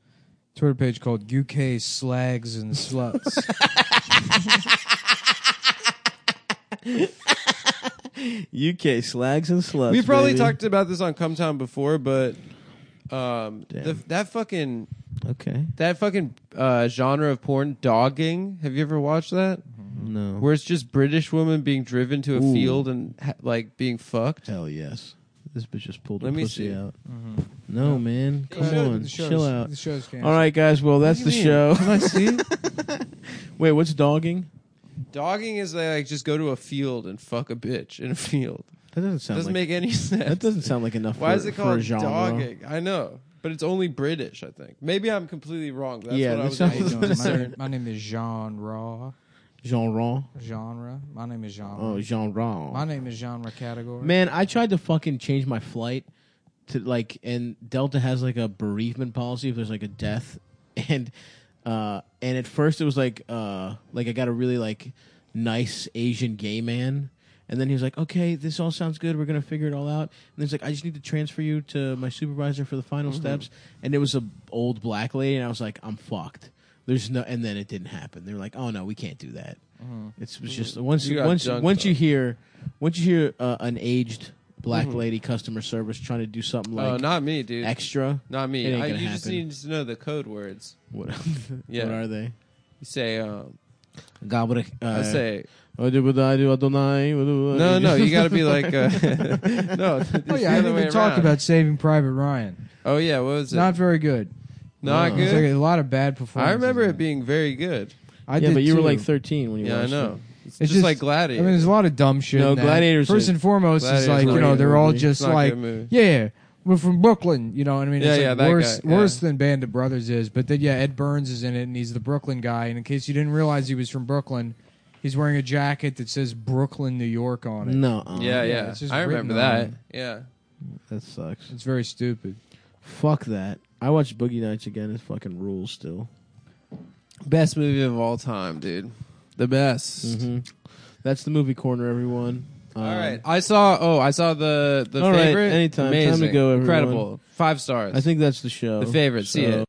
[SPEAKER 1] Twitter page called UK Slags and Sluts.
[SPEAKER 2] UK slags and sluts.
[SPEAKER 4] we probably
[SPEAKER 2] baby.
[SPEAKER 4] talked about this on Come Town before, but um,
[SPEAKER 2] Damn.
[SPEAKER 4] the, that fucking
[SPEAKER 2] Okay.
[SPEAKER 4] that fucking uh, genre of porn, dogging. Have you ever watched that?
[SPEAKER 2] No.
[SPEAKER 4] Where it's just British women being driven to a
[SPEAKER 2] Ooh.
[SPEAKER 4] field and ha- like being fucked.
[SPEAKER 2] Hell yes. This bitch just pulled
[SPEAKER 4] Let
[SPEAKER 2] her
[SPEAKER 4] me
[SPEAKER 2] pussy
[SPEAKER 4] see. Mm-hmm.
[SPEAKER 2] out. No, man. Come on.
[SPEAKER 1] The show's-
[SPEAKER 2] Chill out.
[SPEAKER 1] The show's canceled.
[SPEAKER 2] All right, guys. Well, that's the
[SPEAKER 4] What do you
[SPEAKER 2] show.
[SPEAKER 4] mean? Can I see?
[SPEAKER 2] Wait, what's dogging?
[SPEAKER 4] dogging is they like just go to a field and fuck a bitch in a field.
[SPEAKER 2] That doesn't sound
[SPEAKER 4] doesn't
[SPEAKER 2] like
[SPEAKER 4] make any
[SPEAKER 2] that
[SPEAKER 4] sense.
[SPEAKER 2] doesn't sound like enough.
[SPEAKER 4] Why
[SPEAKER 2] for,
[SPEAKER 4] is it
[SPEAKER 2] for a
[SPEAKER 4] called
[SPEAKER 2] genre.
[SPEAKER 4] dogging? I know, but it's only British. I think maybe I'm completely wrong. That's
[SPEAKER 2] Yeah,
[SPEAKER 4] what I
[SPEAKER 2] that
[SPEAKER 4] was
[SPEAKER 1] How
[SPEAKER 2] sounds-
[SPEAKER 1] you
[SPEAKER 4] able to
[SPEAKER 1] doing? My,
[SPEAKER 4] discern.
[SPEAKER 1] name, my name is Genre.
[SPEAKER 2] Genre.
[SPEAKER 1] Genre. My name is Genre.
[SPEAKER 2] Oh, genre.
[SPEAKER 1] My name is Genre Category.
[SPEAKER 2] Man, I tried to fucking change my flight to like, and Delta has like a bereavement policy if there's like a death, and uh, and at first it was like, uh, like I got a really like nice Asian gay man, and then he was like, okay, this all sounds good, we're gonna figure it all out, and he's like, I just need to transfer you to my supervisor for the final
[SPEAKER 4] Mm-hmm.
[SPEAKER 2] steps, and it was a old black lady, and I was like, I'm fucked. There's no, and then it didn't happen. They're like, oh no, we can't do that. It's, it's just once
[SPEAKER 4] Mm-hmm. You
[SPEAKER 2] you
[SPEAKER 4] got
[SPEAKER 2] once
[SPEAKER 4] junked
[SPEAKER 2] once
[SPEAKER 4] up.
[SPEAKER 2] you hear once you hear uh, an aged black lady customer service trying to do something like
[SPEAKER 4] Mm-hmm. oh, not me, dude.
[SPEAKER 2] extra,
[SPEAKER 4] Not me.
[SPEAKER 2] It ain't
[SPEAKER 4] I,
[SPEAKER 2] gonna
[SPEAKER 4] you just
[SPEAKER 2] happen.
[SPEAKER 4] need to know the code words.
[SPEAKER 2] what,
[SPEAKER 4] Yeah.
[SPEAKER 2] what are they?
[SPEAKER 4] You say, um,
[SPEAKER 2] Gobble
[SPEAKER 4] I say,
[SPEAKER 2] I do what I do, Adonai.
[SPEAKER 4] no, no, you got to be like, uh, no. it's
[SPEAKER 1] oh,
[SPEAKER 4] the
[SPEAKER 1] yeah, I
[SPEAKER 4] other
[SPEAKER 1] didn't
[SPEAKER 4] way
[SPEAKER 1] even talk
[SPEAKER 4] around.
[SPEAKER 1] about Saving Private Ryan.
[SPEAKER 4] Oh yeah, what was
[SPEAKER 1] It's
[SPEAKER 4] it?
[SPEAKER 1] not very good.
[SPEAKER 4] Not
[SPEAKER 1] It's like
[SPEAKER 4] good.
[SPEAKER 1] a lot of bad performances.
[SPEAKER 4] I remember
[SPEAKER 1] in
[SPEAKER 4] it being very good.
[SPEAKER 1] I
[SPEAKER 2] yeah,
[SPEAKER 1] did
[SPEAKER 2] but you
[SPEAKER 1] too.
[SPEAKER 2] were like 13 when you
[SPEAKER 4] Yeah, I
[SPEAKER 2] watched
[SPEAKER 4] know.
[SPEAKER 2] it.
[SPEAKER 4] It's,
[SPEAKER 1] It's
[SPEAKER 4] just, like
[SPEAKER 1] I
[SPEAKER 4] Gladiator.
[SPEAKER 1] mean, there's a lot of dumb shit.
[SPEAKER 2] No,
[SPEAKER 1] in that.
[SPEAKER 2] Gladiator's
[SPEAKER 1] First
[SPEAKER 2] a-
[SPEAKER 1] and foremost, it's
[SPEAKER 4] Gladiator's
[SPEAKER 1] like
[SPEAKER 4] not
[SPEAKER 1] you
[SPEAKER 4] a
[SPEAKER 1] know
[SPEAKER 4] good
[SPEAKER 1] they're all
[SPEAKER 2] movie.
[SPEAKER 1] just
[SPEAKER 4] It's not a
[SPEAKER 1] like
[SPEAKER 4] good movie.
[SPEAKER 1] yeah, we're from Brooklyn. You know, what I mean,
[SPEAKER 4] Yeah,
[SPEAKER 1] it's
[SPEAKER 4] yeah,
[SPEAKER 1] like
[SPEAKER 4] that
[SPEAKER 1] worse
[SPEAKER 4] guy,
[SPEAKER 1] worse
[SPEAKER 4] yeah.
[SPEAKER 1] than Band of Brothers is. But then yeah, Ed Burns is in it, and he's the Brooklyn guy. And in case you didn't realize he was from Brooklyn, he's wearing a jacket that says Brooklyn, New York on
[SPEAKER 4] Mm.
[SPEAKER 1] it.
[SPEAKER 2] No, uh,
[SPEAKER 1] yeah,
[SPEAKER 4] yeah, yeah.
[SPEAKER 1] it's just
[SPEAKER 4] I
[SPEAKER 1] written
[SPEAKER 4] remember
[SPEAKER 1] on
[SPEAKER 4] that.
[SPEAKER 1] it.
[SPEAKER 4] Yeah.
[SPEAKER 2] that sucks.
[SPEAKER 1] It's very stupid.
[SPEAKER 2] Fuck that. I watched Boogie Nights again. It fucking rules still.
[SPEAKER 4] Best movie of all time, dude. The best.
[SPEAKER 2] hmm That's the movie corner, everyone. Um,
[SPEAKER 4] All right. I saw. Oh, I saw the the
[SPEAKER 2] All right,
[SPEAKER 4] favorite.
[SPEAKER 2] anytime. Time to
[SPEAKER 4] Amazing.
[SPEAKER 2] go, everyone.
[SPEAKER 4] Incredible. Five stars.
[SPEAKER 2] I think that's the show.
[SPEAKER 4] The favorite. See
[SPEAKER 2] So-
[SPEAKER 4] it.